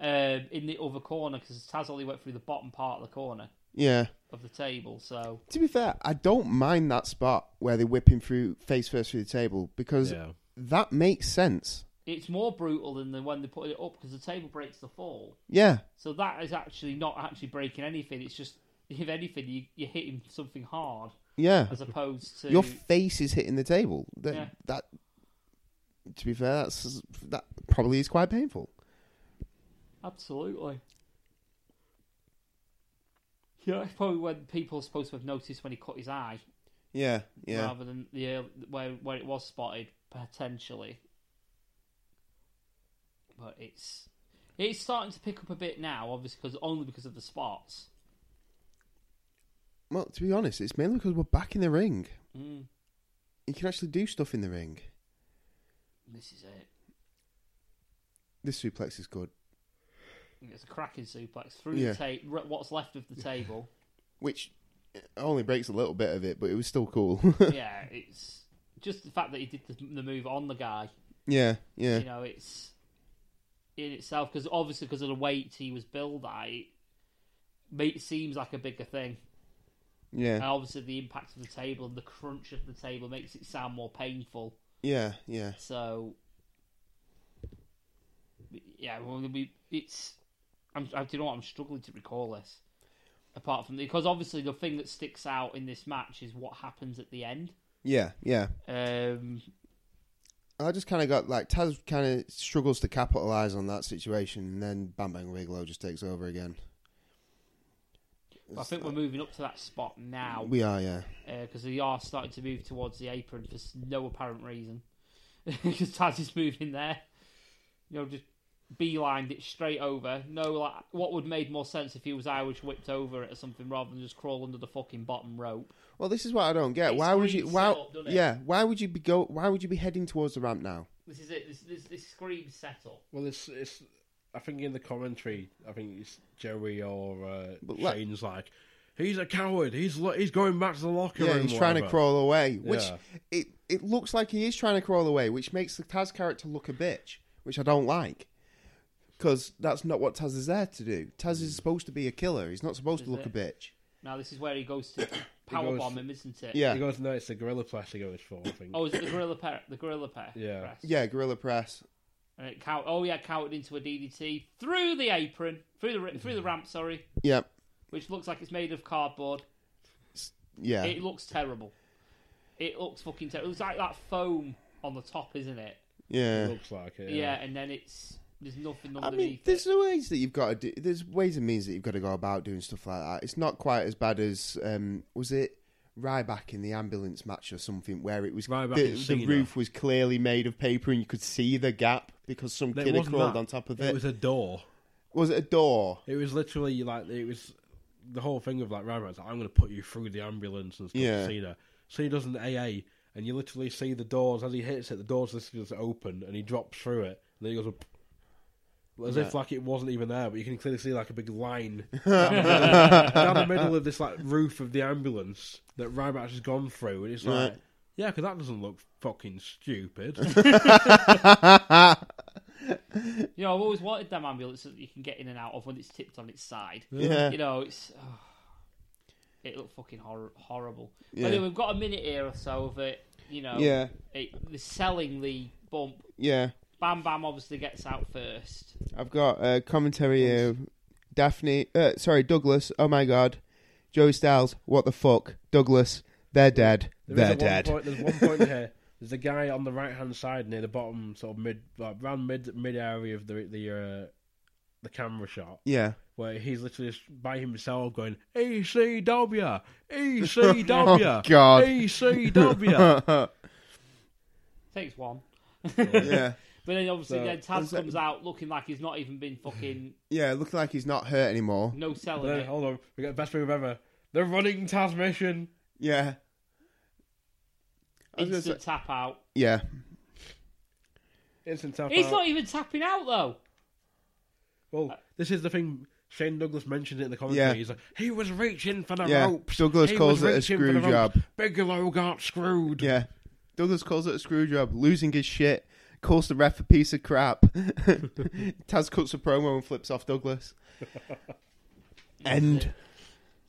um, in the other corner because Taz only went through the bottom part of the corner yeah. of the table. So To be fair, I don't mind that spot where they whip him through face first through the table because Yeah. that makes sense. it's more brutal than the, when they put it up because the table breaks the fall. Yeah. So that is actually not actually breaking anything. It's just if anything, you, you're hitting something hard Yeah. as opposed to Your face is hitting the table. That, Yeah. that to be fair, that's that probably is quite painful. absolutely. Yeah, that's probably when people are supposed to have noticed when he cut his eye, Yeah. rather than the ear- where where it was spotted potentially. But it's it's starting to pick up a bit now, obviously, because only because of the spots. Well, to be honest, it's mainly because we're back in the ring. Mm, You can actually do stuff in the ring. this is it. This suplex is good. It's a cracking suplex through Yeah. the table. What's left of the [laughs] table. Which only breaks a little bit of it, but it was still cool. [laughs] yeah, it's just the fact that he did the, the move on the guy. yeah, yeah. You know, it's in itself because obviously because of the weight he was billed at, it ma- seems like a bigger thing. Yeah. And obviously the impact of the table and the crunch of the table makes it sound more painful. Yeah, yeah. So, yeah, well, we it's. I'm, I, do you know what? I'm struggling to recall this. Apart from because obviously the thing that sticks out in this match is what happens at the end. Yeah, yeah. Um, I just kind of got like Taz kind of struggles to capitalize on that situation, and then Bam Bang Bigelow just takes over again. I think we're moving up to that spot now We are, yeah, because they are starting to move towards the apron for s- no apparent reason. [laughs] Because Taz is moving there, you know, just beelined it straight over. No, like what would made more sense if he was Irish whipped over it or something rather than just crawl under the fucking bottom rope. Well, this is what I don't get. It's why would green you? Why? setup, doesn't it? yeah. Why would you be go? Why would you be heading towards the ramp now? This is it. This this, this scream setup. Well, it's it's. I think in the commentary, I think it's Jerry or uh, like- Shane's like, he's a coward. He's lo- he's going back to the locker Yeah, room. he's trying to whatever." crawl away, which Yeah. it it looks like he is trying to crawl away, which makes the Taz character look a bitch, which I don't like, because that's not what Taz is there to do. Taz is supposed to be a killer. He's not supposed Is to look a bitch. Now this is where he goes to power bomb him, isn't it? Yeah, He goes, no, it's the gorilla press he goes for. I think. Oh, is it the gorilla pair? The gorilla pair. Yeah. Press. yeah. Gorilla press. And it count. Oh yeah, counted into a DDT through the apron, through the ra- through the ramp. Sorry, Yep. which looks like it's made of cardboard. Yeah. It looks terrible. It looks fucking terrible. It's like that foam on the top, isn't it? yeah. Looks like it. Yeah. and then it's there's nothing I underneath. mean, it. there's ways that you've got to do. There's ways and means that you've got to go about doing stuff like that. It's not quite as bad as um, was it Ryback in the ambulance match or something, where it was Ryback the, and the Cena. roof was clearly made of paper and you could see the gap because some No, it kid had wasn't crawled that. on top of It it. was a door. was it a door? It was literally like it was the whole thing of like Ryback's like, I'm going to put you through the ambulance and stuff. Yeah. Yeah. Cena. Cena does an AA, and you literally see the doors as he hits it. The doors literally just open, and he drops through it. And then he goes up, as if like it wasn't even there, but you can clearly see like a big line down the middle, down the middle of this like roof of the ambulance that Ryback has gone through, and it's like. Right. Yeah, because that doesn't look fucking stupid. you know, I've always wanted them ambulances that you can get in and out of when it's tipped on its side. Yeah. You know, it's oh, it looked fucking hor- horrible. Yeah. But anyway, we've got a minute here or so of it. You know, Yeah. it, the selling the bump. Yeah, Bam Bam obviously gets out first. I've got uh, commentary here. Daphne, uh, sorry, Douglas. Oh my God, Joey Styles. What the fuck, Douglas? They're dead. There is They're at one Point, dead. there's one point here. [laughs] There's a guy on the right hand side near the bottom, sort of mid, like round mid mid area of the the uh, the camera shot, Yeah. where he's literally just by himself going E ECW, ECW, [laughs] Oh, God. E [laughs] ECW. [laughs] Takes one. yeah. But then obviously So- then Taz that- comes out looking like he's not even been fucking Yeah, looking like he's not hurt anymore. no But selling then, it. hold on, we got the best move ever. The running Taz mission. Yeah. I was gonna Instant tap out. Yeah. Instant tap He's out. not even tapping out though. Well, this is the thing. Shane Douglas mentioned it in the commentary. Yeah. He's like, he was reaching for the Yeah, ropes. Douglas He calls was it a reaching for the screw ropes. job. Bigelow got screwed. Yeah. Douglas calls it a screw job, losing his shit, calls the ref a piece of crap. [laughs] Taz cuts a promo and flips off Douglas. End.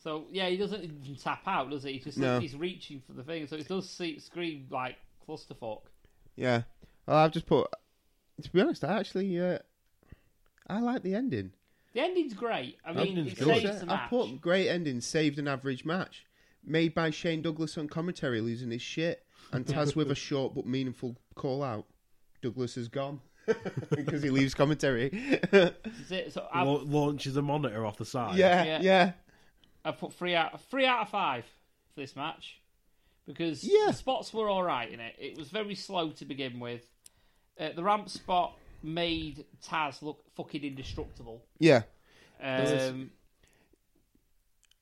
So yeah, he doesn't even tap out, does he? He's just No. he's reaching for the thing. So it does see, scream like clusterfuck. Yeah. Well, I've just put To be honest, I actually uh, I like the ending. The ending's great. I mean, Ending's it good. saves the I match. put great ending saved an average match, made by Shane Douglas on commentary losing his shit, and Taz with a short but meaningful call out. Douglas is gone [laughs] because he leaves commentary. Is it? So I, La- launches a monitor off the side. yeah, Yeah. yeah. I put three out three out of five for this match because Yeah. the spots were all right in it. It was very slow to begin with. Uh, the ramp spot made Taz look fucking indestructible. Yeah. Um,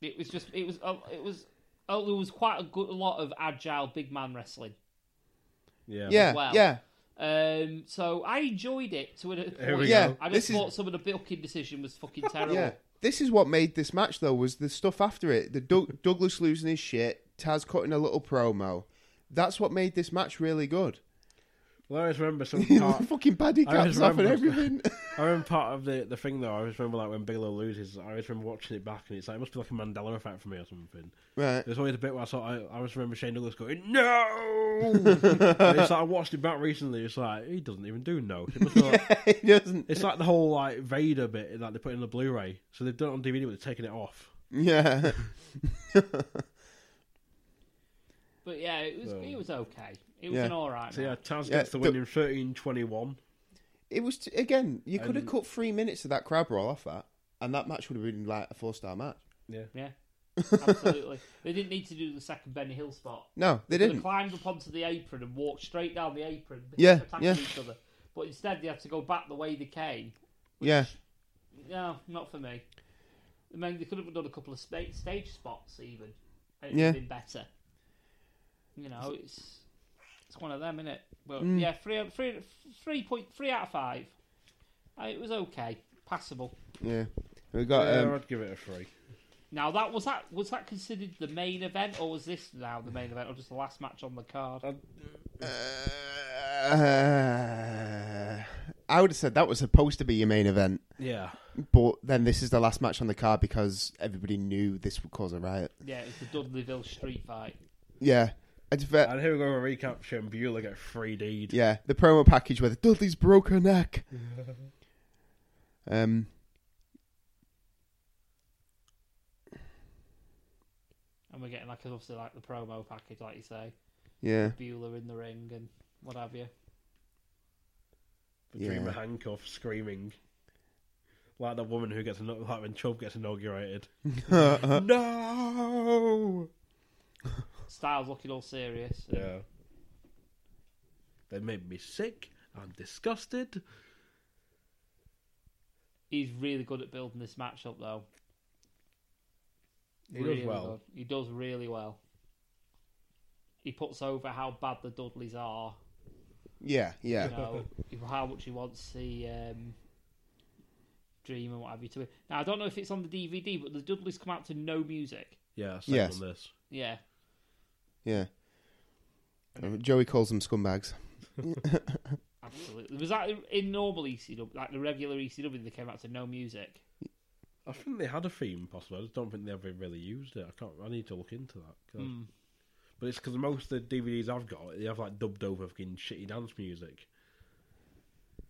it was just it was uh, it was oh, there was quite a good lot of agile big man wrestling. Yeah. Yeah. well. Yeah. Um, so I enjoyed it to an Here we point. Yeah, go. I this just is- thought some of the booking decision was fucking terrible. [laughs] Yeah. This is what made this match though was the stuff after it. The Doug- [laughs] Douglas losing his shit, Taz cutting a little promo. That's what made this match really good. [laughs] Well, I always remember some part. Fucking paddy I caps off and remember. everything. [laughs] [laughs] I remember part of the, the thing though. I always remember like when Bigelow loses. I always remember watching it back, and it's like it must be like a Mandela effect for me or something. right. There's always a bit where I saw. I, I always remember Shane Douglas going [laughs] no. And it's like I watched it back recently. It's like he doesn't even do no. It must be [laughs] like- it doesn't. It's like the whole like Vader bit that they put in the Blu-ray. So they've done it on DVD, but they're taking it off. Yeah. But yeah, it was it was okay. It was Yeah. an all right. So yeah, Taz Yeah, gets the win in thirteen twenty-one. It was t- again. You could have cut three minutes of that crab roll off that, and that match would have been like a four star match. [laughs] Yeah, absolutely. they didn't need to do the second Benny Hill spot. No, they They could have didn't. climbed up onto the apron and walked straight down the apron, Yeah, attacking yeah. each other. But instead, they had to go back the way they came. Yeah, No, not for me. I mean, they could have done a couple of spa- stage spots even. and It Yeah. would have been better. You know, it's it's one of them, isn't it? But yeah, three, out- three, three point three out of five. Uh, it was okay, passable. yeah. We got yeah, um, I'd give it a three. Now that was that was that considered the main event, or was this now the main event, or just the last match on the card? uh, I would have said that was supposed to be your main event, Yeah, but then this is the last match on the card because everybody knew this would cause a riot. Yeah, it was the Dudleyville Street Fight. Yeah, I just felt- and here we go with a recap. Shane Bueller get three d yeah, the promo package with Dudley's broke her neck. um, And we're getting like obviously like the promo package, like you say, yeah, Bueller in the ring and what have you. between Yeah. the handcuffs, screaming like the woman who gets inau- like when Chubb gets [laughs] inaugurated. no. Styles looking all serious. Yeah. They made me sick. I'm disgusted. He's really good at building this match up, though. He does well. good. He does really well. He puts over how bad the Dudleys are. yeah, yeah, You [laughs] know how much he wants the um, dream and what have you to it. Now I don't know if it's on the DVD, but the Dudleys come out to no music. Yeah. Same Yes. on this. Yeah, yeah. Uh, Joey calls them scumbags. absolutely. Was that in normal ECW, like the regular ECW? They came out to no music. I think they had a theme, possibly. I just don't think they ever really used it. I can't. I need to look into that. 'cause- But it's because most of the DVDs I've got, they have like dubbed over fucking shitty dance music.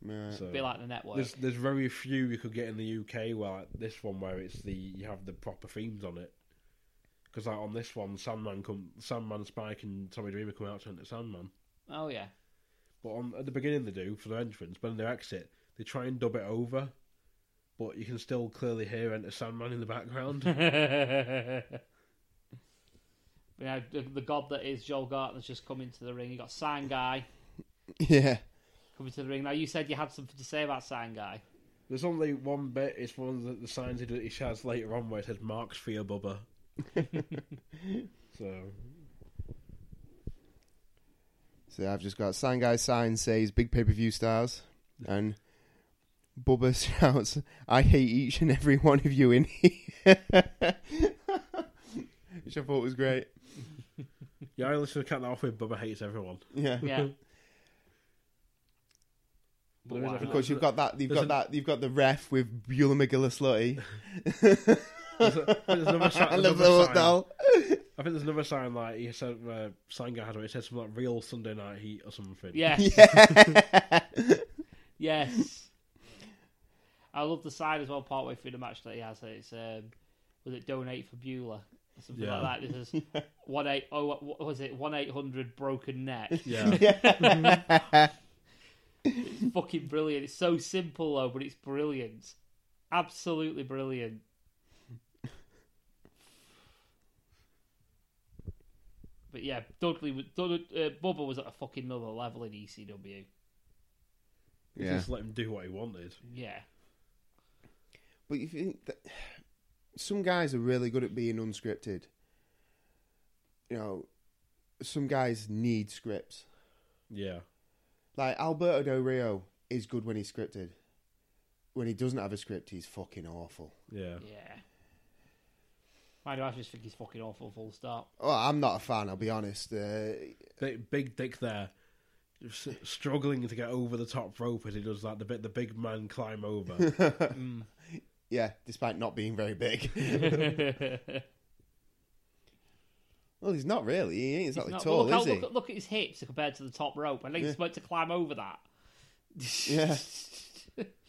Yeah. So A bit like the network. there's there's very few you could get in the UK. Where like, this one, where it's the you have the proper themes on it. Because like on this one, Sandman come, Sandman Spike and Tommy Dreamer come out to enter Sandman. Oh yeah, But on at the beginning they do for their entrance, but on their exit they try and dub it over. But you can still clearly hear Enter Sandman in the background. [laughs] [laughs] you know, the, the god that is Joel Gartner's just come into the ring. You got Sign Guy [laughs] yeah. coming to the ring. Now you said you had something to say about Sign Guy. There's only one bit. It's one of the, the signs he, he shouts later on where it says "Mark's for your bubba." so So I've just got sign guy sign says big pay per view stars and Bubba [laughs] shouts, I hate each and every one of you in here [laughs] Which I thought was great. yeah, I listen to cut that off with "Bubba hates everyone." Yeah. Yeah. But there is why a- not? Because you've got that you've got Doesn't- that you've got the ref with Beulah McGillis Slutty. There's a- there's [laughs] another si- I there's love another sign. that [laughs] hotel. I think there's another sign like he said, uh, sign guy had it. It says something like "Real Sunday Night Heat" or something. yeah. Yeah. [laughs] Yes. I love the sign as well. Partway through the match that he has, it's um, was it donate for Beulah or something Yeah. like that. This is one eight oh what was it one eight hundred broken neck. Yeah. [laughs] Fucking brilliant. It's so simple though, but it's brilliant. Absolutely brilliant. But yeah, Dudley, was- Dud- uh, Bubba was at a fucking another level in E ECW. Yeah. Just let him do what he wanted. Yeah, But you think that some guys are really good at being unscripted. You know, some guys need scripts. Yeah. Like Alberto Del Rio is good when he's scripted. When he doesn't have a script, he's fucking awful. Yeah. yeah. Mind you, I just think he's fucking awful. Full [laughs] stop. Oh, I'm not a fan. I'll be honest. Uh, Big, big dick there. s- Struggling to get over the top rope as he does that, the bit the big man climb over. yeah, despite not being very big. [laughs] He's well, he's not really. He ain't exactly not- tall, look, how- is he? look, look at his hips compared to the top rope. I think he's meant to climb over that. Yeah.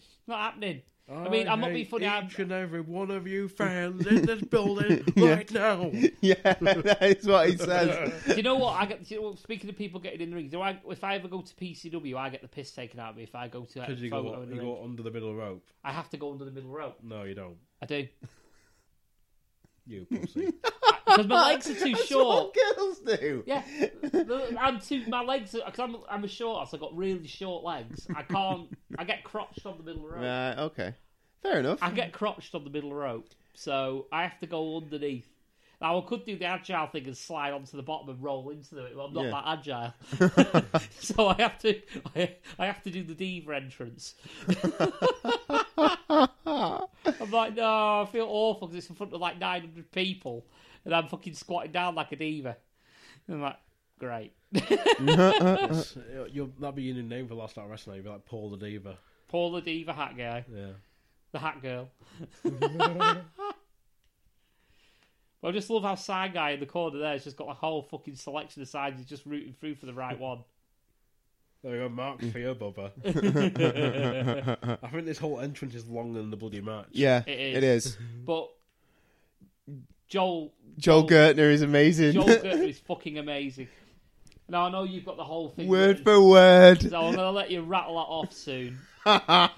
[laughs] not happening. I mean, I'm not being funny. I'm, Each and every one of you fans in this building right now. [laughs] Yeah, that is what [laughs] he says. do you know what? I get. do You know, what? speaking of people getting in the ring, do I? If I ever go to PCW, I get the piss taken out of me. If I go to like, Because you photo go, in the you ring. go under the middle rope. I have to go under the middle rope. No, you don't. I do You pussy. because my legs are too short. What girls do? Yeah, The- I'm too. My legs because I'm I'm a short. ass, I've got really short legs. I can't. I get crotched on the middle rope. Right, okay. Fair enough. I get crotched on the middle rope, so I have to go underneath. Now I could do the agile thing and slide onto the bottom and roll into it, but I'm not Yeah. that agile, [laughs] so I have to I, I have to do the diva entrance. [laughs] I'm like, no, I feel awful because it's in front of like 900 people, and I'm fucking squatting down like a diva. And I'm like, great, [laughs] It's- you'll, that'd be your new name for last night wrestling. You'd be like Paul the Diva. Paul the diva hat guy. Yeah. the hat [laughs] girl. [laughs] but I just love how side guy in the corner there has just got a whole fucking selection of sides. He's just rooting through for the right one. There we go, Mark Mm. Fear [laughs] Bubba. I think this whole entrance is longer than the bloody match. yeah, It it is. is. But [laughs] Joel, Joel Gertner is amazing. [laughs] Joel Gertner is fucking amazing. Now I know you've got the whole thing. word written, for word. so I'm gonna let you rattle that off [laughs] soon. but I've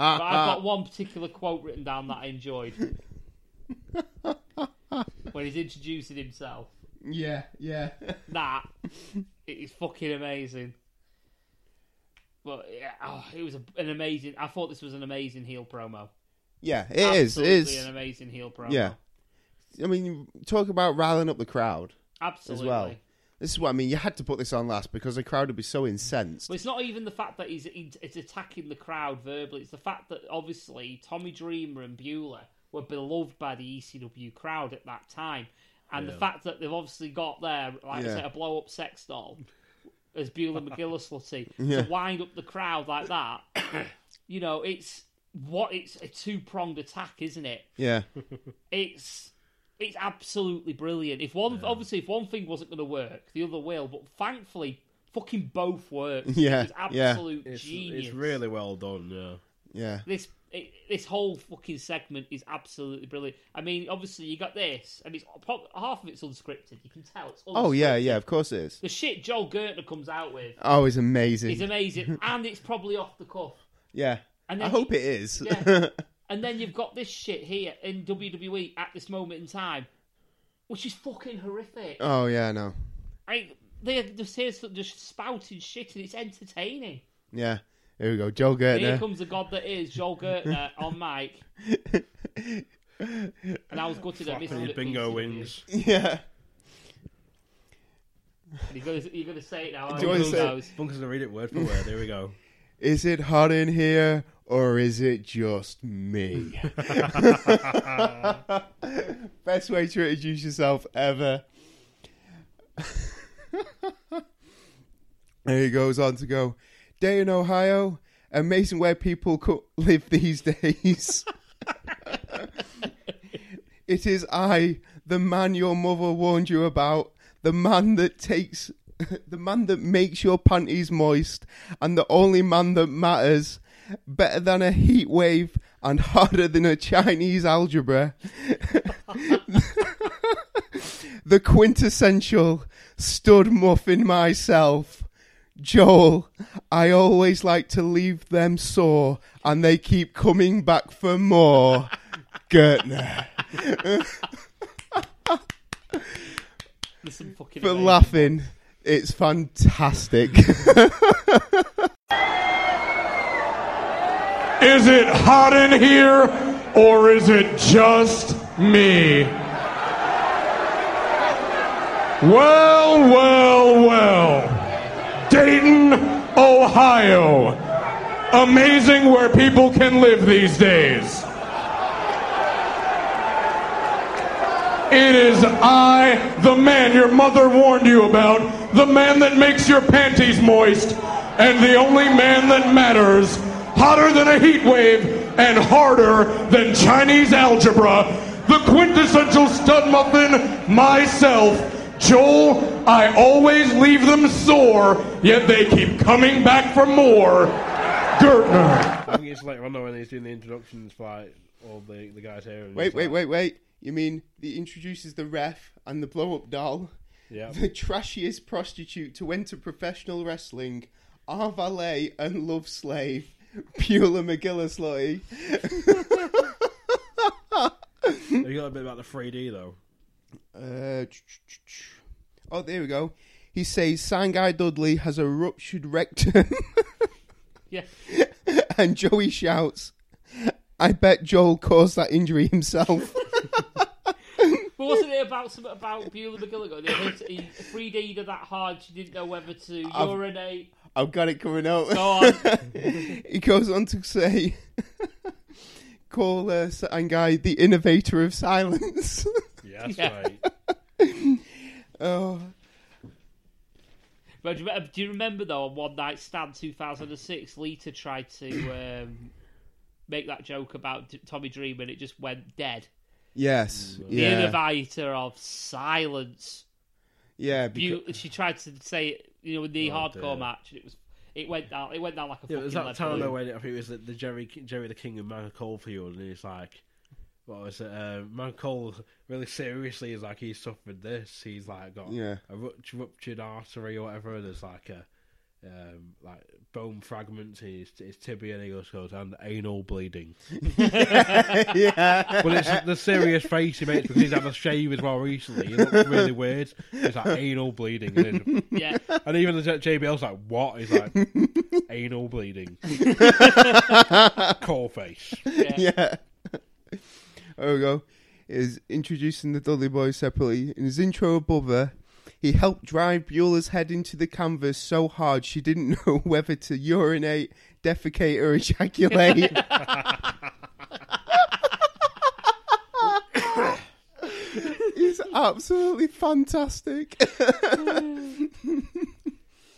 got one particular quote written down that I [laughs] enjoyed. when he's introducing himself. Yeah, yeah. [laughs] that [laughs] it is fucking amazing. But yeah, oh, it was a, an amazing. I thought this was an amazing heel promo. Yeah, it is. Absolutely It is. an amazing heel promo. Yeah. I mean, talk about riling up the crowd as absolutely. well. This is what I mean. You had to put this on last because the crowd would be so incensed. But it's not even the fact that he's he's it's attacking the crowd verbally. It's the fact that obviously Tommy Dreamer and Bueller were beloved by the ECW crowd at that time, and the fact that they've obviously got there, like I Yeah. said, a blow up sex doll as Bueller [laughs] McGillislutty Yeah. to wind up the crowd like that. [coughs] you know, it's what it's a two pronged attack, isn't it? [laughs] Yeah, it's it's absolutely brilliant. If one obviously if one thing wasn't going to work, the other will. But thankfully, fucking both worked. [laughs] Yeah, it's yeah. absolute It's, genius. it's really well done, yeah. yeah. this it, this whole fucking segment is absolutely brilliant. I mean, obviously you got this, and it's prob- half of it's unscripted. You can tell it's unscripted. Oh, yeah, yeah, of course it is. The shit Joel Gertner comes out with Oh, it's amazing. is [laughs] amazing, and it's probably off the cuff. yeah. And I then hope you- it is. Yeah. and then you've got this shit here in WWE at this moment in time, which is fucking horrific. [laughs] oh, yeah, no. I they're just here sort of just spouting shit and it's entertaining. Yeah. Here we go. Joel Here Gertner. comes the god that is Joel Gertner on mic, and I was gutted at Flapping missing your bingo wings. [laughs] yeah. You're gonna, you're gonna say it now. Do you aren't you? wanna Who say it? knows? Bunker's gonna read it word for word. There we go. Is it hot in here or is it just me? Best way to introduce yourself ever. [laughs] and he goes on to go, Day in Ohio, amazing where people co- [laughs] live these days. it is I, the man your mother warned you about, the man that takes, [laughs] the man that makes your panties moist, and the only man that matters. better than a heat wave, and harder than a Chinese algebra. [laughs] the quintessential stud muffin myself. Joel, I always like to leave them sore, and they keep coming back for more. Gertner, There's some fucking for amazing- laughing. It's fantastic. Is it hot in here or is it just me? Well, well, well. Dayton, Ohio. Amazing where people can live these days. It is I, the man your mother warned you about, the man that makes your panties moist, and the only man that matters. Hotter than a heat wave and harder than Chinese algebra, the quintessential stud muffin, myself, Joel. I always leave them sore, yet they keep coming back for more. Gertner. I think it's later on though when he's doing the introductions like all the the guys here. And wait, he's wait, like, wait, wait. You mean he introduces the ref and the blow up doll, [laughs] Yeah. the trashiest prostitute to enter professional wrestling, our valet and love slave, Beulah McGillisley. Have you got a bit about the 3D though? Uh, ch- ch- ch- oh, there we go. He says Sangai Dudley has a ruptured rectum, [laughs] Yeah. and Joey shouts, "I bet Joel caused that injury himself." But wasn't it about something about Beulah McGilligan? He, he 3D'd her that hard she didn't know whether to urinate. I've got it coming out. Go on. [laughs] he goes on to say, [laughs] "Call uh, Sangai the innovator of silence." [laughs] Yeah, that's Yeah. right. oh, But do, you, remember- do you remember though, on One Night Stand 2006, Lita tried to um, make that joke about D- Tommy Dreamer and it just went dead. yes, The yeah, innovator of silence. yeah. Because, Oh, Beau- she tried to say it, you know, in the hardcore dear. match, and it was it went down. It went down like a Yeah, fucking there's that lead time balloon. though when I think it was the, the Jerry Jerry the King and Michael Cole feud, and he's like, what was it? Uh, Michael Cole really seriously is like he's suffered this. He's like got Yeah. a rupt- ruptured artery or whatever. There's like a um, like bone fragments in his, his tibia, and he goes goes and anal bleeding. [laughs] yeah, But it's the serious face he makes because he's had a shave as well recently. He looks really weird. It's like anal bleeding. And, then- [laughs] Yeah, [laughs] and even the J- JBL's like, what? He's like, anal bleeding. Coal face. yeah. There we go. Is introducing the Dudley Boys separately. In his intro above her, he helped drive Beulah's head into the canvas so hard she didn't [laughs] know whether to urinate, defecate, or ejaculate. It's absolutely fantastic. [laughs]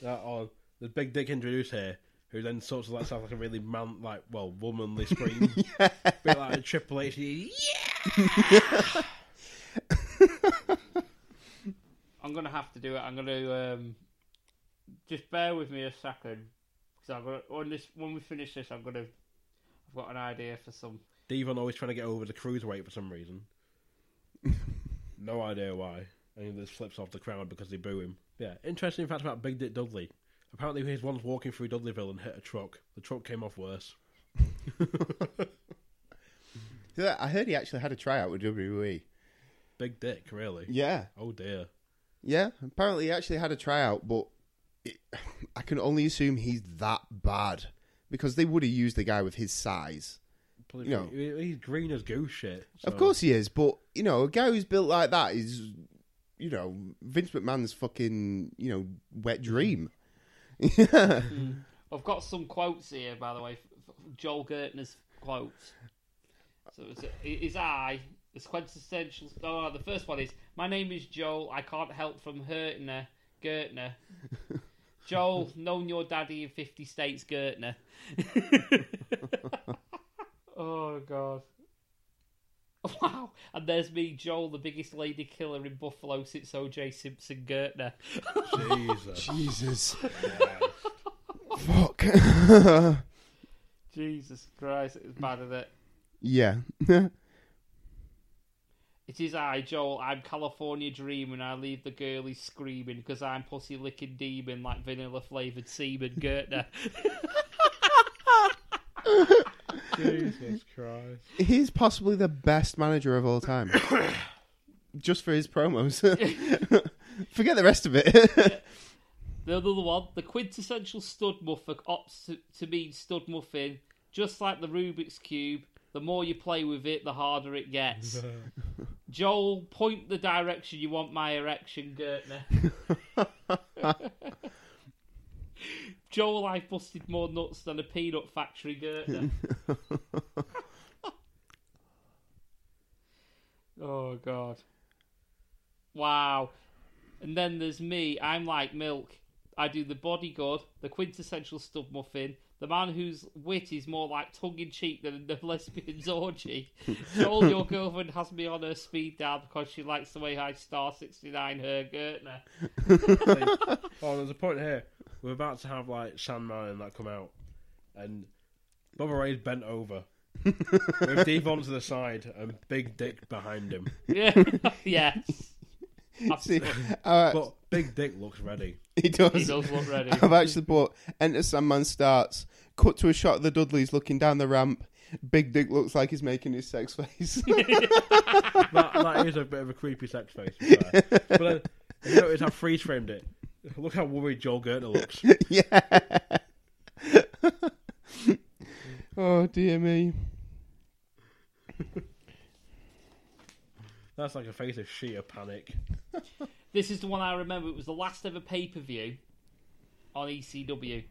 That on. The big dick introduced here, who then sort of lets out like a really man, like, well, womanly scream. Bit like a Triple H. Yeah! I'm gonna have to do it. I'm gonna um, just bear with me a second because I'm gonna when this when we finish this, I'm gonna I've got an idea for some. Devon always trying to get over the cruiserweight for some reason. no idea why. And he just flips off the crowd because they boo him. Yeah, interesting fact about Big Dick Dudley. Apparently, he was once walking through Dudleyville and hit a truck. The truck came off worse. Yeah, I heard he actually had a tryout with E. WWE. Big Dick, really? Yeah, Oh dear. yeah. Apparently, he actually had a tryout, but it, [sighs] I can only assume he's that bad because they would have used the guy with his size. Bloody- No. he- He's green as goose shit. Of so- course, he is. But you know, a guy who's built like that is, you know, Vince McMahon's fucking, you know, wet dream. [laughs] yeah. I've got some quotes here, by the way. f- f- Joel Gertner's quotes. So it's his eye. It's quintessential. Oh, no, the first one is My name is Joel. I can't help from hurting her. [laughs] Gertner. Joel, known your daddy in 50 states, [laughs] Gertner. oh, God. Wow. And there's me, Joel, the biggest lady killer in Buffalo since OJ Simpson, Gertner. [laughs] Jesus. Jesus. Fuck. Jesus Christ, it was bad at it. [laughs] Yeah. [laughs] It is I, Joel. I'm California dreaming. I leave the girlies screaming because I'm pussy licking demon like vanilla flavored semen, Gertner. Jesus Christ. He's possibly the best manager of all time. Just for his promos. [laughs] Forget the rest of it. [laughs] the other one, the quintessential stud muffer opts to, to mean stud muffin, just like the Rubik's Cube. The more you play with it, the harder it gets. Joel, point the direction you want my erection, Gertner. Joel, I've busted more nuts than a peanut factory, Gertner. oh, God. Wow. And then there's me. I'm like milk. I do the bodyguard, the quintessential stub muffin, the man whose wit is more like tongue in cheek than the [laughs] lesbian's orgy. Joel, your girlfriend has me on her speed dial because she likes the way I star 69 her Gertner. [laughs] Oh, there's a point here. We're about to have like Sandman and that come out, and Bubba Ray's bent over [laughs] with Devon to the side and Big Dick behind him. Yeah. yes. See, Absolutely. uh, But Big Dick looks [laughs] ready. he does. He does [laughs] look ready. I've actually bought Enter Sandman starts, cut to a shot of the Dudleys looking down the ramp. Big Dick looks like he's making his [laughs] sex face. [laughs] That, that is a bit of a creepy sex face. to be fair. But then, you notice how freeze framed it. Look how worried Joel Gertner [laughs] looks. yeah. oh dear me. That's like a face of sheer panic. This is the one I remember. It was the last ever pay per view on ECW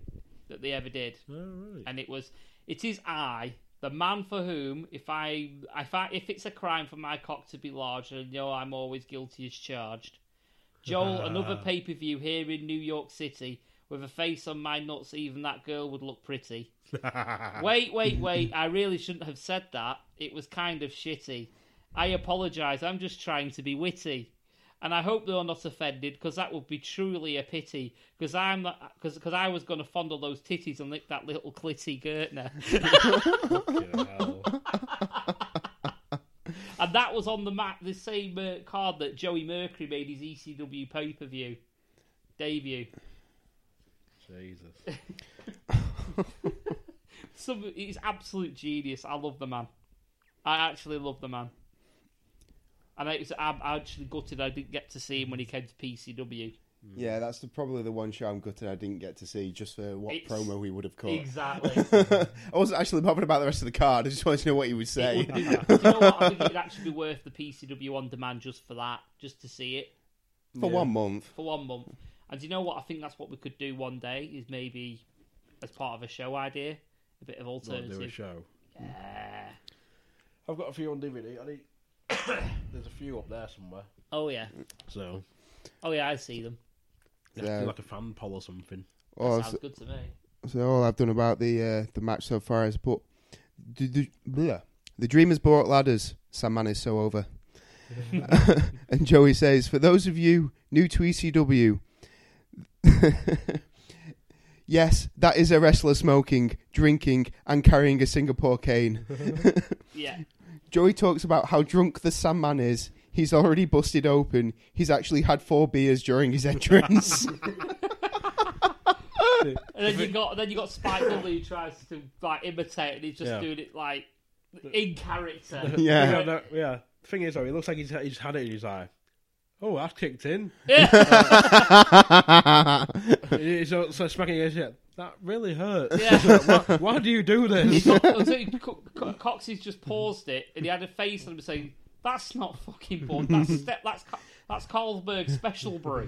that they ever did. Oh, right. [laughs] and it was it is I, the man for whom if I if I if it's a crime for my cock to be large, and you know I'm always guilty as charged. Joel, another pay per view here in New York City with a face on my nuts. Even that girl would look pretty. wait, wait, wait! I really shouldn't have said that. It was kind of shitty. I apologise. I'm just trying to be witty and I hope they are not offended because that would be truly a pity. Because I'm because because I was going to fondle those titties and lick that little clitty Gertner, Fucking hell. and that was on the map the same uh, card that Joey Mercury made his E ECW pay per view debut. Jesus. Some he's absolute genius. I love the man. I actually love the man. And I was, I'm actually gutted I didn't get to see him when he came to PCW. Yeah, that's the, probably the one show I'm gutted I didn't get to see just for what It's- promo he would have [laughs] cut. Exactly. [laughs] I wasn't actually bothered about the rest of the card. I just wanted to know what he would It say. [laughs] would be, do you know what? I think it'd actually be worth the PCW on demand just for that, just to see it For one month. for one month. And do you know what? I think that's what we could do one day is maybe as part of a show idea, a bit of Not do a alternative. show. Yeah. I've got a few on DVD. I need... [coughs] There's a few up there somewhere. Oh yeah, So, oh yeah, I see them. Yeah. yeah. like a fan poll or something. Oh, Sounds so, good to me. so all I've done about the uh, the match so far is put the, the, bleh. the Dreamers bought ladders. Sandman is so over. [laughs] and Joey says, for those of you new to E ECW, [laughs] yes, that is a wrestler smoking, drinking, and carrying a Singapore cane. Yeah, Joey talks about how drunk the Sandman is. He's already busted open. He's actually had four beers during his entrance. and then you got then you got Spike Lee who tries to like imitate, and he's just Yeah. doing it like in character. [laughs] Yeah, yeah. no, yeah. The thing is, though, it looks like he's, he's had it in his eye. Oh, that's kicked in. [laughs] He's so, so smacking his head. That really hurts. Yeah. why, why do you do [laughs] this? Oh, so Co- Co- Cox has just paused it, and he had a face on him saying, "That's not fucking born. That's step. That's Co- that's Carlsberg special brew."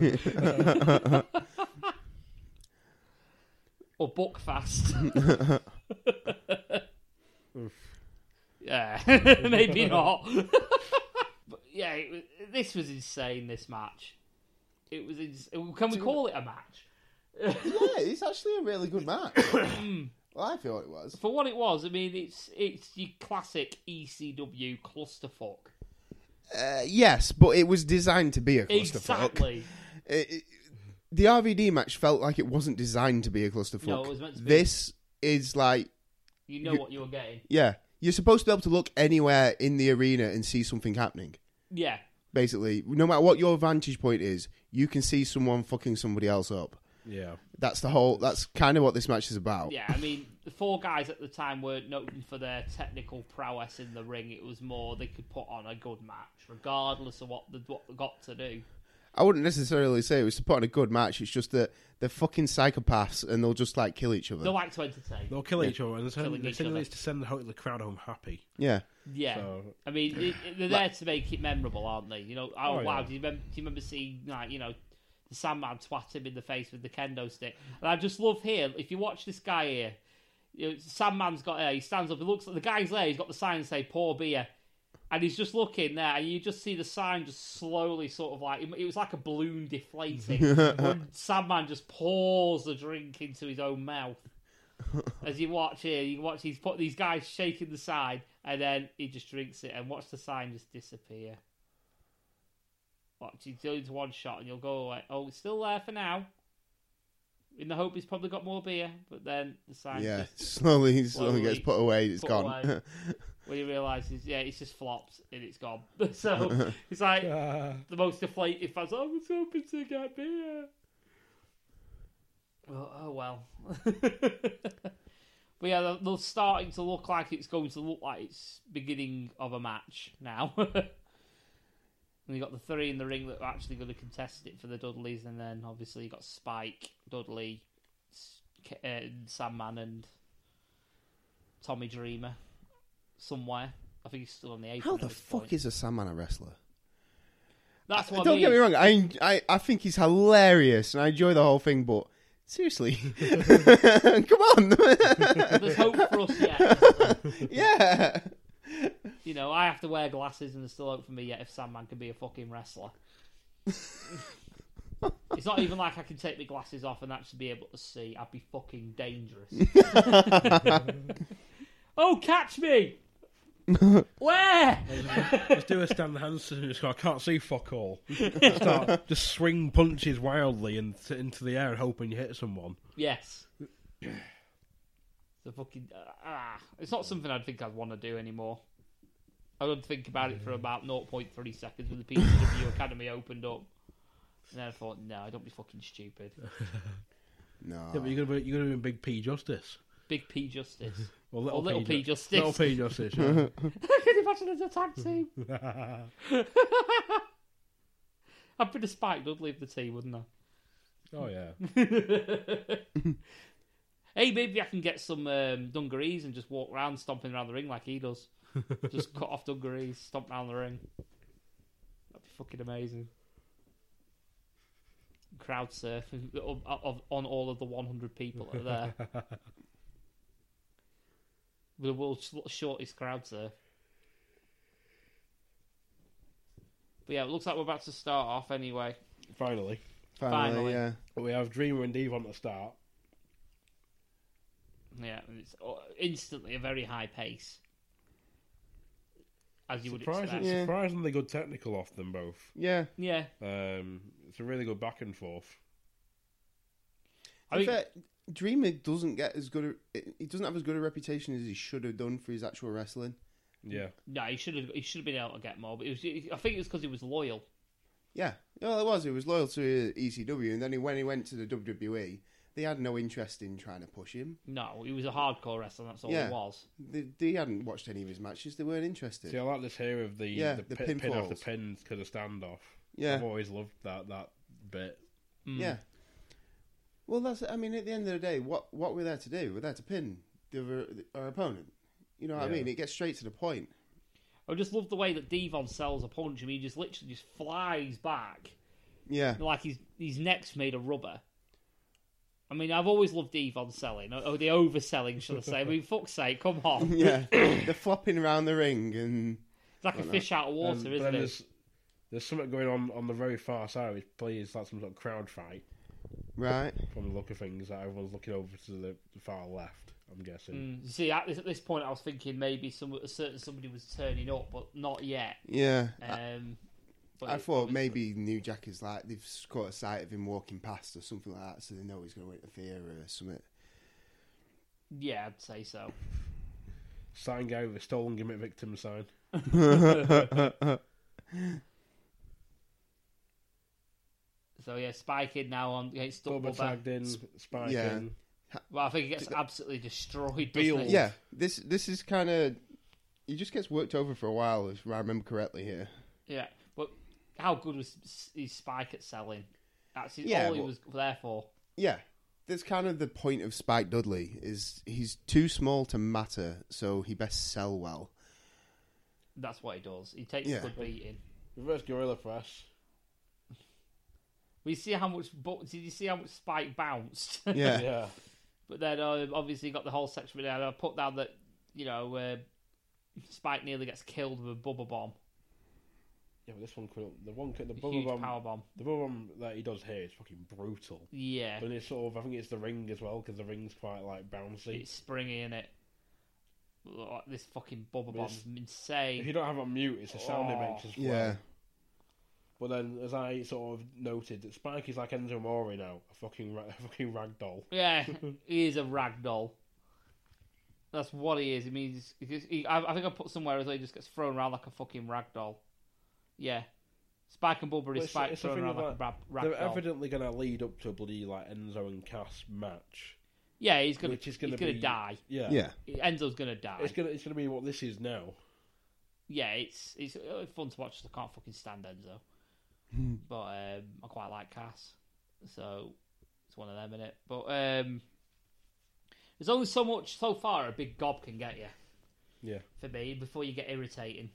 or Buckfast. yeah, [laughs] maybe not. [laughs] but yeah, it was, this was insane. This match. It was. Ins- oh, can we call it a match? Yeah, it's actually a really good match. well, I thought it was. For what it was, I mean, it's it's your classic ECW clusterfuck. Uh, yes, but it was designed to be a clusterfuck. Exactly. It- it- the RVD match felt like it wasn't designed to be a clusterfuck. No, it was meant to be. This is like You know what you were getting. Yeah, you're supposed to be able to look anywhere in the arena and see something happening. Yeah. Basically, no matter what your vantage point is, you can see someone fucking somebody else up. Yeah. That's the whole. That's kind of what this match is about. Yeah, I mean, the four guys at the time weren't known for their technical prowess in the ring. It was more they could put on a good match, regardless of what they what they got to do. I wouldn't necessarily say it was to put on a good match. It's just that they're fucking psychopaths and they'll just like kill each other. They like to entertain. They'll kill each other, and the Killing thing the each thing other. is to send the, ho- the crowd home happy. [laughs] yeah, Yeah, So- I mean, it, it- they're there to make it memorable, aren't they? You know, oh, Oh, wow, yeah. do you remember? Do you remember seeing like you know, the Sandman twat him in the face with the kendo stick? And I just love here. If you watch this guy here, you know, Sandman's got there. He stands up. He looks like the guy's there. He's got the sign say "Pour beer," and he's just looking there, and you just see the sign just slowly, sort of like it was like a balloon deflating. and Sandman just pours the drink into his own mouth as you watch here, you watch he's put these guys shaking the sign, and then he just drinks it, and watch the sign just disappear. Watch, he's doing to one shot, and you'll go away. Oh, it's still there for now. In the hope he's probably got more beer, but then the sign yeah. just Slowly, slowly slowly gets put away. It's put gone. [laughs] away. when he realizes, yeah, it's just flopped and it's gone. [laughs] so it's like Uh, the most deflated fans. I was hoping to get beer. Well, oh well. [laughs] but yeah, they're, they're starting to look like it's going to look like it's beginning of a match now. [laughs] and you got the three in the ring that are actually going to contest it for the Dudleys, and then obviously you got Spike, Dudley, S- K- uh, Sandman, and Tommy Dreamer somewhere. I think he's still on the apron. How at the this fuck point. is a Sandman a wrestler? That's what I Don't mean. get me wrong. I, I I think he's hilarious and I enjoy the whole thing. But [laughs] seriously, [laughs] come on. [laughs] There's hope for us yet. yeah. you know, I have to wear glasses, and there's still hope for me yet if Sandman can be a fucking wrestler. it's not even like I can take my glasses off and actually be able to see. I'd be fucking dangerous. oh, catch me! Where? Let's do a Stan Hansen. Just go, I can't see fuck [laughs] all. Start, just swing punches wildly and t- into the air, hoping you hit someone. Yes. The fucking ah, it's not something I'd think I'd want to do anymore. I would think about it for about 0.3 seconds when the PCW Academy opened up, and then I thought, no, don't be fucking stupid. Yeah, No. but you're gonna be you're gonna be in Big P Justice. Big P Justice. Or Or Little P Ju- Justice. Little P Justice. [laughs] yeah. I can imagine as a tag team. [laughs] I'd be the Spike Dudley of the team, wouldn't I? oh yeah. Hey, maybe I can get some um, dungarees and just walk around stomping around the ring like he does. just cut off dungarees, stomp around the ring. That'd be fucking amazing. Crowd surfing of, of, on all of the 100 people that are there. the world's shortest crowd surf. But yeah, it looks like we're about to start off anyway. Finally, [laughs] Finally, Finally. yeah. we have Dreamer and Devon at the start. Yeah, and it's uh, instantly a very high pace, as you would Surprising, expect. Yeah. Surprisingly good technical off them both. Yeah. Yeah, Um, it's a really good back and forth. I In mean, fact, Dreamer doesn't get as good. A, he doesn't have as good a reputation as he should have done for his actual wrestling. Yeah. no, he should have. He should have been able to get more, but it was. I think it was because he was loyal. Yeah, well, it was. He was loyal to ECW, and then he, when he went to the WWE, they had no interest in trying to push him. No, he was a hardcore wrestler. That's all Yeah. he was. They, they hadn't watched any of his matches. They weren't interested. See, I like this here of the Yeah, the, the pin, pin after pinfalls. pin because of standoff. Yeah. I've always loved that that bit. Yeah. Well, that's. I mean, at the end of the day, what what we're there to do? We're there to pin the, other our opponent. You know what I Yeah. mean? It gets straight to the point. I just love the way that Devon sells a punch. I mean, he just literally just flies back Yeah. like his his neck's made of rubber. I mean, I've always loved Devon selling. Oh, the overselling, shall I say? I [laughs] mean, fuck's sake, come on! Yeah. They're flopping around the ring, and It's like a fish out of water, Um, but isn't then it? There's, there's something going on on the very far side, which plays like some sort of crowd fight right. from the look of things. That everyone's looking over to the, the far left. I'm guessing. You See, at this, at this point, I was thinking maybe some a certain somebody was turning up, but not yet. Yeah. Um, but I it- thought maybe New Jack is like they've caught a sight of him walking past or something like that, so they know he's going to interfere or something. yeah, I'd say so. Sign guy with a stolen gimmick victim sign. So yeah, Spy Kid now on against Bubba Double tagged in, Spike Yeah. in. Well, I think it gets absolutely destroyed. Doesn't it? uh, Yeah, this this is kind of he just gets worked over for a while, if I remember correctly here. yeah. But how good was S- his Spike at selling? That's his- Yeah, all he well- was there for. Yeah, that's kind of the point of Spike Dudley is he's too small to matter, so he best sell well. That's what he does. He takes Yeah. a good beating. Reverse gorilla press. [laughs] We see how much. But did you see how much Spike bounced? [laughs] Yeah, Yeah. But then uh, obviously got the whole section there. and I put down that you know uh, Spike nearly gets killed with a bubble bomb, Yeah, but this one couldn't. The one, could- the a bubble huge bomb, power bomb. the bubble bomb that he does here is fucking brutal. Yeah, And it's sort of, I think it's the ring as well because the ring's quite like bouncy. it's springy in it. Like, This fucking bubble But bomb it's- is If you insane. don't have it on mute, it's the Oh. sound it makes as well. yeah, But then, as I sort of noted, that Spike is like Enzo Mori now, a fucking ra- [laughs] a fucking ragdoll. [laughs] [laughs] Yeah, he is a ragdoll. That's what he is. He means he just, he, I, I think I put somewhere as well. He just gets thrown around like a fucking ragdoll. Yeah, Spike and Bubba But is Spike the thrown thing around like about- a rag, They're ragdoll. evidently going to lead up to a bloody like Enzo and Cass match, yeah, he's gonna which is going to he's gonna be die. Yeah, yeah. Enzo's gonna die. It's gonna it's gonna be what this is now. yeah, it's it's uh, fun to watch. 'cause I can't fucking stand Enzo, but um, I quite like Cass, so it's one of them in it. But um, there's only so much so far a big gob can get you Yeah, for me before you get irritating.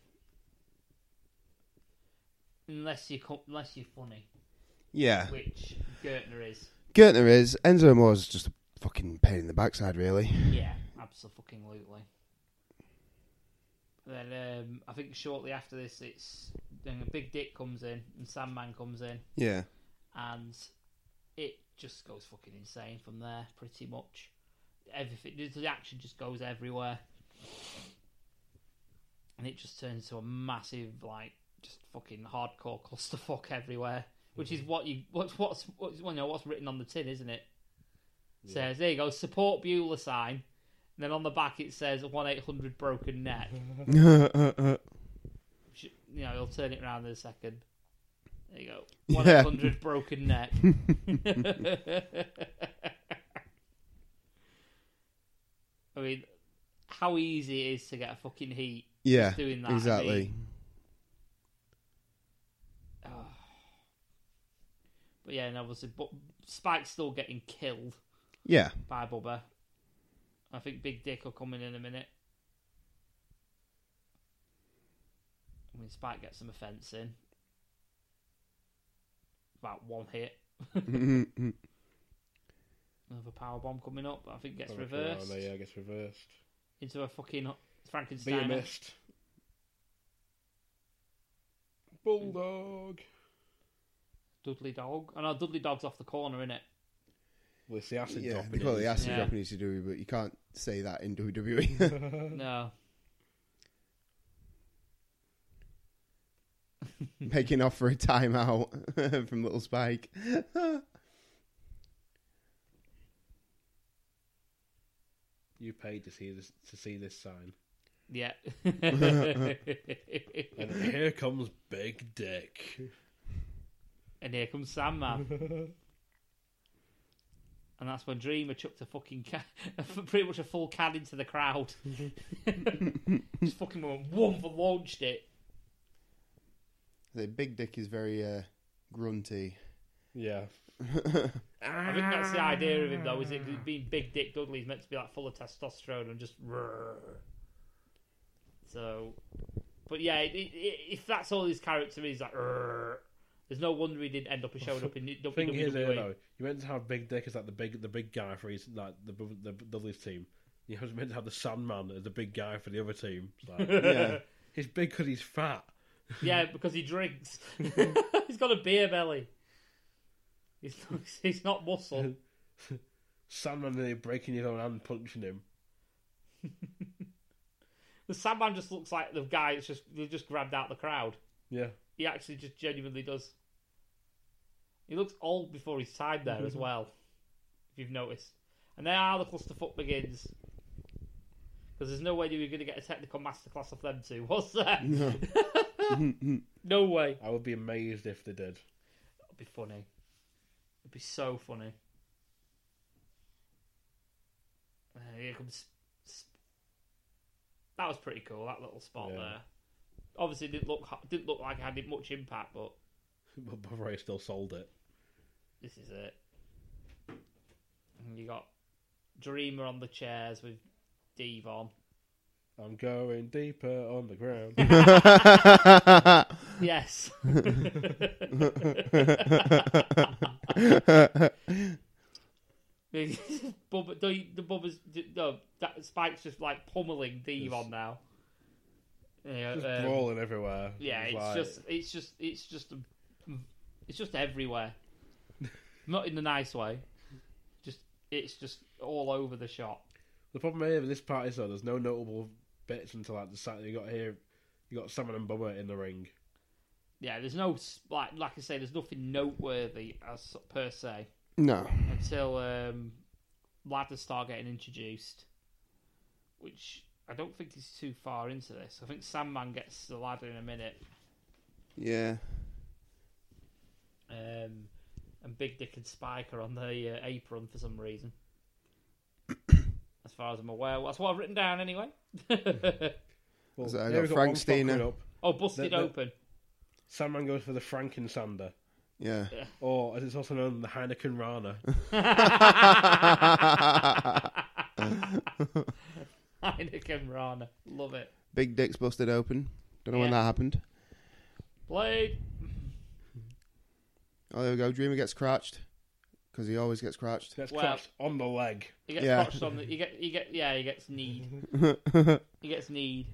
Unless you co- unless you're funny, yeah. which Gertner is. Gertner is Enzo Moore's just a fucking pain in the backside, really. Yeah, absolutely. Then um, I think shortly after this, it's then a big dick comes in and Sandman comes in. Yeah, [laughs] and it just goes fucking insane from there, pretty much. Everything, the- the action just goes everywhere, and it just turns into a massive, like, just fucking hardcore clusterfuck everywhere, which is what you what's what's what's well, you know what's written on the tin, isn't it? Says there you go, support Beulah sign, and then on the back it says one eight hundred broken neck. Sh- you know, he'll turn it around in a second. There you go. One Yeah. hundred broken neck. I mean, how easy it is to get a fucking heat. yeah, doing that, I exactly. mean. Ah. But yeah, and obviously, but Spike's still getting killed Yeah, by Bubba. I think Big Dick will come in in a minute. I mean, Spike gets some offence in. About one hit. Another power bomb coming up. I think gets I reckon, reversed uh, Yeah, I guess reversed. into a fucking Be a Frankenstein. missed. Bulldog. Dudley Dog. I know Dudley Dog's off the corner, [laughs] innit? Well, it's the acid yeah. drop. They it call it is. the acid Yeah. drop in ECW, but you can't say that in E. WWE. No. [laughs] Making off for a timeout [laughs] from Little Spike. You paid to see this to see this sign. Yeah. [laughs] [laughs] And here comes Big Dick. and here comes Sandman. And that's when Dreamer chucked a fucking can, [laughs] pretty much a full can into the crowd. Just fucking went one for launched it. The big dick is very uh, grunty. Yeah. I think that's the idea of him though, is it being Big Dick Dudley, he's meant to be like full of testosterone and just. roar. So, but yeah, it, it, if that's all his character is, like, roar, there's no wonder he didn't end up showing [laughs] up in Thing is, though, WWE. you meant to have Big Dick as like the big the big guy for his like the the Dudley's team. You was meant to have the Sandman as the big guy for the other team. It's [laughs] like, Yeah, he's big because he's fat. Yeah, because he drinks. he's got a beer belly. He's [laughs] not, he's not muscle. Sandman there breaking his own hand, punching him. The Sandman just looks like the guy that's just they just grabbed out the crowd. Yeah. He actually just genuinely does. He looks old before his time there as well, if you've noticed. And now the clusterfuck begins. 'Cause because there's no way you were going to get a technical masterclass off them two, was there? No, [laughs] no way. I would be amazed if they did. [laughs] It'd be funny. It'd be so funny. Uh, here comes. Sp- That was pretty cool. That little spot Yeah. there. Obviously, it didn't look didn't look like it had much impact, but But Bavaria still sold it. this is it. And you got Dreamer on the chairs with Devon. I'm going deeper on the [laughs] ground. Yes. Bubba, the, the Bubba's no, that Spike's just like pummeling Devon now. Yeah, just um, brawling everywhere. yeah, it's like- just, it's just, it's just, um, it's just everywhere. [laughs] Not in a nice way. Just, it's just all over the shop. The problem here with this part is though, there's no notable bits until like the Saturday. You got here, you got Salmon and Bummer in the ring. Yeah, there's no s- like, like I say, there's nothing noteworthy as per se No. until um, ladders start getting introduced, which I don't think is too far into this. I think Sandman gets the ladder in a minute. Yeah. Um, and Big Dick and Spike are on the uh, apron for some reason. [coughs] as far as I'm aware, well, that's what I've written down anyway. [laughs] Well, So I here got we've Frank one fucker Steiner. Up. oh, busted The- the- open. [laughs] Sandman goes for the Frankensander, Yeah. or as it's also known, the Heineken Rana. Heineken Rana, love it. Big dicks busted open. Don't know when Yeah. that happened. Blade. Oh, there we go. Dreamer gets crouched because he always gets crouched. That's Wow. crotched on the leg. He gets Yeah. touched on the. He get. He get. Yeah. He gets need. he gets need.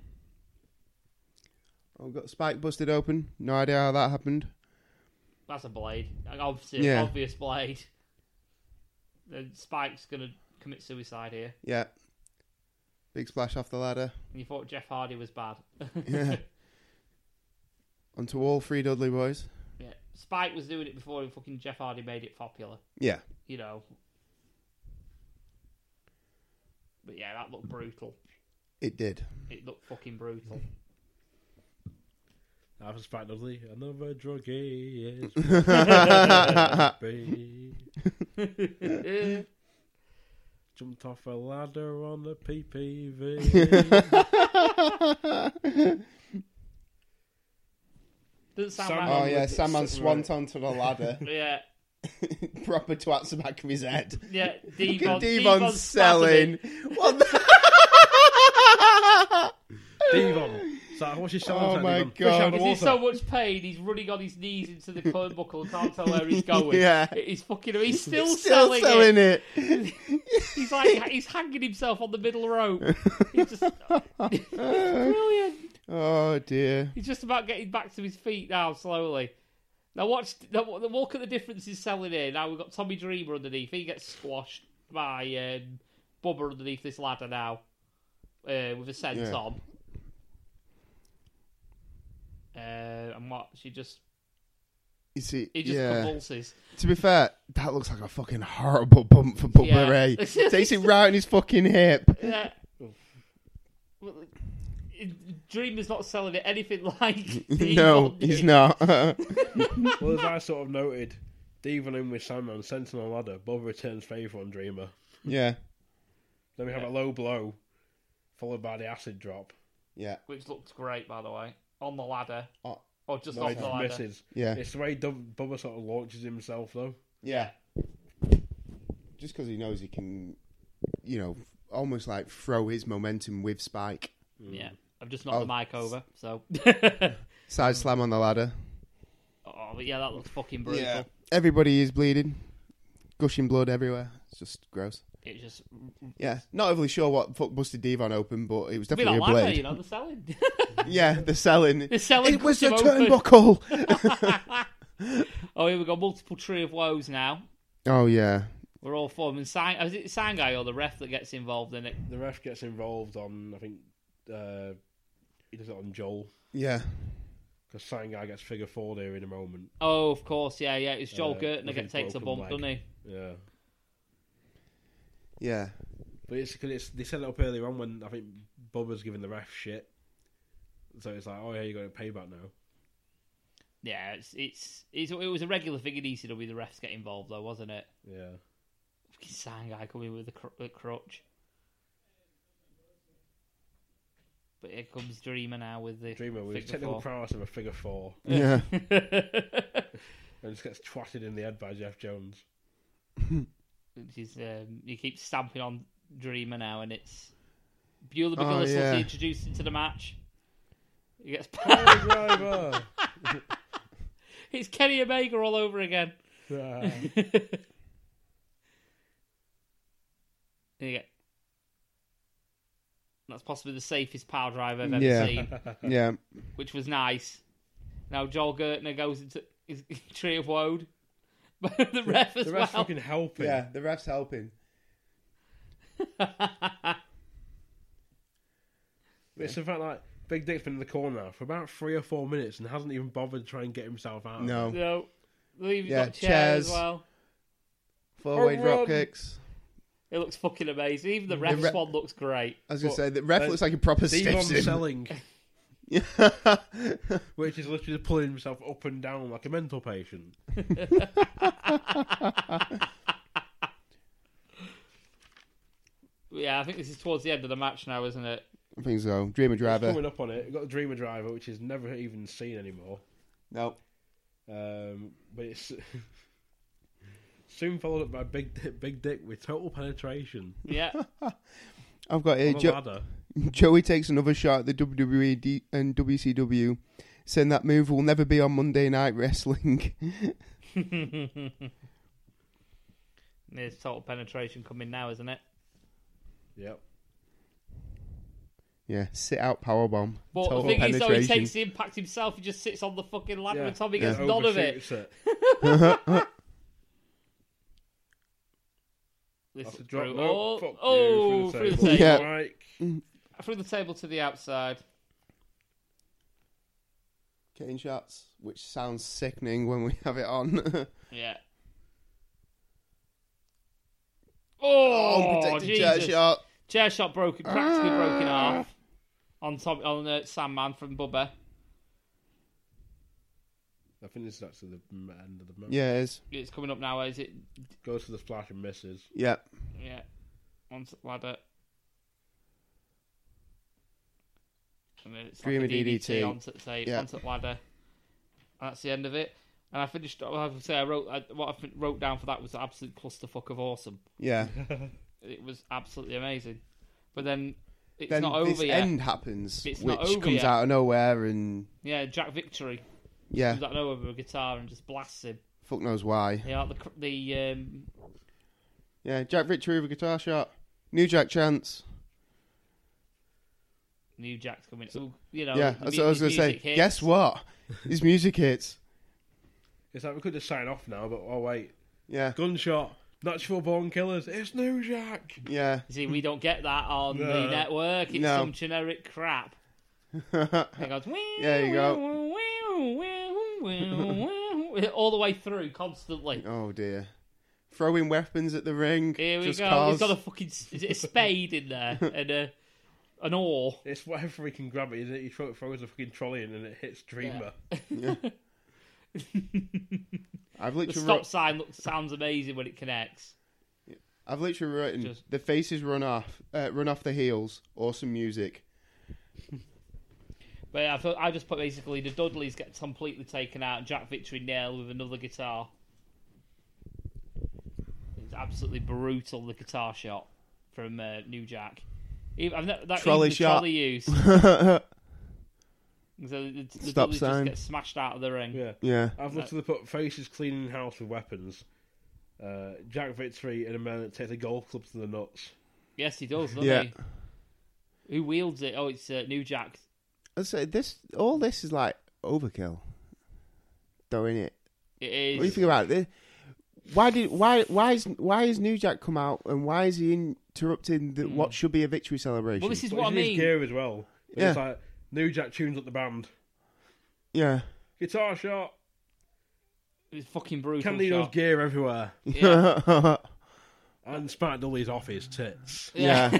Oh, we got Spike busted open. No idea how that happened. That's a blade. An obvious, Yeah. obvious blade. Then Spike's gonna commit suicide here. Yeah. Big splash off the ladder [laughs] And you thought Jeff Hardy was bad. [laughs] onto all three Dudley boys. yeah. Spike was doing it before and fucking Jeff Hardy made it popular. Yeah. You know. But yeah, that looked brutal. It did. It looked fucking brutal. I've Spike Dudley, another druggie [laughs] is [laughs] be. Jumped off a ladder on the [laughs] PPV. Doesn't sound Sam- like Oh Um, yeah, with- Sandman so- swant onto the ladder. [laughs] yeah. Proper twats the back of his head. Yeah, [laughs] Fucking Devon, Devon's selling. What the- [laughs] Devon. So what's your selling Oh sign, my Devon? God. Fish out of He's water. in so much pain, he's running on his knees into the turnbuckle and can't tell where [laughs] he's going. Yeah. He's fucking, he's still, Still selling, selling it. it. He's like, he's hanging himself on the middle rope. He's just, brilliant. Oh dear. He's just about getting back to his feet now, slowly. Now watch, now w- look at the difference he's selling here. Now we've got Tommy Dreamer underneath. He gets squashed by um, Bubba underneath this ladder now, uh, with a sense Yeah. on. Uh, and what she just You see, He just yeah. convulses. To be fair, that looks like a fucking horrible bump for Bubba Yeah. [laughs] Ray. Takes it right in his fucking hip. Yeah. Well, it- Dreamer's not selling it anything [laughs] like. [laughs] no, he's not. [laughs] Well, as I sort of noted, Devon in with Sandman, Sentinel Ladder, Bob returns favour on Dreamer. yeah, Then we have a low blow, followed by the acid drop. yeah, Which looked great, by the way, on the ladder Oh, or just No, off he the just ladder. misses. Yeah. It's the way Dub- Bubba sort of launches himself, though. yeah. Just because he knows he can, you know, almost like throw his momentum with Spike. Yeah, I've just knocked Oh. the mic over. So, Side Mm. slam on the ladder. [laughs] oh, but yeah, that looked fucking brutal. Everybody is bleeding, gushing blood everywhere. It's just gross. It just Yeah, not overly sure what fuck busted Devon open, but it was be definitely like a ladder, blade. you know, the selling. [laughs] Yeah, the selling. The selling It was the cut him open. turnbuckle. oh, here we go, multiple tree of woes now. [laughs] oh yeah, We're all forming sign. Is it sign guy or the ref that gets involved in it? The ref gets involved on, I think, uh, he does it on Joel. yeah. Because Sangai gets figure four there in a moment. Oh, of course, yeah, yeah. It's Joel Uh, Gertner with that his takes a broken bump, leg. doesn't he? Yeah. Yeah. But it's because it's, they said it up earlier on when I think Bubba's giving the ref shit. So it's like, oh yeah, you got to pay back now. Yeah, it's, it's it's it was a regular thing in ECW. The refs get involved though, wasn't it? Yeah. Fucking Sangai coming with a, cr- a crutch. But here comes Dreamer now with the Dreamer with his figure technical four. prowess of a figure [laughs] four Yeah. and just gets twatted in the head by Jeff [laughs] Jones. which is um, he keeps stamping on Dreamer now, and it's Bueller Oh, McGillis yeah. introduced into the match. He gets [laughs] Hey, driver! it's Kenny Omega all over again. [laughs] Ah. There you go. That's possibly the safest power drive I've ever Yeah. [laughs] seen, yeah. which was nice. Now Joel Gertner goes into his [laughs] Tree of Woad, but the ref as the ref's well. fucking helping. Yeah. The ref's helping. But It's the fact like Big Dick's been in the corner for about three or four minutes and hasn't even bothered to try and get himself out. [laughs] No. No, Leave Yeah, got chair as chairs. well. Four way Oh, drop run. kicks. It looks fucking amazing. Even the ref's ref- one looks great. I was gonna say the uh, ref looks like a proper Devon stiffs [laughs] [laughs] him. selling, which is literally just pulling himself up and down like a mental patient. Yeah, I think this is towards the end of the match now, isn't [laughs] it? I think so. Dreamer driver. Coming up on it, we've got the Dreamer Driver, which is never even seen anymore. No. Um, but it's [laughs] soon followed up by Big Dick, Big Dick with total penetration Yeah. I've got here. on a Jo- ladder. [laughs] Joey takes another shot at the WWE D- and WCW, saying that move will never be on Monday Night Wrestling. [laughs] There's total penetration coming now, isn't it? Yep. yeah, sit out powerbomb. But Total the thing is, though, he penetration. takes the impact himself. He just sits on the fucking ladder Yeah. and Tommy Yeah. gets none of it. Overshoots it. [laughs] This That's is a drop. brutal. No, oh, fuck you, through the table. table. Yeah. Like, Through the table to the outside. Cane shots, which sounds sickening when we have it on. [laughs] Yeah. Oh, Unprotected Jesus. chair shot. Ah. Chair shot broken, practically broken off on Tom on uh, Sandman from Bubba. I think this is actually the m- end of the match. Yeah, it is. It's coming up now, is it? Goes for the splash and misses. Yeah. Yeah, on the ladder. And then it's Dreamer like a DDT, DDT. onto the tape, Yeah. onto the ladder. And that's the end of it. And I finished. I have to say, I wrote I, what I fin- wrote down for that was absolute clusterfuck of awesome. Yeah. It was absolutely amazing. But then it's then not over this yet. end happens, It's which not over comes yet. out of nowhere, and Yeah, Jack Victory yeah, comes out of nowhere with a guitar and just blasts him. fuck knows why. Yeah, the cr- the um, Yeah, Jack Victory with a guitar shot. New Jack Chance. new Jack's coming. Ooh, you know, yeah, Oh, the that's mu- what I was the going to say. music hits. [laughs] Guess what? His music hits. It's like we could just sign off now, but oh wait, Yeah. gunshot, natural born killers. It's New Jack. Yeah. See, we don't get that on the No. network. It's No. some generic crap. It goes, There you All the way through, constantly. Oh dear. Throwing weapons at the ring. Here we just go. Cause. He's got a fucking is it a spade in there and a an oar. It's whatever he can grab it. Isn't it? He throw- throws a fucking trolley in and it hits Dreamer. I've The literally, stop wrote- sign looks, sounds amazing when it connects. I've literally written Just- the faces run off, uh, run off the heels. Awesome music. But I thought I just put basically the Dudleys get completely taken out. and Jack Victory nail with another guitar. It's absolutely brutal. The guitar shot from uh, New Jack. Even, I've never, that even Trolley the shot. Trolley [laughs] use. so the, the Stop Dudleys sign. just get smashed out of the ring. Yeah. Yeah. I've literally put faces cleaning house with weapons. Uh, Jack Victory in a man that takes a golf club to the nuts. Yes, he does. Doesn't Yeah. he? Who wields it? Oh, it's uh, New Jack. I say this. All this is like overkill, though, is it? It What do you is. think about this? Why did why why is why is New Jack come out and why is he interrupting the, what should be a victory celebration? Hmm. Well, this is But what I it's in his mean. gear as well. But It's Yeah. like New Jack tunes up the band. yeah, Guitar shot. It's fucking brutal. Candido's shot. gear everywhere. [laughs] Yeah. yeah, And Spark Dudley's off his tits. yeah.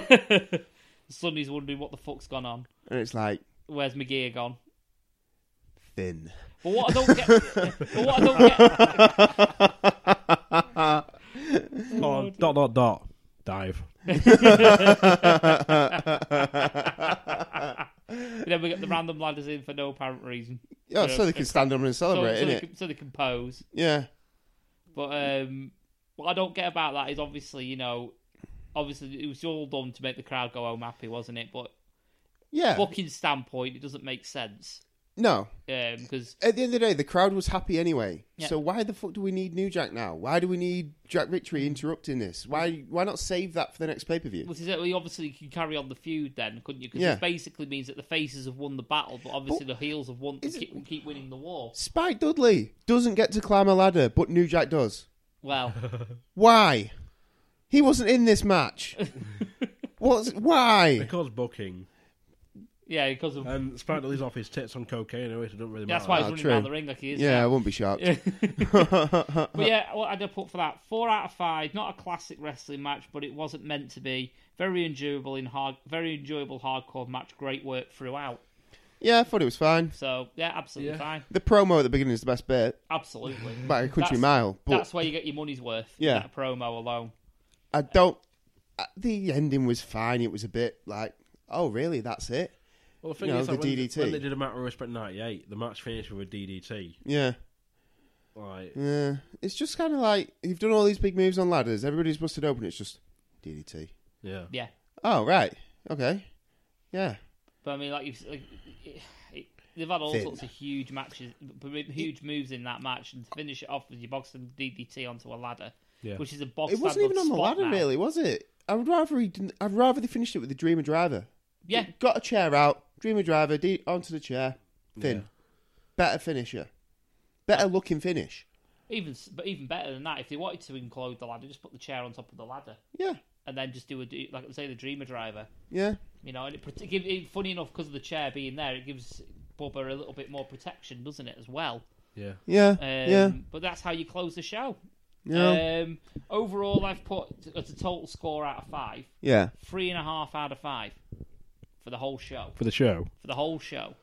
Sundays wondering what [laughs] the fuck's gone on. And it's like Where's my gear gone? thin. But what I don't get, but what I don't get, [laughs] Oh, dot dot dot. Dive. then we get the random ladders in for no apparent reason. Yeah, so they can stand up and So, celebrate, so, they, innit? can, so they can pose. Yeah. But um, what I don't get about that is obviously, you know, obviously it was all done to make the crowd go home happy, wasn't it? But Yeah. booking standpoint, it doesn't make sense um, No. because At the end of the day, the crowd was happy anyway. Yeah. So why the fuck do we need New Jack now? Why do we need Jack Victory interrupting this? Why why not save that for the next pay per view? which is we obviously you can carry on the feud then, couldn't you? Because Yeah. it basically means that the faces have won the battle, but obviously the heels have won is keep, keep winning the war. Spike Dudley doesn't get to climb a ladder, but New Jack does. Well, Why? He wasn't in this match. What's why? Because booking. yeah, [laughs] because of, And Spike Lee's off his tits on cocaine anyway, so it doesn't really matter. that's why he's running Ah, true. around the ring like he is. Yeah, I now. wouldn't be shocked. But yeah, what I'd put for that four out of five. Not a classic wrestling match, but it wasn't meant to be. Very enjoyable in hard, very enjoyable hardcore match. Great work throughout. Yeah, I thought it was fine. So yeah, absolutely fine. The promo at the beginning is the best bit, Absolutely. by a country That's- mile. But That's where you get your money's worth. in Yeah. that promo alone. I don't. uh, The ending was fine. It was a bit like, oh really? That's it? Well, the thing you know, is, that the when, DDT. when they did a Matter of Respect 98, the match finished with a DDT. Yeah. Like, Yeah. It's just kind of like you've done all these big moves on ladders. Everybody's busted open. It's just DDT. yeah. Yeah, Oh right. Okay. Yeah. but I mean, like you've. Like, it, it, They've had all Thin. sorts of huge matches, huge moves in that match, and to finish it off with your boxing DDT onto a ladder, Yeah. which is a box. It wasn't even on the ladder, really, was it? I would rather he didn't, I'd rather they finished it with the Dreamer Driver. Yeah, Got a chair out, Dreamer Driver de- onto the chair, Finn. Better finisher, Uh, better looking finish. even s- but even better than that, if they wanted to include the ladder, just put the chair on top of the ladder. Yeah, and then just do a do- like say the Dreamer Driver, yeah, you know. And it, prote- give, it funny enough because of the chair being there, it gives Bubba a little bit more protection, doesn't it, as well? Yeah. yeah, Um, yeah. But that's how you close the show. Yeah. Um, overall, I've put at a total score out of five, Yeah, three and a half out of five for the whole show. For the show. For the whole show.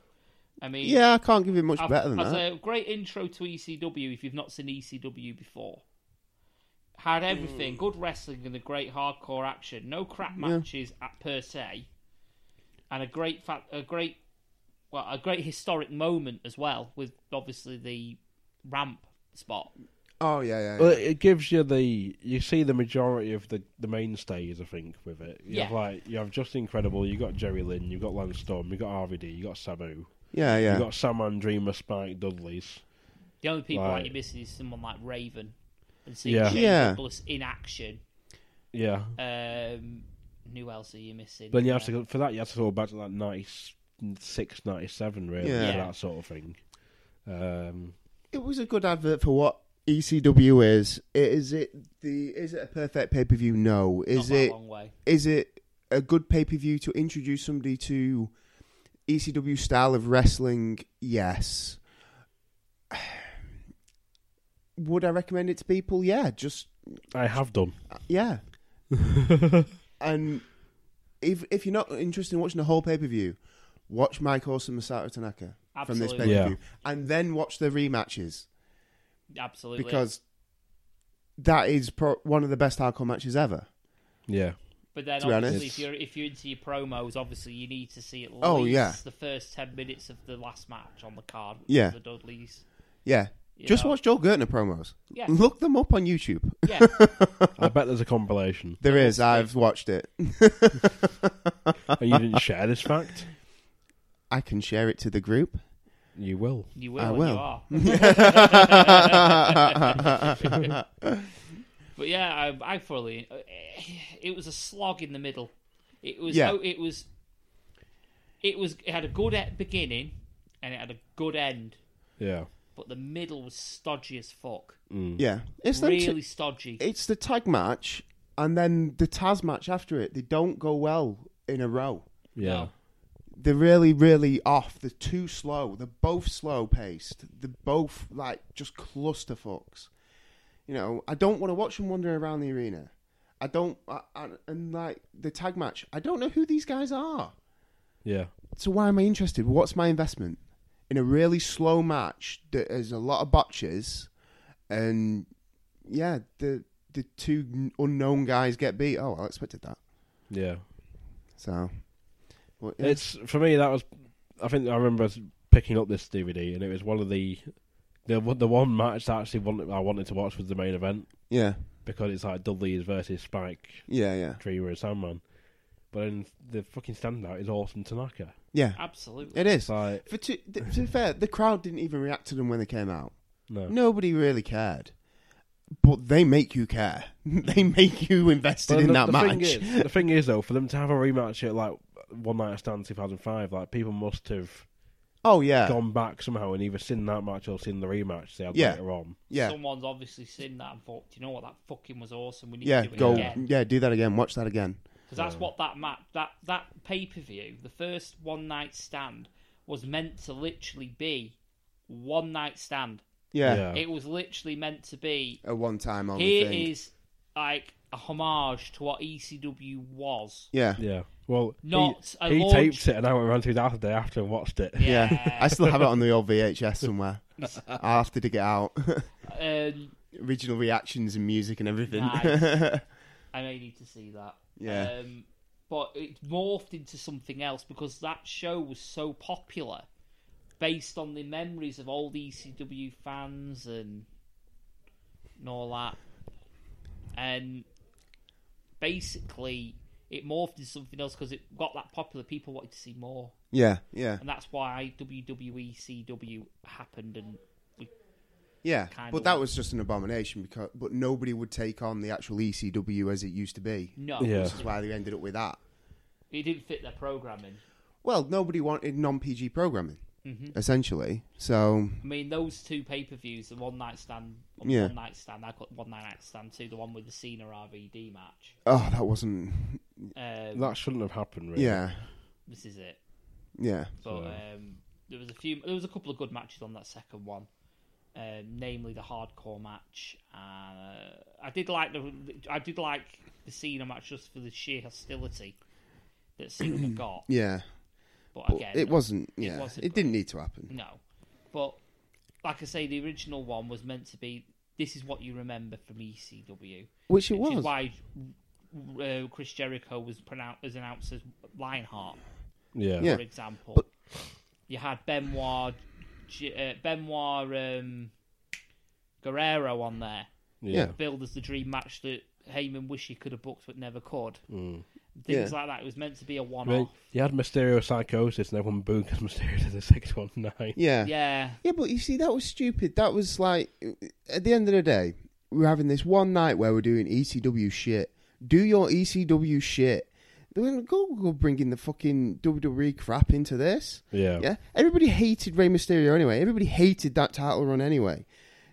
I mean, yeah. I can't give him much I've- better than as that. a great intro to ECW if you've not seen ECW before. Had everything, Hmm. good wrestling and a great hardcore action, no crap matches at per se, and a great fa- a great well, a great historic moment as well with obviously the ramp spot. oh yeah, yeah, yeah. Well, it gives you the you see the majority of the the mainstays, I think, with it. You have Yeah. like you have Just Incredible, you got Jerry Lynn, you've got Lance Storm, you got RVD, you got Samu, yeah, yeah. you got Saman Dreamer, Spike Dudley's. The only people Right. that you're missing is someone like Raven and seeing Yeah. Shane Yeah. Douglas in action. Yeah. Um, who else are you missing? Then you have Uh, to go, for that you have to go back to like 96, 97, really, Yeah. for that sort of thing. Um, It was a good advert for what ECW is. It- Is it the? Is it a perfect pay per view? No. not Is by a it? long way. is it a good pay per view to introduce somebody to ECW style of wrestling? Yes. [sighs] Would I recommend it to people? Yeah, just I have done. yeah. and if if you're not interested in watching the whole pay per view, watch Mike Awesome Masato Tanaka from this Absolutely. pay per view, Yeah. and then watch the rematches Absolutely. because that is pro- one of the best hardcore matches ever. Yeah. But then, to be obviously, honest. if you're if you're into your promos, obviously you need to see at least Oh, yeah. the first ten minutes of the last match on the card. which Yeah. is the Dudleys. Yeah. Just Yeah. watch Joel Gertner promos. Yeah. Look them up on YouTube. [laughs] Yeah, I bet there's a compilation. There is. I've watched it. And you didn't share this fact? I can share it to the group. You will. [laughs] you will. I and will. You are. [laughs] but yeah, I, I fully. uh, It was a slog in the middle. It was. Yeah. oh, It was. It was. It had a good e- beginning, and it had a good end. Yeah. But the middle was stodgy as fuck. Yeah, it's them Mm. Really t- stodgy. it's the tag match and then the Taz match after it. They don't go well in a row. Yeah. No. They're really, really off. They're too slow. They're both slow paced. They're both like just clusterfucks. You know, I don't want to watch them wandering around the arena. I don't. I, I, and like the tag match, I don't know who these guys are. Yeah. So why am I interested? What's my investment in a really slow match that has a lot of botches, and yeah, the the two unknown guys get beat. Oh, I expected that. Yeah. So, well, yeah. It's for me that was. I think I remember picking up this DVD, and it was one of the the the one match that I actually wanted, I wanted to watch was the main event yeah, because it's like Dudley's versus Spike yeah, yeah, Dreamer and Sandman. But then the fucking standout is Awesome Tanaka. yeah. Absolutely. It is. It's like For to, th- to be fair, the crowd didn't even react to them when they came out. no, Nobody really cared. But they make you care. [laughs] they make you invested But in the, that the match. Thing is, the thing is, though, for them to have a rematch at like One Night Stand 2005, like people must have oh yeah, gone back somehow and either seen that match or seen the rematch they had Yeah. later on. yeah, Someone's obviously seen that and thought, "Do you know what? That fucking was awesome. We need yeah. to do it Go, again. yeah. Do that again. Watch that again. Because that's what that map, that that pay per view, the first one night stand, was meant to literally be one night stand. Yeah, Yeah. It was literally meant to be. a one-time only Here thing. is like a homage to what ECW was. yeah. yeah, Yeah. Well, Not a he, he launch- taped it and I went around to his house the day after and watched it. I still have it on the old [laughs] VHS somewhere. I have to dig it out. [laughs] Um, Original reactions and music and everything. Nice. I may need to see that. Yeah. Um, but it morphed into something else because that show was so popular based on the memories of old ECW fans and, and all that. And basically, it morphed into something else because it got that popular. People wanted to see more. [laughs] yeah, yeah, And that's why WWE CW happened and we yeah. Kinda But that like- was just an abomination because, but nobody would take on the actual ECW as it used to be. no, Yeah. Which is why they ended up with that. it didn't fit their programming. Well, nobody wanted non PG programming, Mm-hmm. essentially. So, I mean, those two pay per views, the one night stand, Yeah. one night stand. I got one night stand too. The one with the Cena RVD match. oh, that wasn't. Um, That shouldn't have happened, really. Yeah, this is it. yeah, But um, there was a few. There was a couple of good matches on that second one, um, namely the hardcore match. Uh, I did like the. I did like the Cena match just for the sheer hostility [clears throat] that Cena got. yeah. But But again, it wasn't. Yeah, it, wasn't didn't need to happen. No. But like I say, the original one was meant to be this is what you remember from E ECW. Which it which was. is why uh, Chris Jericho was pronounced as announced as Lionheart, Yeah. Yeah. for example. But- You had Benoit J- uh, Benoit um, Guerrero on there, Yeah. billed as the dream match that Heyman wished he could have booked but never could. Things Yeah. like that. It was meant to be a I mean, one-off. you had Mysterio Psychosis and everyone booed because Mysterio did the 619. Yeah. Yeah, Yeah, but you see, that was stupid. That was like, at the end of the day, we're having this one night where we're doing ECW shit. Do your ECW shit. Then Go, go bringing the fucking WWE crap into this. Yeah. Yeah. Everybody hated Rey Mysterio anyway. Everybody hated that title run anyway.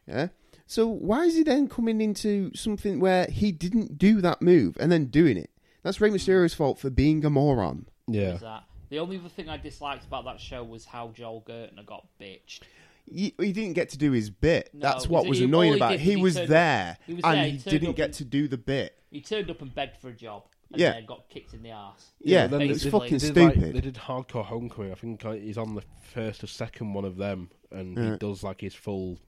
Yeah. So why is he then coming into something where he didn't do that move and then doing it? That's Rey Mysterio's fault for being a moron. Yeah. was that. The only other thing I disliked about that show was how Joel Gertner got bitched. He, he didn't get to do his bit. No, That's what he- was he- all annoying he about. it. did was He, he was turned up- there, he was and there, he he turned didn't up get and- to do the bit. He turned up and begged for a job. And Yeah. then got kicked in the ass. Yeah, but then it's they- fucking they did, stupid. Like, they did Hardcore Homecoming. I think like, he's on the first or second one of them, and he does like his full.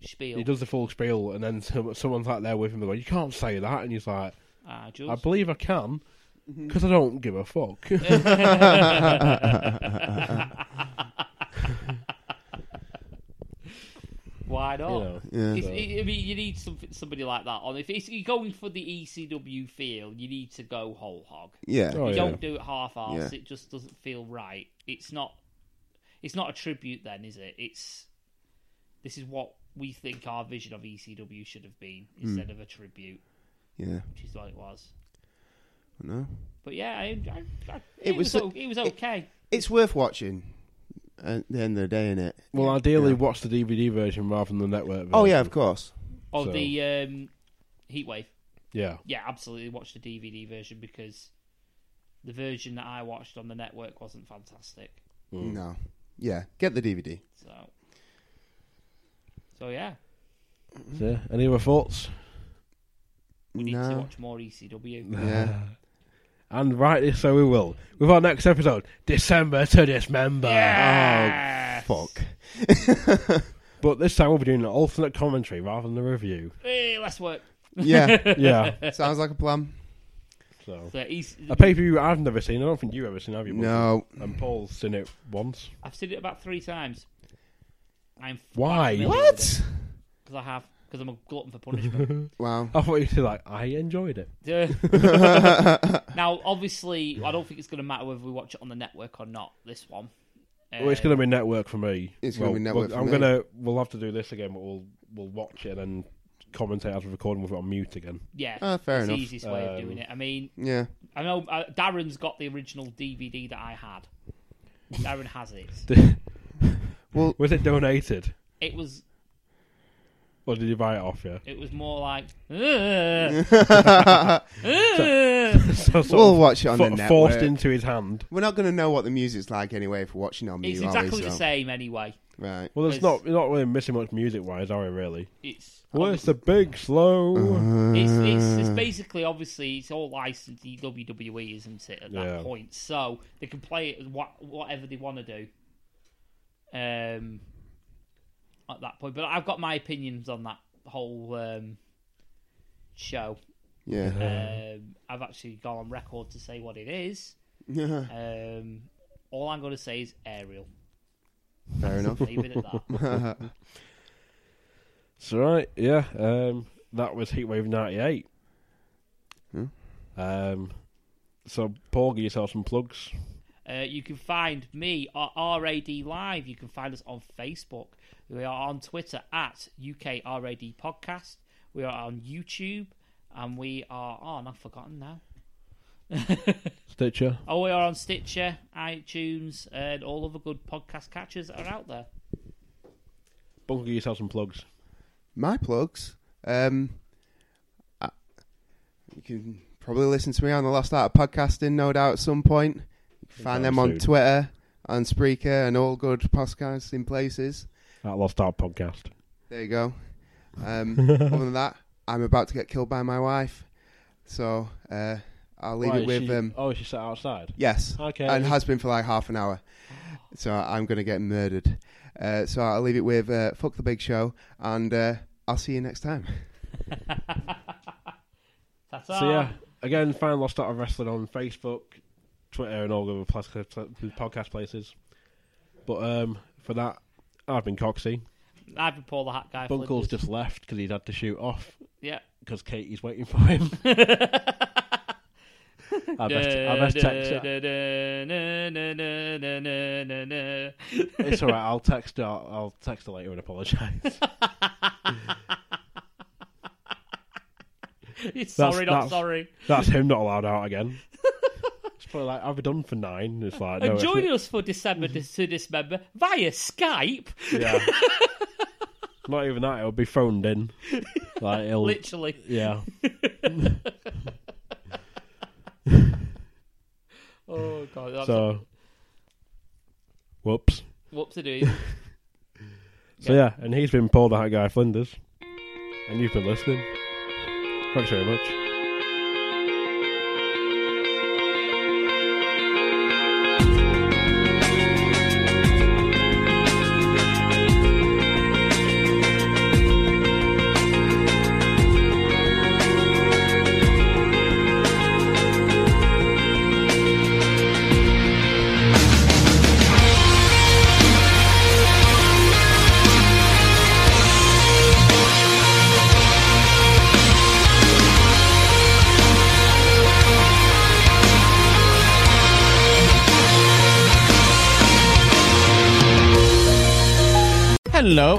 He Spiel. does the full spiel, and then some, someone's like there with him. They're like, "You can't say that," and he's like, Ah, "I Jules. believe I can, Mm-hmm. because I don't give a fuck." [laughs] Why not? You know, If, I mean, you need some, somebody like that on. If it's, you're going for the E ECW feel, you need to go whole hog. Yeah, Oh, yeah. you don't do it half assed Yeah. It just doesn't feel right. It's not. It's not a tribute, then, is it? It's. This is what we think our vision of ECW should have been Hmm. instead of a tribute, yeah. which is what it was. No, But yeah, I, I, I, It it, was, was so- o- it was okay. it's worth watching. At the end of the day, isn't it? Well, ideally, watch the DVD version rather than the network. Version. Oh yeah, of course. Of So- the um, Heatwave. yeah, Yeah, absolutely. Watch the DVD version because the version that I watched on the network wasn't fantastic. Mm. No, yeah. Get the DVD. So, so yeah. So, any other thoughts? We need to No. watch more E [laughs] ECW. Yeah. [laughs] And rightly so we will. With our next episode, December to Dismember. Yes! Oh, fuck. [laughs] but this time we'll be doing an alternate commentary rather than the review. Hey, let's work. [laughs] Yeah. Yeah. Sounds like a plan. so. So EC- A pay per view I've never seen. I don't think you've ever seen, have you? Bucky? No. And Paul's seen it once. I've seen it about three times. I'm Why? What? Because I have. Because I'm a glutton for punishment. [laughs] Wow. I thought you said, like, I enjoyed it. Uh, now, obviously, I don't think it's going to matter whether we watch it on the network or not. This one. Well, it's going to be network for me. It's gonna Well, be network we'll- for I'm me. gonna. We'll have to do this again, but we'll we'll watch it and commentate as we're recording with it on mute again. [laughs] Um, Yeah, Ah, fair it's enough. the easiest way of doing Um, it. I mean, Yeah. I know uh, Darren's got the original DVD that I had. Darren has it. Well, Was it donated It was or did you buy it off you? [laughs] it was more like "Ugh." [laughs] So sort we'll of watch it on fo- the network. forced into his hand. We're not going to know what the music's like anyway if we're watching on it's mute, are we? exactly the So- same anyway. Right. Well, there's It's- not you're not really missing much music wise, are we? Really? It's Where's the big Uh-huh. slow? It's, it's, it's basically obviously it's all licensed to WWE, E, isn't it? At that Yeah. point, so they can play it as wha- whatever they want to do. Um, at that point, but I've got my opinions on that whole um, show. Yeah. Um, I've actually gone on record to say what it is. Um, all I'm going to say is aerial. Fair enough. Leave it at that. [laughs] That's right. Yeah. Um, that was Heatwave '98. Hmm. Um, so Paul, give yourself some plugs. Uh, you can find me at RAD Live. You can find us on Facebook. We are on Twitter at UK RAD Podcast. We are on YouTube. And we are on, I've forgotten now. Stitcher. Oh, we are on Stitcher, iTunes, and all other good podcast catchers that are out there. Bunker, give yourself some plugs. My plugs. Um, I- you can probably listen to me on the Lost Art of Podcasting, no doubt, at some point. You can find them on soon. Twitter, on Spreaker, and all good podcasting places. At Lost Art Podcast. There you go. [laughs] Um, other than that, I'm about to get killed by my wife, so uh, I'll leave Why, it with she, um, Oh, she sat outside. yes, Okay. and has been for like half an hour. So I'm gonna get murdered. Uh, so I'll leave it with uh, fuck the big show, and uh, I'll see you next time. Ta-ta. So yeah, again, find Lost Art of Wrestling on Facebook, Twitter, and all the other plas- podcast places. But um, for that, I've been Coxie. I've been Paul the Hat Guy. Bunkle's Flinders. just left because he'd had to shoot off Yeah. because Katie's waiting for [laughs] him. I best, I best text her. It's all right. I'll text her. I'll, I'll text her later and apologise. [laughs] It's That's- sorry, not that's- sorry. That's him not allowed out again. [laughs] It's probably like I've done for nine. It's like no, and it's join not- us for December to to Dismember via Skype. [laughs] Yeah. not even that. It'll be phoned [laughs] in. Like it'll. Literally. Yeah. Oh god, that's so, So, whoops. whoopsie doing. So yeah, and he's been Paul the Hat Guy Flinders, and you've been listening. Thanks very much. Hello,